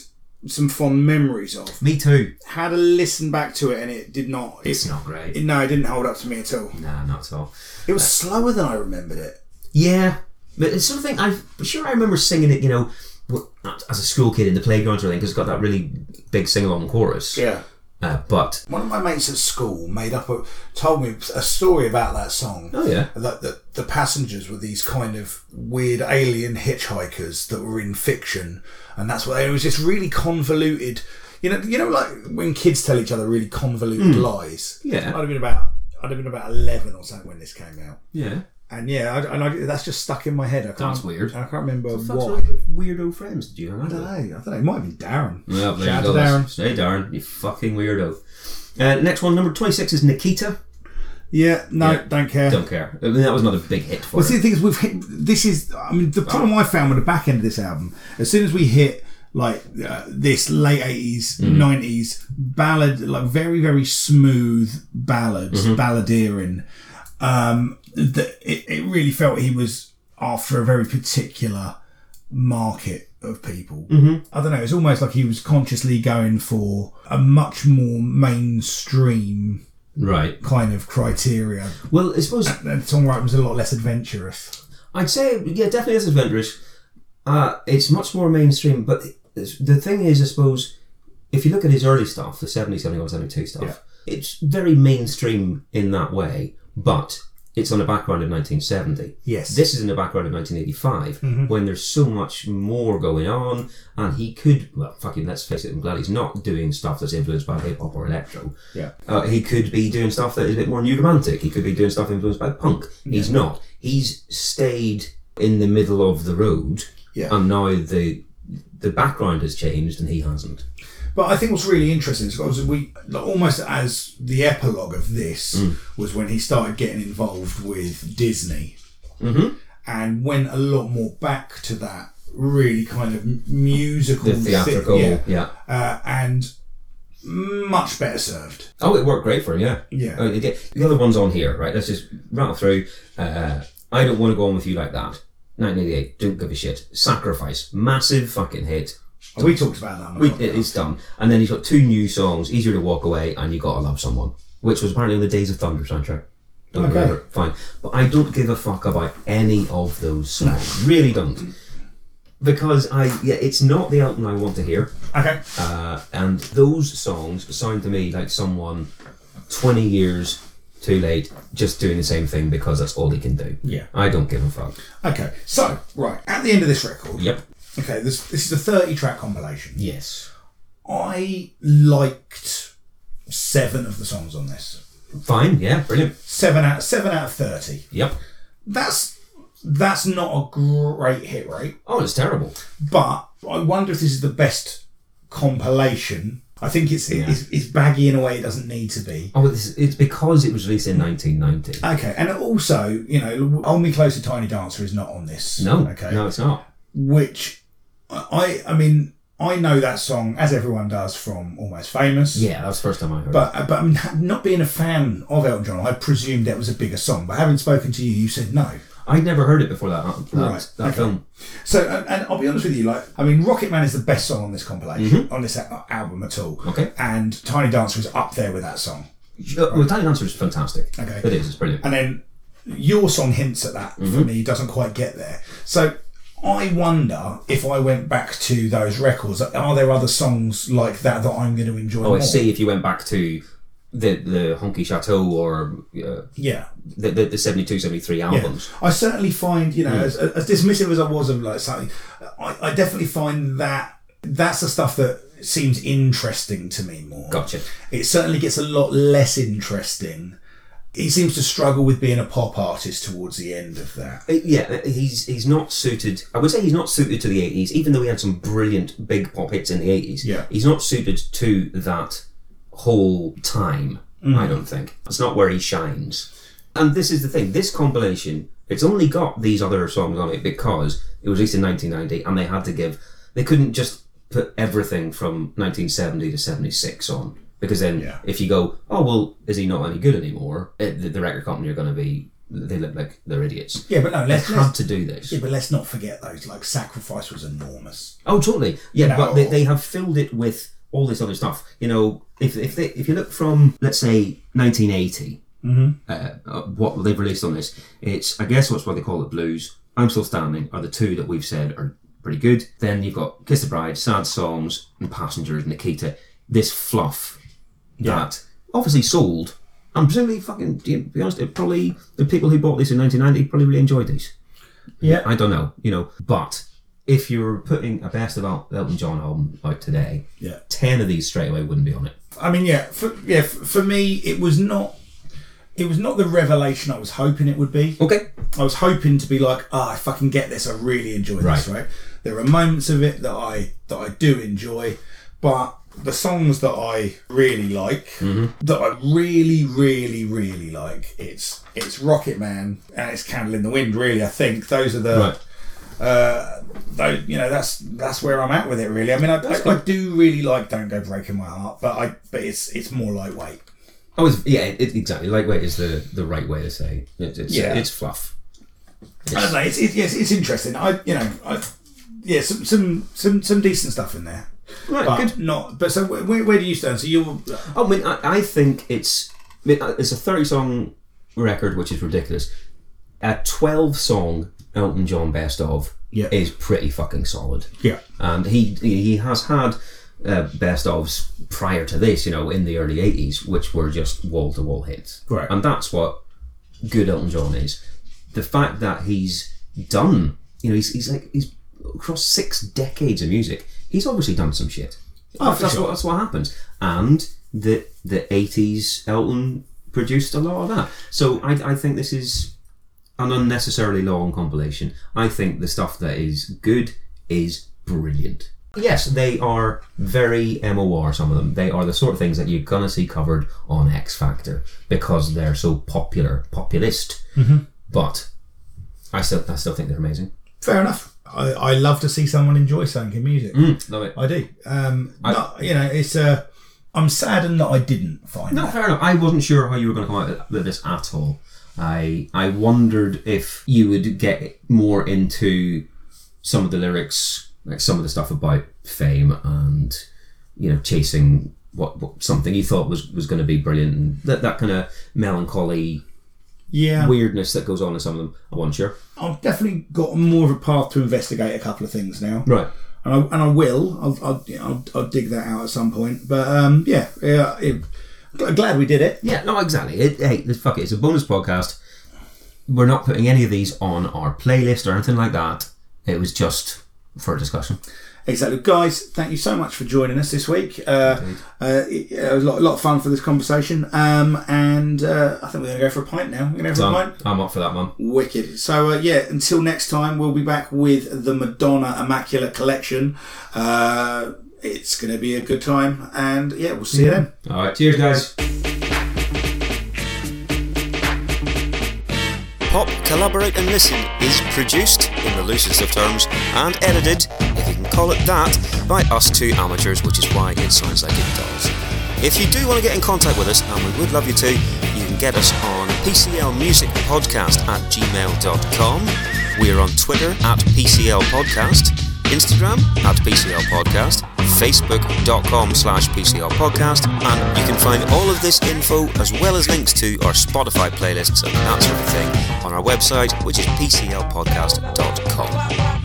Speaker 1: some fond memories of.
Speaker 2: Me too.
Speaker 1: Had a listen back to it and it did not. It,
Speaker 2: It's not great.
Speaker 1: no, it didn't hold up to me at all.
Speaker 2: nah, not at all.
Speaker 1: It was slower than I remembered it.
Speaker 2: Yeah, but it's something I'm sure I remember singing it. You know, w- as a school kid in the playground or anything, because it's got that really big sing along chorus.
Speaker 1: Yeah.
Speaker 2: Uh, but
Speaker 1: One of my mates at school made up a told me a story about that song.
Speaker 2: Oh, yeah.
Speaker 1: that the, the passengers were these kind of weird alien hitchhikers that were in fiction, and that's what it was. Just really convoluted. You know, you know, like when kids tell each other really convoluted lies.
Speaker 2: Hmm. Yeah.
Speaker 1: I'd have been about I'd have been about eleven or something when this came out,
Speaker 2: yeah,
Speaker 1: and yeah, I, and I, that's just stuck in my head. I can't,
Speaker 2: That's weird.
Speaker 1: I can't remember
Speaker 2: Fuck's
Speaker 1: why.
Speaker 2: wrong with weirdo friends did you hang
Speaker 1: I
Speaker 2: out with?
Speaker 1: don't know. I don't know. It might have been Darren.
Speaker 2: Well, there
Speaker 1: Shout
Speaker 2: you
Speaker 1: out
Speaker 2: go.
Speaker 1: to
Speaker 2: Darren.
Speaker 1: Darren.
Speaker 2: Stay Darren, you fucking weirdo. Uh, next one, number 26 is Nikita.
Speaker 1: Yeah, no,
Speaker 2: Yeah.
Speaker 1: don't care.
Speaker 2: Don't care. I mean, that was not a big hit for
Speaker 1: Well, see,
Speaker 2: it.
Speaker 1: the thing is, we've hit. This is, I mean, the problem I found with the back end of this album, as soon as we hit like uh, this late eighties, nineties ballad, like very, very smooth ballads, balladeering, um, that it, it really felt he was after a very particular market of people. I don't know. It's almost like he was consciously going for a much more mainstream
Speaker 2: Right.
Speaker 1: kind of criteria.
Speaker 2: Well, I suppose
Speaker 1: And songwriting was a lot less adventurous.
Speaker 2: I'd say, yeah, definitely it's adventurous. Uh, it's much more mainstream, but it's- the thing is, I suppose, if you look at his early stuff, the 70s, 71, 72 stuff, it's very mainstream in that way, but it's on the background of 1970.
Speaker 1: Yes.
Speaker 2: This is in the background of 1985, when there's so much more going on, and he could, well, fucking let's face it, I'm glad he's not doing stuff that's influenced by hip hop or electro.
Speaker 1: Yeah.
Speaker 2: Uh, he could be doing stuff that is a bit more new romantic. He could be doing stuff influenced by punk. He's not. He's stayed in the middle of the road,
Speaker 1: Yeah.
Speaker 2: and now the the background has changed, and he hasn't.
Speaker 1: But I think what's really interesting is obviously we like, almost as the epilogue of this was when he started getting involved with Disney and went a lot more back to that really kind of m- musical
Speaker 2: The theatrical,
Speaker 1: thing, yeah,
Speaker 2: yeah.
Speaker 1: Uh, and much better served.
Speaker 2: Oh, it worked great for him, yeah.
Speaker 1: Yeah.
Speaker 2: Uh, again, the other one's on here, right? Let's just rattle through. Uh, I don't want to go on with you like that. 1988, don't give a shit. Sacrifice, massive fucking hit.
Speaker 1: Oh, We talked about that. On the
Speaker 2: We-
Speaker 1: podcast.
Speaker 2: it- It's done. And then he's got two new songs, Easier to Walk Away and You Gotta Love Someone, which was apparently on the Days of Thunder soundtrack. Don't
Speaker 1: Okay.
Speaker 2: remember. Fine. But I don't give a fuck about any of those songs. really don't. Because I, yeah, it's not the album I want to hear.
Speaker 1: Okay.
Speaker 2: Uh, and those songs sound to me like someone 20 years too late just doing the same thing because that's all he can do.
Speaker 1: Yeah.
Speaker 2: I don't give a fuck.
Speaker 1: Okay. So right at the end of this record.
Speaker 2: Yep.
Speaker 1: Okay. This this is a thirty track compilation.
Speaker 2: Yes.
Speaker 1: I liked seven of the songs on this.
Speaker 2: Fine. Yeah. Brilliant.
Speaker 1: Seven out seven out of thirty.
Speaker 2: Yep.
Speaker 1: that's that's not a great hit rate,
Speaker 2: Oh, it's terrible.
Speaker 1: but I wonder if this is the best compilation. I think it's it's, it's baggy in a way it doesn't need to be.
Speaker 2: Oh, it's, it's because it was released in 1990.
Speaker 1: Okay, and also, you know, "Hold Me Closer, Tiny Dancer" is not on this.
Speaker 2: No,
Speaker 1: okay,
Speaker 2: no, it's not.
Speaker 1: which I I mean I know that song as everyone does from Almost Famous.
Speaker 2: Yeah, that's the first time I heard. it.
Speaker 1: But, but I mean, ha- not being a fan of Elton John, I presumed that was a bigger song. But having spoken to you, you said no.
Speaker 2: I'd never heard it before that that,
Speaker 1: Right,
Speaker 2: that
Speaker 1: okay.
Speaker 2: film.
Speaker 1: So, and, and I'll be honest with you, like, I mean, Rocket Man is the best song on this compilation, on this a- album at all.
Speaker 2: Mm-hmm. Okay.
Speaker 1: And Tiny Dancer is up there with that song.
Speaker 2: Uh, Well, Tiny Dancer is fantastic.
Speaker 1: Okay.
Speaker 2: It is. It's brilliant.
Speaker 1: And then your song hints at that for
Speaker 2: Mm-hmm.
Speaker 1: me, doesn't quite get there. So, I wonder if I went back to those records, are there other songs like that that I'm going to enjoy
Speaker 2: oh,
Speaker 1: more?
Speaker 2: I see. If you went back to the the Honky Chateau or uh,
Speaker 1: Yeah.
Speaker 2: the, the the 72, 73 albums.
Speaker 1: I certainly find, you know,
Speaker 2: Mm.
Speaker 1: as, as dismissive as I was of like something, I, I definitely find that that's the stuff that seems interesting to me more.
Speaker 2: Gotcha.
Speaker 1: it certainly gets a lot less interesting. He seems to struggle with being a pop artist towards the end of that.
Speaker 2: Uh, Yeah, he's he's not suited. I would say he's not suited to the eighties, even though he had some brilliant big pop hits in the eighties.
Speaker 1: Yeah.
Speaker 2: he's not suited to that whole time.
Speaker 1: Mm.
Speaker 2: I don't think it's not where he shines. And this is the thing. This compilation, it's only got these other songs on it because it was released in 1990, and they had to give. They couldn't just put everything from 1970 to 76 on. Because then,
Speaker 1: Yeah.
Speaker 2: if you go, oh, well, is he not any good anymore? It, the, the record company are going to be, they look like they're idiots.
Speaker 1: Yeah, but no, let's,
Speaker 2: They had
Speaker 1: let's
Speaker 2: to do this.
Speaker 1: yeah, but let's not forget those. Like sacrifice was enormous.
Speaker 2: Oh, totally. Yeah,
Speaker 1: No.
Speaker 2: but they, they have filled it with all this other stuff. You know, if if they if you look from let's say 1980,
Speaker 1: Mm-hmm.
Speaker 2: uh, uh, what they've released on this, it's I guess what's what they call it blues. I'm still standing are the two that we've said are pretty good. Then you've got Kiss the Bride, Sad Songs, and Passengers, Nikita. This fluff that obviously sold. I'm presumably fucking. To be honest, it probably the people who bought this in 1990 probably really enjoyed these.
Speaker 1: Yeah,
Speaker 2: I don't know, you know. But if you were putting a best of Al- Elton John album out today,
Speaker 1: yeah.
Speaker 2: ten of these straight away wouldn't be on it.
Speaker 1: I mean, yeah, for, yeah. For, for me, it was not. It was not the revelation I was hoping it would be.
Speaker 2: Okay.
Speaker 1: I was hoping to be like, ah, I fucking get this. I really enjoy this.
Speaker 2: Right.
Speaker 1: Right. There are moments of it that I that I do enjoy, but the songs that I really like,
Speaker 2: Mm-hmm.
Speaker 1: that I really, really, really like, it's it's Rocket Man and it's Candle in the Wind. Really, I think those are the.
Speaker 2: Right.
Speaker 1: Uh, though you know that's that's where I'm at with it really. I mean, I, I, I do really like "Don't Go Breaking My Heart," but I but it's it's more lightweight.
Speaker 2: I was yeah, it, exactly. Lightweight is the the right way to say it. It's- it's,
Speaker 1: Yeah.
Speaker 2: it's fluff.
Speaker 1: I don't know. It's, it's yes, it's interesting. I you know, I yeah, some some some some decent stuff in there,
Speaker 2: Right,
Speaker 1: but
Speaker 2: good.
Speaker 1: not. But so where, where- where do you stand? So you're
Speaker 2: I mean, I, I think it's I mean, it's a thirty song record, which is ridiculous. A twelve song Elton John best of
Speaker 1: Yeah.
Speaker 2: is pretty fucking solid.
Speaker 1: yeah
Speaker 2: and he he has had uh, best ofs prior to this, you know, in the early '80s, which were just wall to wall hits.
Speaker 1: Right.
Speaker 2: and that's what good Elton John is. The fact that he's done, you know, he's, he's like he's across six decades of music. He's obviously done some shit.
Speaker 1: Oh, for
Speaker 2: that's
Speaker 1: sure.
Speaker 2: what that's what happens. And the the '80s Elton produced a lot of that. So I I think this is an unnecessarily long compilation. I think the stuff that is good is brilliant. Yes, they are very MOR, some of them. They are the sort of things that you're going to see covered on X Factor because they're so popular, populist. But I still, I still think they're amazing.
Speaker 1: fair enough. I, I love to see someone enjoy something in music.
Speaker 2: Mm, Love it.
Speaker 1: I do. Um, not- you know, it's Uh, I'm saddened that I didn't find
Speaker 2: No,
Speaker 1: that.
Speaker 2: fair enough. I wasn't sure how you were going to come out with this at all. I I wondered if you would get more into some of the lyrics, like some of the stuff about fame and you know chasing what, what something you thought was was going to be brilliant and that that kind of melancholy
Speaker 1: Yeah,
Speaker 2: weirdness that goes on in some of them. I wasn't sure.
Speaker 1: I've definitely got more of a path to investigate a couple of things now.
Speaker 2: Right.
Speaker 1: and I, and I will. I'll, I'll, you know, I'll, I'll dig that out at some point. But um, yeah, yeah, it, gl- glad we did it.
Speaker 2: Yeah, no, exactly. It, hey, this- fuck it. It's a bonus podcast. We're not putting any of these on our playlist or anything like that. It was just for discussion.
Speaker 1: Exactly, guys. Thank you so much for joining us this week. Uh, uh, it, it was a lot, lot of fun for this conversation. Um, and uh, I think we're gonna go for a pint now. We're gonna go for
Speaker 2: So
Speaker 1: a pint.
Speaker 2: I'm up for that, man.
Speaker 1: Wicked. So uh, yeah, until next time, we'll be back with the Madonna Immaculate Collection. Uh, it's gonna be a good time, and yeah, we'll see you then.
Speaker 2: All right, cheers, guys.
Speaker 6: Pop, Collaborate and Listen is produced, in the loosest of terms, and edited, if you can call it that, by us two amateurs, which is why it sounds like it does. If you do want to get in contact with us, and we would love you to, you can get us on pclmusicpodcast at gmail.com. We are on Twitter at PCL Podcast, Instagram at PCL Podcast, Facebook.com slash PCL Podcast, and you can find all of this info as well as links to our Spotify playlists and that sort of thing on our website, which is PCLpodcast.com.